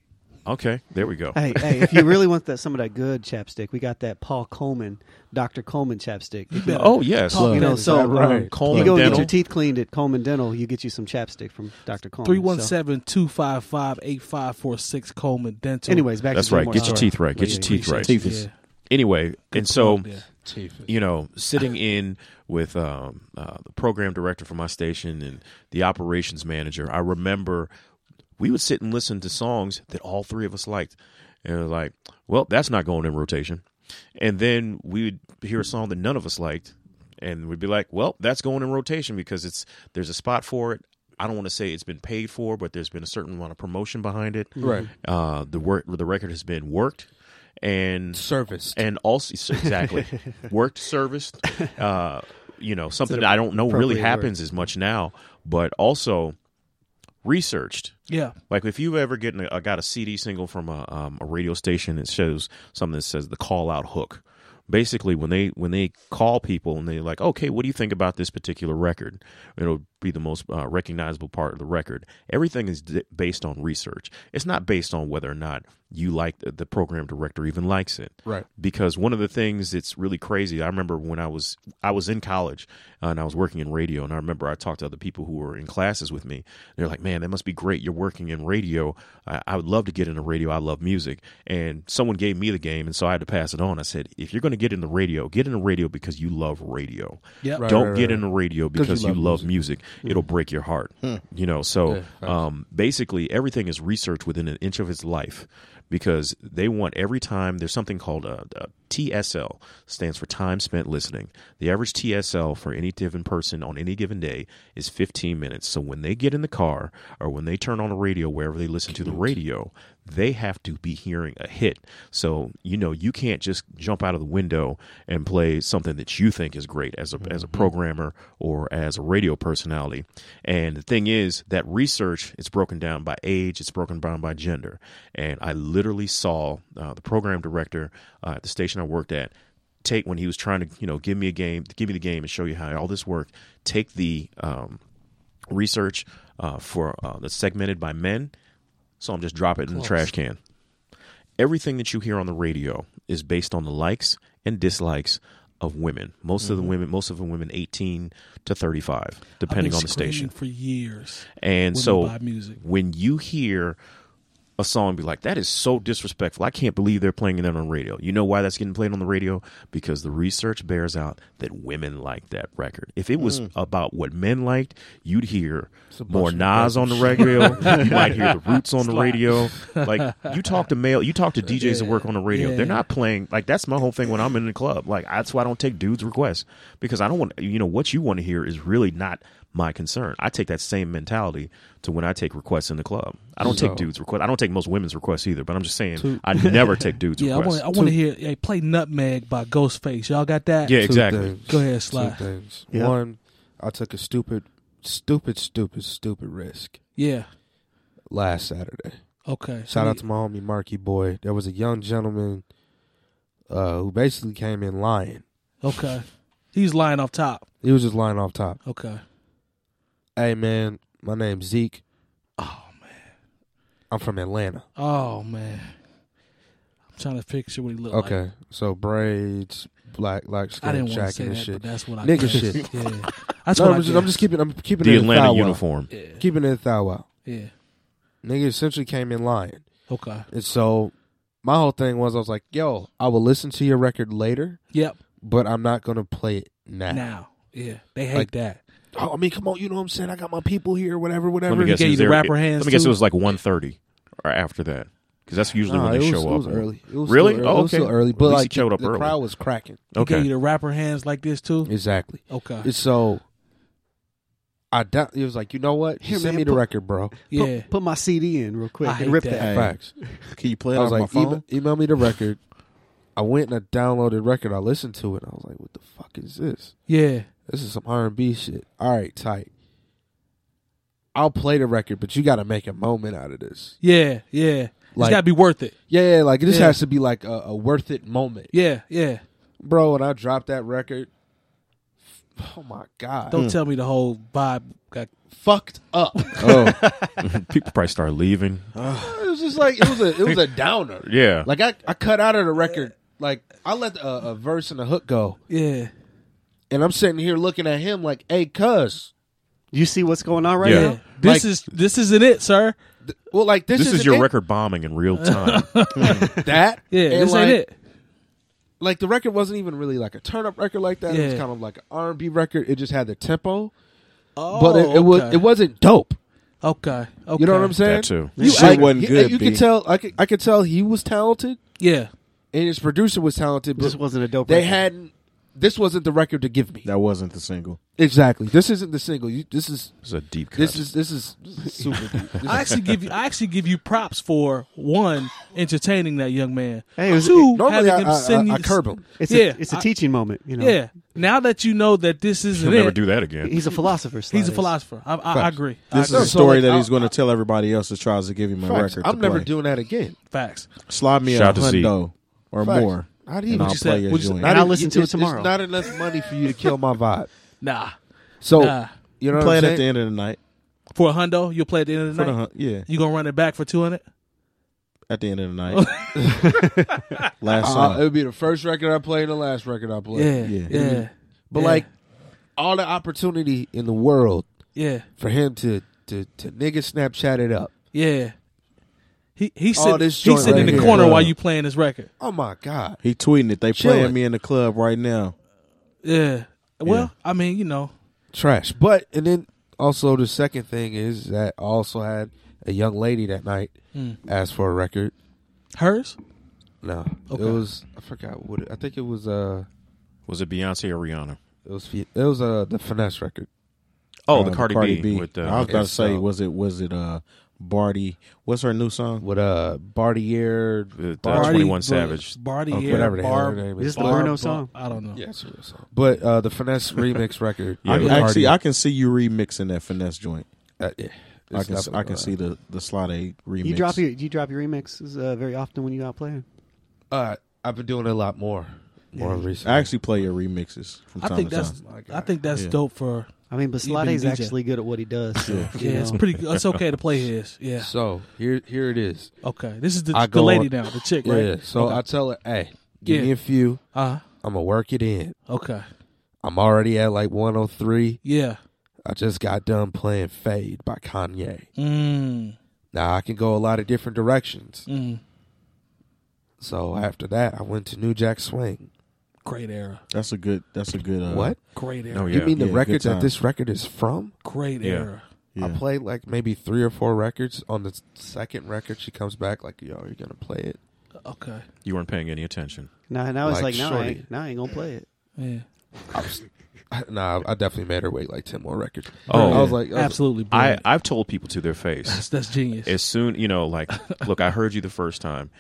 Speaker 5: Okay, there we go.
Speaker 2: Hey, hey, if you really want that some of that good chapstick, we got that Paul Coleman, Dr. Coleman chapstick. If you-
Speaker 5: Oh yes,
Speaker 1: Talk
Speaker 2: you know,
Speaker 1: Is
Speaker 2: so
Speaker 3: that right?
Speaker 2: um,
Speaker 5: Coleman
Speaker 2: you go get
Speaker 5: Dental.
Speaker 2: your teeth cleaned at Coleman Dental, you get you some chapstick from Dr. Coleman.
Speaker 1: 317 255 8546 Coleman
Speaker 2: So,
Speaker 1: Dental.
Speaker 2: anyways, back
Speaker 5: That's
Speaker 2: to Gilmore
Speaker 5: right. Get your
Speaker 2: Girls.
Speaker 5: teeth right. Get your
Speaker 2: Yeah,
Speaker 5: teeth
Speaker 1: yeah.
Speaker 5: right.
Speaker 1: Teeth. Yeah.
Speaker 5: Anyway, and so
Speaker 1: Yeah.
Speaker 5: you know, sitting in with um, uh, the program director for my station and the operations manager, I remember we would sit and listen to songs that all three of us liked, and we're like, well, that's not going in rotation. And then we would hear a song that none of us liked, and we'd be like, well, that's going in rotation because it's there's a spot for it. I don't want to say it's been paid for, but there's been a certain amount of promotion behind it.
Speaker 3: Right.
Speaker 5: Uh, the work, the record has been worked, and
Speaker 3: Service.
Speaker 5: and also exactly worked serviced uh you know something that i don't know
Speaker 2: appropriate
Speaker 5: really
Speaker 2: word.
Speaker 5: happens as much now but also researched
Speaker 1: Yeah.
Speaker 5: like if you've ever get a, got a cd single from a, um, a radio station it shows something that says the call out hook basically when they when they call people and they're like okay what do you think about this particular record it'll be the most uh, recognizable part of the record everything is d- based on research it's not based on whether or not you like the, the program director even likes it
Speaker 3: Right.
Speaker 5: because one of the things that's really crazy i remember when i was i was in college uh, and i was working in radio and i remember i talked to other people who were in classes with me they're like man that must be great you're working in radio I, I would love to get into radio i love music and someone gave me the game and so i had to pass it on i said if you're going to get into radio get into radio because you love radio
Speaker 1: Yep.
Speaker 3: Right,
Speaker 5: don't
Speaker 3: right,
Speaker 5: get
Speaker 3: right.
Speaker 5: into radio because you love, music, Hmm. it'll break your heart you know so um, basically everything is research within an inch of his life because they want every time there's something called a, a tsl stands for time spent listening the average tsl for any given person on any given day is 15 minutes so when they get in the car or when they turn on the radio wherever they listen to the radio they have to be hearing a hit. So you know you can't just jump out of the window and play something that you think is great as a as a programmer or as a radio personality. And the thing is that research it's broken down by age, it's broken down by gender. And I literally saw uh, the program director uh, at the station I worked at take when he was trying to you know give me a game, give me the game and show you how all this worked. Take the um, research uh, for uh, that's segmented by men so I'm just drop it in the trash can. Everything that you hear on the radio is based on the likes and dislikes of women. Most of the
Speaker 1: Mm-hmm.
Speaker 5: women, most of the women, 18 to 35, depending
Speaker 1: Been
Speaker 5: on the
Speaker 1: screaming
Speaker 5: station.
Speaker 1: for years.
Speaker 5: And
Speaker 1: Women
Speaker 5: so
Speaker 1: buy music.
Speaker 5: when you hear a song be like, that is so disrespectful. I can't believe they're playing that on radio. You know why that's getting played on the radio? Because the research bears out that women like that record. If it was about what men liked, you'd hear more Nas on the radio. you might hear the Roots on the radio. Like you talk to male, you talk to DJs that work on the radio.
Speaker 1: Yeah.
Speaker 5: They're not playing like that's my whole thing when I'm in the club. Like that's why I don't take dudes' requests because I don't want you know what you want to hear is really not my concern. I take that same mentality to when I take requests in the club. I don't
Speaker 3: So-
Speaker 5: take dudes' requests. I don't take most women's requests either. But I'm just saying I never take dudes'
Speaker 1: Yeah, I
Speaker 5: requests.
Speaker 1: want I want to hear hey, play Nutmeg by Ghostface. Y'all got that?
Speaker 5: yeah,
Speaker 3: Two
Speaker 5: exactly.
Speaker 3: things.
Speaker 1: Go ahead,
Speaker 3: Two
Speaker 1: Sly.
Speaker 3: things.
Speaker 2: Yeah.
Speaker 3: One, I took a stupid, stupid, stupid, stupid risk
Speaker 1: Yeah.
Speaker 3: last Saturday.
Speaker 1: Okay.
Speaker 3: Shout out to my homie Marky Boy. There was a young gentleman uh, who basically came in lying.
Speaker 1: Okay. He's lying off top.
Speaker 3: He was just lying off top.
Speaker 1: Okay.
Speaker 3: Hey man, my name's Zeke. Oh man, I'm from Atlanta.
Speaker 1: Oh man. I'm trying to picture what he looked like.
Speaker 3: Okay, so braids, black, like
Speaker 1: I
Speaker 3: skin
Speaker 1: didn't want to
Speaker 3: jacket
Speaker 1: say
Speaker 3: and
Speaker 1: that, but
Speaker 3: shit.
Speaker 1: that's what I
Speaker 3: Nigga
Speaker 1: guessed.
Speaker 3: shit.
Speaker 1: Yeah. That's
Speaker 3: No,
Speaker 1: what I
Speaker 3: I'm just, I'm
Speaker 1: guessed.
Speaker 3: just keeping. I'm keeping
Speaker 5: The
Speaker 3: it a
Speaker 5: Atlanta
Speaker 3: thou wow.
Speaker 5: uniform.
Speaker 3: Keeping it a thou wow.
Speaker 1: Yeah.
Speaker 3: Nigga essentially came in lying,
Speaker 1: Okay.
Speaker 3: and so my whole thing was I was like, "Yo, I will listen to your record later,
Speaker 1: Yep.
Speaker 3: but I'm not gonna play it now."
Speaker 1: Now. Yeah. They hate
Speaker 3: Like,
Speaker 1: that.
Speaker 3: Oh, I mean, come on, you know what I'm saying? I got my people here, whatever, whatever.
Speaker 5: Let me guess.
Speaker 1: gave
Speaker 5: it
Speaker 1: you
Speaker 5: was
Speaker 1: the
Speaker 5: there-
Speaker 1: rapper hands,
Speaker 5: Let me guess.
Speaker 1: too?
Speaker 5: It was like 1.30 or after that because that's usually
Speaker 3: Nah,
Speaker 5: when they
Speaker 3: it was,
Speaker 5: show
Speaker 3: it was
Speaker 5: up.
Speaker 3: early. It was
Speaker 5: Really?
Speaker 3: Still early.
Speaker 5: Oh,
Speaker 3: It was still
Speaker 5: okay.
Speaker 3: early,
Speaker 5: At
Speaker 3: but
Speaker 5: least
Speaker 3: like
Speaker 5: he showed
Speaker 3: the,
Speaker 5: up
Speaker 3: the
Speaker 5: early.
Speaker 3: crowd was cracking.
Speaker 1: He
Speaker 5: Okay.
Speaker 1: gave you the rapper hands like this too.
Speaker 3: Exactly.
Speaker 1: Okay.
Speaker 3: And so I doubt it was like, you know what?
Speaker 2: Here,
Speaker 3: Send
Speaker 2: man,
Speaker 3: me the
Speaker 2: put-
Speaker 3: record, bro.
Speaker 2: Put,
Speaker 1: Yeah.
Speaker 2: put my CD in real quick
Speaker 1: I hate
Speaker 2: and rip
Speaker 1: that.
Speaker 2: that.
Speaker 4: Hey,
Speaker 3: Facts.
Speaker 4: Can you play it
Speaker 3: I was
Speaker 4: on my
Speaker 3: like,
Speaker 4: phone?
Speaker 3: email, email me the record. I went and I downloaded record. I listened to it. And I was like, "What the fuck is this?
Speaker 1: Yeah.
Speaker 3: This is some R and B shit." All right, tight. I'll play the record, but you got to make a moment out of this.
Speaker 1: Yeah. Yeah. it's
Speaker 3: Like-
Speaker 1: got to be worth it.
Speaker 3: Yeah, yeah, like this
Speaker 1: Yeah.
Speaker 3: has to be like a, a worth it moment,
Speaker 1: Yeah. Yeah.
Speaker 3: Hmm. bro. When I dropped that record, oh my god,
Speaker 1: Don't tell me the whole vibe got.
Speaker 3: fucked up.
Speaker 4: Oh,
Speaker 5: People probably start leaving.
Speaker 3: it was just like it was a it was a downer.
Speaker 5: Yeah.
Speaker 3: Like I, I cut out of the record. Like I let a, a verse and a hook go,
Speaker 1: Yeah.
Speaker 3: and I'm sitting here looking at him like, "Hey, cuz,
Speaker 2: You see what's going on right
Speaker 5: Yeah.
Speaker 2: now?
Speaker 1: This
Speaker 3: Like-
Speaker 1: is this isn't it, sir.
Speaker 3: th- well, like this,
Speaker 5: this
Speaker 3: isn't
Speaker 5: is your
Speaker 3: it,
Speaker 5: record bombing in real time.
Speaker 3: that
Speaker 1: Yeah,
Speaker 3: and
Speaker 1: this
Speaker 3: like,
Speaker 1: ain't it.
Speaker 3: Like the record wasn't even really like a turn up record like that. It was
Speaker 1: Yeah.
Speaker 3: kind of like an R and B record. It just had the tempo,
Speaker 1: Oh,
Speaker 3: but it, it was
Speaker 1: okay.
Speaker 3: it wasn't dope.
Speaker 1: okay. Okay.
Speaker 3: You know what I'm saying?
Speaker 5: that too.
Speaker 4: you
Speaker 3: I-
Speaker 4: shit wasn't
Speaker 3: he-
Speaker 4: good.
Speaker 3: You
Speaker 4: B.
Speaker 3: could tell. I could, I could tell he was talented
Speaker 1: Yeah.
Speaker 3: and his producer was talented, but
Speaker 2: This wasn't a dope
Speaker 3: they
Speaker 2: record.
Speaker 3: hadn't. This wasn't the record to give me.
Speaker 4: that wasn't the single.
Speaker 3: Exactly. This isn't the single. You, this is
Speaker 5: It's a deep cut.
Speaker 3: this is this is super deep. This
Speaker 1: I actually give you. I actually give you props for one entertaining that young man.
Speaker 2: Hey, it was-
Speaker 1: Two,
Speaker 3: Normally,
Speaker 1: having
Speaker 3: I,
Speaker 1: him
Speaker 3: I,
Speaker 1: send
Speaker 3: I,
Speaker 1: you
Speaker 3: I
Speaker 1: the-
Speaker 3: curb him.
Speaker 2: It's
Speaker 1: Yeah.
Speaker 2: a, it's a
Speaker 1: I-
Speaker 2: teaching moment. You know,
Speaker 1: Yeah. Now that you know that this isn't
Speaker 5: He'll
Speaker 1: it,
Speaker 5: never do that again.
Speaker 2: he's a philosopher.
Speaker 1: he's a
Speaker 2: Sliders.
Speaker 1: philosopher. I, I, I
Speaker 3: Facts.
Speaker 1: agree. I
Speaker 4: This is
Speaker 1: agree.
Speaker 4: a
Speaker 3: So,
Speaker 4: story
Speaker 3: like,
Speaker 4: that
Speaker 3: I'll-
Speaker 4: he's going to tell everybody else that tries to give him a
Speaker 3: Facts.
Speaker 4: record.
Speaker 3: I'm
Speaker 4: to
Speaker 3: never
Speaker 4: play.
Speaker 3: doing that again.
Speaker 1: facts.
Speaker 4: Slide me
Speaker 5: Shout
Speaker 4: a
Speaker 5: out to Z.
Speaker 4: hundo or
Speaker 3: Facts.
Speaker 4: more,
Speaker 3: Not
Speaker 4: and
Speaker 3: even.
Speaker 4: I'll
Speaker 1: you say?
Speaker 4: play your
Speaker 1: What'd you say?
Speaker 4: joint.
Speaker 2: And I'll
Speaker 3: even-
Speaker 2: listen to it
Speaker 3: it's-
Speaker 2: tomorrow.
Speaker 3: It's not enough money for you to kill my vibe.
Speaker 1: Nah.
Speaker 3: So
Speaker 1: Nah.
Speaker 3: you know, what
Speaker 4: play
Speaker 3: I'm
Speaker 4: it at the
Speaker 3: saying?
Speaker 4: end of the night.
Speaker 1: For a hundo, you'll play at the end of
Speaker 4: For
Speaker 1: the
Speaker 4: the
Speaker 1: night.
Speaker 4: hun- yeah,
Speaker 1: You gonna run it back for two hundred?
Speaker 4: at the end of the night. Last
Speaker 3: Uh, it
Speaker 4: song.
Speaker 3: would be the first record I play and the last record I play.
Speaker 1: Yeah. Yeah.
Speaker 4: Uh-huh. yeah.
Speaker 1: Yeah.
Speaker 3: But
Speaker 1: Yeah.
Speaker 3: like all the opportunity in the world
Speaker 1: Yeah.
Speaker 3: for him to to to nigga Snapchat it up.
Speaker 1: Yeah. He he's
Speaker 3: Oh,
Speaker 1: sitting,
Speaker 3: this
Speaker 1: he's
Speaker 3: joint
Speaker 1: sitting
Speaker 3: right
Speaker 1: in the
Speaker 3: here.
Speaker 1: corner
Speaker 4: Yeah.
Speaker 1: while you playing his record.
Speaker 3: Oh my god!
Speaker 4: He tweeting it. They
Speaker 3: Chilling.
Speaker 4: playing me in the club right now.
Speaker 1: Yeah. Well, I mean, you know,
Speaker 3: Trash. But and then also the second thing is that I also had a young lady that night ask for a record.
Speaker 1: hers.
Speaker 3: No,
Speaker 1: Okay.
Speaker 3: it was I forgot what it, I think it was. Uh,
Speaker 5: was it Beyonce or Rihanna?
Speaker 3: it was it was uh the finesse record.
Speaker 5: Oh,
Speaker 4: Uh,
Speaker 5: the Cardi, B. With, uh,
Speaker 4: I was about to say,
Speaker 3: so-
Speaker 4: was it was it uh Barty? What's her new song?
Speaker 3: with uh Bartier.
Speaker 5: with, uh,
Speaker 1: Barty-
Speaker 5: 21
Speaker 1: Bar-
Speaker 5: Savage.
Speaker 1: Barty,
Speaker 3: Okay,
Speaker 1: yeah,
Speaker 3: whatever the hell
Speaker 1: Bar-
Speaker 3: her
Speaker 2: Is
Speaker 3: name
Speaker 2: this
Speaker 3: is.
Speaker 2: the
Speaker 1: Bar-
Speaker 2: Bruno
Speaker 1: Bar-
Speaker 2: song?
Speaker 1: I don't know.
Speaker 3: Yeah, it's a song. but uh, the finesse remix record.
Speaker 5: Yeah,
Speaker 4: I
Speaker 5: with
Speaker 4: can, actually, I can see you remixing that finesse joint.
Speaker 3: uh, yeah,
Speaker 4: I
Speaker 3: It's
Speaker 4: can I
Speaker 3: definitely-
Speaker 4: can see the the slide A remix.
Speaker 2: You drop your you drop your remixes uh, very often when you out playing.
Speaker 3: Uh, I've been doing it a lot more, more recently.
Speaker 4: I actually play your remixes from
Speaker 1: I
Speaker 4: time
Speaker 1: think
Speaker 4: to
Speaker 1: that's
Speaker 4: time.
Speaker 1: I think that's
Speaker 4: Yeah.
Speaker 1: dope for
Speaker 2: I mean, but
Speaker 1: You've been
Speaker 2: Slade's
Speaker 1: DJ.
Speaker 2: actually good at what he does. Yeah,
Speaker 1: yeah. It's pretty. good. It's okay to play his. Yeah.
Speaker 3: so here, here it is.
Speaker 1: Okay. This is the,
Speaker 3: I
Speaker 1: the
Speaker 3: go
Speaker 1: lady
Speaker 3: on-
Speaker 1: now, the chick,
Speaker 3: Yeah.
Speaker 1: right?
Speaker 3: So I tell her, hey, give
Speaker 1: Yeah.
Speaker 3: me a few.
Speaker 1: Uh
Speaker 3: I'm gonna work it in.
Speaker 1: okay.
Speaker 3: I'm already at like 103.
Speaker 1: Yeah.
Speaker 3: I just got done playing "Fade" by Kanye.
Speaker 1: Mm.
Speaker 3: Now I can go a lot of different directions.
Speaker 1: Mm.
Speaker 3: So after that, I went to New Jack Swing.
Speaker 1: Great era.
Speaker 4: That's a good. That's a good. Uh,
Speaker 3: what?
Speaker 1: Great era.
Speaker 5: No,
Speaker 3: You
Speaker 5: Oh, yeah.
Speaker 3: mean the
Speaker 4: Yeah,
Speaker 3: record
Speaker 4: good
Speaker 3: that
Speaker 4: time.
Speaker 3: this record is from?
Speaker 1: Great
Speaker 5: Yeah.
Speaker 1: era.
Speaker 3: I
Speaker 4: Yeah.
Speaker 3: played like maybe three or four records. On the s- second record, she comes back like, "Yo, you're gonna play it."
Speaker 1: Okay.
Speaker 5: you weren't paying any attention.
Speaker 2: Now, now it's
Speaker 3: Like
Speaker 2: like, now, I
Speaker 3: Shorty.
Speaker 2: ain't, now I ain't gonna play it.
Speaker 1: Yeah.
Speaker 3: I was, I, nah, I definitely made her wait like ten more records.
Speaker 5: Oh.
Speaker 3: I was like, I was-
Speaker 1: Absolutely.
Speaker 5: I,
Speaker 1: brilliant.
Speaker 5: I've told people to their face.
Speaker 1: that's, that's genius.
Speaker 5: as soon you know like look i heard you the first time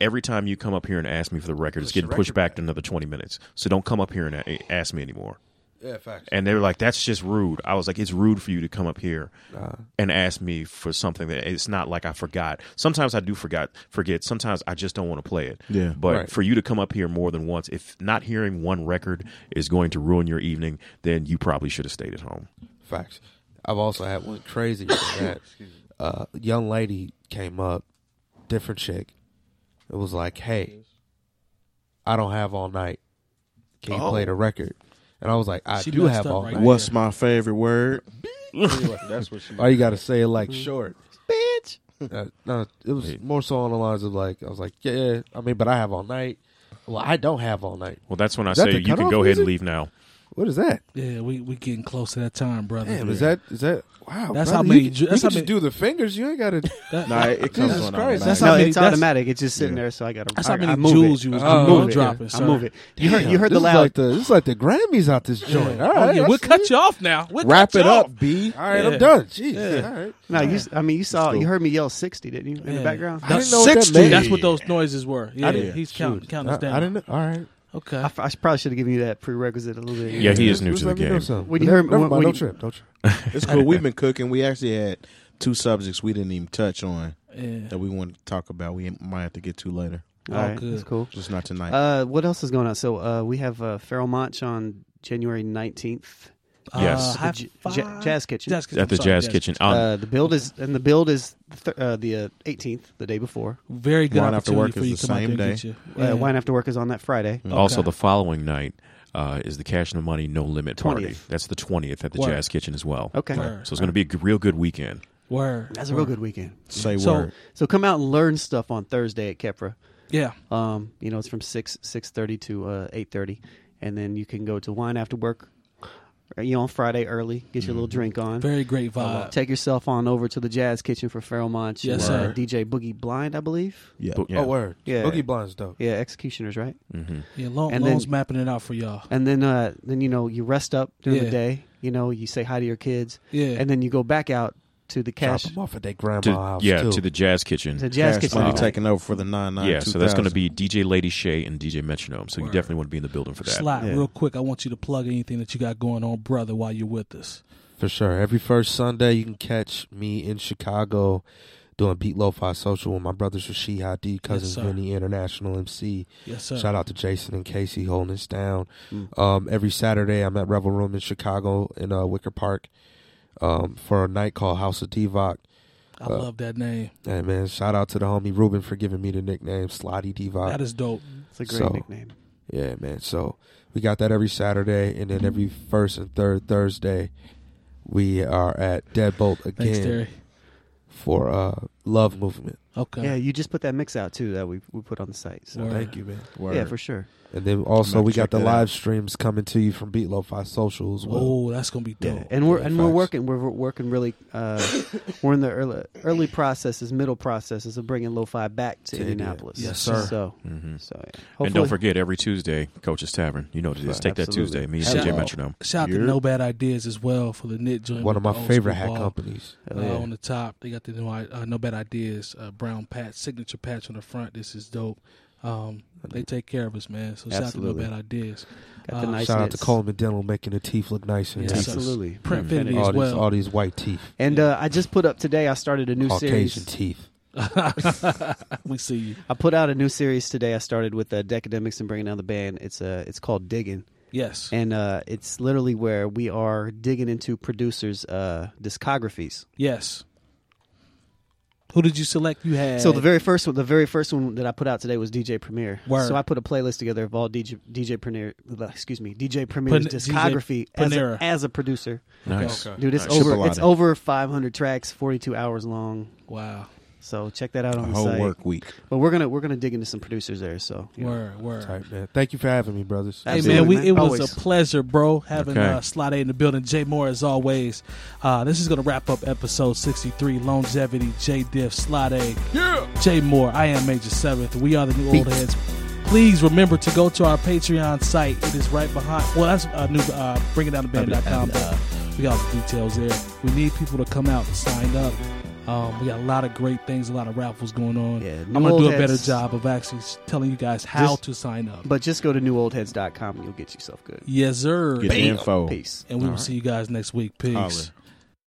Speaker 5: every time you come up here and ask me for the record it's getting pushed back, to another 20 minutes so don't come up here and a- ask me anymore
Speaker 3: yeah, facts.
Speaker 5: and they were like that's just rude i was like it's rude for you to come up here
Speaker 3: Uh-huh.
Speaker 5: and ask me for something that it's not like i forgot sometimes i do forgot forget sometimes i just don't want to play it
Speaker 4: Yeah.
Speaker 5: but
Speaker 3: Right.
Speaker 5: for you to come up here more than once if not hearing one record is going to ruin your evening then you probably should have stayed at home
Speaker 3: Facts. I've also had one crazy with that. Uh, young lady came up, different chick. It was like, hey, I don't have all night. Can you
Speaker 5: Oh.
Speaker 3: play the record? And I was like, I
Speaker 1: She
Speaker 3: do
Speaker 1: messed
Speaker 3: have
Speaker 1: up
Speaker 3: all
Speaker 1: right
Speaker 3: night.
Speaker 1: there.
Speaker 4: What's my favorite word? that's what she.
Speaker 3: All you got to say is like
Speaker 1: Mm-hmm.
Speaker 3: short.
Speaker 2: Bitch.
Speaker 3: Uh, no, it was more so on the lines of like, I was like, yeah, yeah, I mean, but I have all night. Well, I don't have all night.
Speaker 5: well that's when i
Speaker 3: Is that
Speaker 5: say
Speaker 3: the
Speaker 5: you can
Speaker 3: cutoff
Speaker 5: go ahead and
Speaker 3: music?
Speaker 5: leave now
Speaker 3: What is that?
Speaker 1: Yeah, we we getting close to that time, brother.
Speaker 3: Damn, is that is that? Wow,
Speaker 1: That's
Speaker 3: brother,
Speaker 1: how
Speaker 3: you
Speaker 1: many
Speaker 3: can-
Speaker 1: ju-
Speaker 3: You,
Speaker 1: that's
Speaker 3: can
Speaker 1: how
Speaker 3: just
Speaker 1: many-
Speaker 3: do the fingers. You ain't got to.
Speaker 1: That-
Speaker 4: Nah, it, it comes
Speaker 3: Jesus
Speaker 4: on
Speaker 3: Christ,
Speaker 4: automatic.
Speaker 1: that's
Speaker 2: no,
Speaker 1: how many-
Speaker 2: it's
Speaker 1: that's-
Speaker 2: automatic. It's just sitting there, so I got to.
Speaker 1: That's how
Speaker 2: I,
Speaker 1: many
Speaker 2: I move
Speaker 1: jewels
Speaker 2: it.
Speaker 1: you was
Speaker 2: I
Speaker 3: doing.
Speaker 2: move
Speaker 3: I'm
Speaker 2: it.
Speaker 1: dropping,
Speaker 2: I
Speaker 1: sir.
Speaker 2: move it. You heard, you heard the
Speaker 3: this Is
Speaker 2: loud.
Speaker 3: like the, this is like the Grammys out this joint. All right,
Speaker 1: oh, yeah,
Speaker 3: I
Speaker 1: we'll
Speaker 3: see
Speaker 1: cut you off now. We'll
Speaker 4: Wrap
Speaker 1: cut
Speaker 4: it
Speaker 1: you
Speaker 4: up,
Speaker 1: off.
Speaker 4: B.
Speaker 3: All right,
Speaker 1: Yeah.
Speaker 3: I'm done. Jeez,
Speaker 1: Yeah.
Speaker 3: all right.
Speaker 2: no, you, I mean, you saw.
Speaker 4: cool.
Speaker 2: You heard me yell sixty, didn't you? In
Speaker 1: Yeah.
Speaker 2: the background.
Speaker 3: I
Speaker 1: That's
Speaker 3: didn't know what that
Speaker 1: 60.
Speaker 3: meant.
Speaker 1: That's what those noises were. Yeah,
Speaker 4: didn't-
Speaker 1: he's counting, counting us
Speaker 3: I,
Speaker 1: down.
Speaker 3: I didn't know. All right.
Speaker 1: Okay.
Speaker 2: I, I probably should have given you that prerequisite a little bit.
Speaker 5: Yeah, he is
Speaker 3: Just-
Speaker 5: new
Speaker 3: just
Speaker 5: to the
Speaker 3: let me know
Speaker 5: game.
Speaker 3: something.
Speaker 2: When you
Speaker 3: Never-
Speaker 2: heard-
Speaker 3: never
Speaker 2: when-
Speaker 3: mind,
Speaker 2: when
Speaker 3: don't
Speaker 2: you-
Speaker 3: trip, don't trip.
Speaker 4: It's cool. We've been cooking. We actually had two subjects we didn't even touch on
Speaker 1: yeah.
Speaker 4: that we wanted to talk about. We might have to get to later,
Speaker 2: All right,
Speaker 1: good.
Speaker 2: that's cool.
Speaker 4: just not tonight.
Speaker 2: Uh, what else is going on? So uh, we have uh, Feral Monch on January nineteenth.
Speaker 5: Yes.
Speaker 1: Uh, high
Speaker 2: J-
Speaker 1: five.
Speaker 2: J- Jazz Kitchen.
Speaker 1: Jazz Kitchen.
Speaker 5: at the
Speaker 1: I'm sorry,
Speaker 5: Jazz Kitchen. Um,
Speaker 2: Uh, the build is and the build is the thir- uh, the eighteenth, the day before.
Speaker 1: Very good
Speaker 4: Wine after
Speaker 1: opportunity
Speaker 4: work
Speaker 1: for
Speaker 4: is
Speaker 1: you
Speaker 4: the
Speaker 1: to come out there
Speaker 4: same
Speaker 1: and
Speaker 4: day.
Speaker 1: get you.
Speaker 2: Uh, Wine after work is on that Friday.
Speaker 5: Also, the following night uh, is the Cash No Money No Limit party.
Speaker 2: 20th.
Speaker 5: That's the twentieth at the
Speaker 1: Word.
Speaker 5: Jazz Kitchen as well.
Speaker 2: Okay,
Speaker 1: Word.
Speaker 5: So it's going to be a g- real good weekend.
Speaker 1: Word.
Speaker 2: that's a real good weekend.
Speaker 4: Say
Speaker 1: So-
Speaker 4: word.
Speaker 2: So come out and learn stuff on Thursday at Kepra.
Speaker 1: Yeah.
Speaker 2: Um, you know, it's from six six thirty to uh, eight thirty, and then you can go to wine after work. uh, You know, on Friday early, get your little drink
Speaker 1: Mm-hmm.
Speaker 2: on.
Speaker 1: Very great vibe.
Speaker 2: Uh, take yourself on over to the Jazz Kitchen for Feral Monch.
Speaker 1: Yes,
Speaker 2: and,
Speaker 1: sir.
Speaker 2: Uh, DJ Boogie Blind, I believe.
Speaker 4: Yeah.
Speaker 5: But, yeah. Mm-hmm.
Speaker 3: Oh, word.
Speaker 2: Yeah.
Speaker 3: Boogie Blind's dope.
Speaker 2: Yeah, Executioners, right?
Speaker 1: yeah, Lone,
Speaker 2: and
Speaker 1: Lone's
Speaker 2: then-
Speaker 1: mapping it out for y'all.
Speaker 2: And then, uh, then you know, you rest up during
Speaker 1: Yeah.
Speaker 2: the day. You know, you say hi to your kids.
Speaker 1: Yeah.
Speaker 2: And then you go back out to the
Speaker 3: Drop
Speaker 2: cash,
Speaker 3: them off at their grandma's
Speaker 5: To-
Speaker 3: house
Speaker 5: yeah,
Speaker 3: too.
Speaker 5: to the Jazz Kitchen.
Speaker 2: the Jazz
Speaker 4: Cash
Speaker 2: Kitchen.
Speaker 4: money
Speaker 5: Wow.
Speaker 4: taking over for the nine nine.
Speaker 5: yeah, so that's going to be DJ Lady Shay and DJ Metronome. So you definitely want to be in the building for that.
Speaker 1: Slot,
Speaker 4: Yeah.
Speaker 1: real quick. I want you to plug anything that you got going on, brother, while you're with us.
Speaker 3: For sure. Every first Sunday, you can catch me in Chicago doing Beat Lo-Fi Social with my brothers Rashid Hadi, cousins
Speaker 1: sir.
Speaker 3: Vinny, International MC.
Speaker 1: Yes, sir.
Speaker 3: Shout out to Jason and Casey holding us down.
Speaker 2: Mm,
Speaker 3: Um, every Saturday, I'm at Rebel Room in Chicago in uh, Wicker Park um, for a night called House of Divock.
Speaker 1: I
Speaker 3: uh,
Speaker 1: love that name.
Speaker 3: Hey, man, shout out to the homie Ruben for giving me the nickname Slotty Divock.
Speaker 1: That is dope.
Speaker 2: It's a great
Speaker 3: So-
Speaker 2: nickname.
Speaker 3: Yeah, man. So we got that every Saturday, and then every first and third Thursday, we are at Deadbolt again
Speaker 1: Thanks, Terry.
Speaker 3: for uh, Love Movement.
Speaker 1: Okay.
Speaker 2: Yeah, you just put that mix out too that we we put on the site. So
Speaker 1: Word.
Speaker 3: Thank you, man.
Speaker 2: yeah, for sure.
Speaker 3: And then
Speaker 4: I'm
Speaker 3: also
Speaker 4: gonna
Speaker 3: we got
Speaker 4: check
Speaker 3: the
Speaker 4: that
Speaker 3: live
Speaker 4: out.
Speaker 3: streams coming to you from Beat Lo-Fi Social as well.
Speaker 1: Oh, that's gonna be dope.
Speaker 2: Yeah, and we're
Speaker 3: yeah,
Speaker 2: and we're
Speaker 3: facts.
Speaker 2: working. We're, we're working really. Uh, we're in the early early processes, middle processes of bringing lo-fi back to,
Speaker 3: India.
Speaker 2: Indianapolis.
Speaker 3: Yes, sir.
Speaker 2: So,
Speaker 5: Mhm.
Speaker 2: so yeah.
Speaker 5: And don't
Speaker 2: Hopefully-
Speaker 5: forget every Tuesday, Coach's Tavern. You know what it is.
Speaker 2: Right,
Speaker 5: Take
Speaker 2: absolutely.
Speaker 5: that Tuesday. Me and
Speaker 2: Shout
Speaker 5: DJ
Speaker 1: out.
Speaker 5: Metronome.
Speaker 1: Shout out to
Speaker 4: You're-
Speaker 1: No Bad Ideas as well for the knit joint.
Speaker 3: One of
Speaker 1: with
Speaker 3: my
Speaker 1: the old
Speaker 3: favorite
Speaker 1: school
Speaker 3: hat
Speaker 1: ball,
Speaker 3: companies.
Speaker 1: uh,
Speaker 2: Oh, yeah.
Speaker 1: On the top, they got the new uh, No Bad Ideas uh, brown patch, signature patch on the front. This is dope. Um, they take care of us, man. So
Speaker 2: Absolutely.
Speaker 1: shout out to No Bad Ideas.
Speaker 2: Got the
Speaker 1: Uh,
Speaker 2: nice
Speaker 3: Shout out to
Speaker 2: knits.
Speaker 3: Coleman Dental making the teeth look nice and
Speaker 1: Yes,
Speaker 3: teeth.
Speaker 1: sir.
Speaker 2: Absolutely.
Speaker 1: Printfinity
Speaker 3: all
Speaker 1: as
Speaker 3: these
Speaker 1: well.
Speaker 3: all these white teeth,
Speaker 2: And uh, I just put up today. I started a new
Speaker 3: Caucasian
Speaker 2: series.
Speaker 3: teeth.
Speaker 1: we see you.
Speaker 2: I put out a new series today. I started with uh, Decademics and bringing down the band. It's uh, it's called Digging,
Speaker 1: Yes.
Speaker 2: and uh, it's literally where we are digging into producers' uh, discographies.
Speaker 1: yes. Who did you select? You had
Speaker 2: So the very first one, the very first one that I put out today was DJ Premier.
Speaker 1: Word.
Speaker 2: So I put a playlist together of all DJ DJ Premier, uh, excuse me, DJ Premier's
Speaker 1: Pan- DJ
Speaker 2: discography as
Speaker 1: Panera.
Speaker 2: a, as a producer.
Speaker 5: Nice.
Speaker 1: Okay.
Speaker 2: Dude, it's
Speaker 4: Nice.
Speaker 2: over. It's
Speaker 4: Chipolata.
Speaker 2: over 500 tracks, 42 hours long.
Speaker 1: wow.
Speaker 2: So check that out on
Speaker 4: a
Speaker 2: the
Speaker 4: whole
Speaker 2: site.
Speaker 4: work week.
Speaker 2: But we're gonna we're gonna dig into some producers there. So you know.
Speaker 1: Word, word.
Speaker 3: All right, man. Thank you for having me, brothers.
Speaker 1: Hey
Speaker 2: Absolutely,
Speaker 1: man, we
Speaker 2: man.
Speaker 1: it was
Speaker 2: Always.
Speaker 1: a pleasure, bro, having
Speaker 5: Okay.
Speaker 1: uh, Slot A in the building. Jay Moore, as always. Uh, this is gonna wrap up episode sixty three. Longevity, J Diff, Slot A, yeah. Jay Moore. I am Major Seventh. We are the new old heads. Please remember to go to our Patreon site. It is right behind. Well, that's uh, new. Uh, bringingdowntheband.com. But we got all the details there. We need people to come out and sign up. Um, we got a lot of great things, a lot of raffles going on.
Speaker 2: Yeah,
Speaker 1: I'm
Speaker 2: new
Speaker 1: gonna do
Speaker 2: old
Speaker 1: a better
Speaker 2: heads.
Speaker 1: job of actually telling you guys how
Speaker 2: Just-
Speaker 1: to sign up.
Speaker 2: But just go to newoldheads.com and you'll get yourself good.
Speaker 1: yes, sir.
Speaker 4: Get the info.
Speaker 2: Peace.
Speaker 1: And we will see you guys next week. Peace.
Speaker 4: Holler.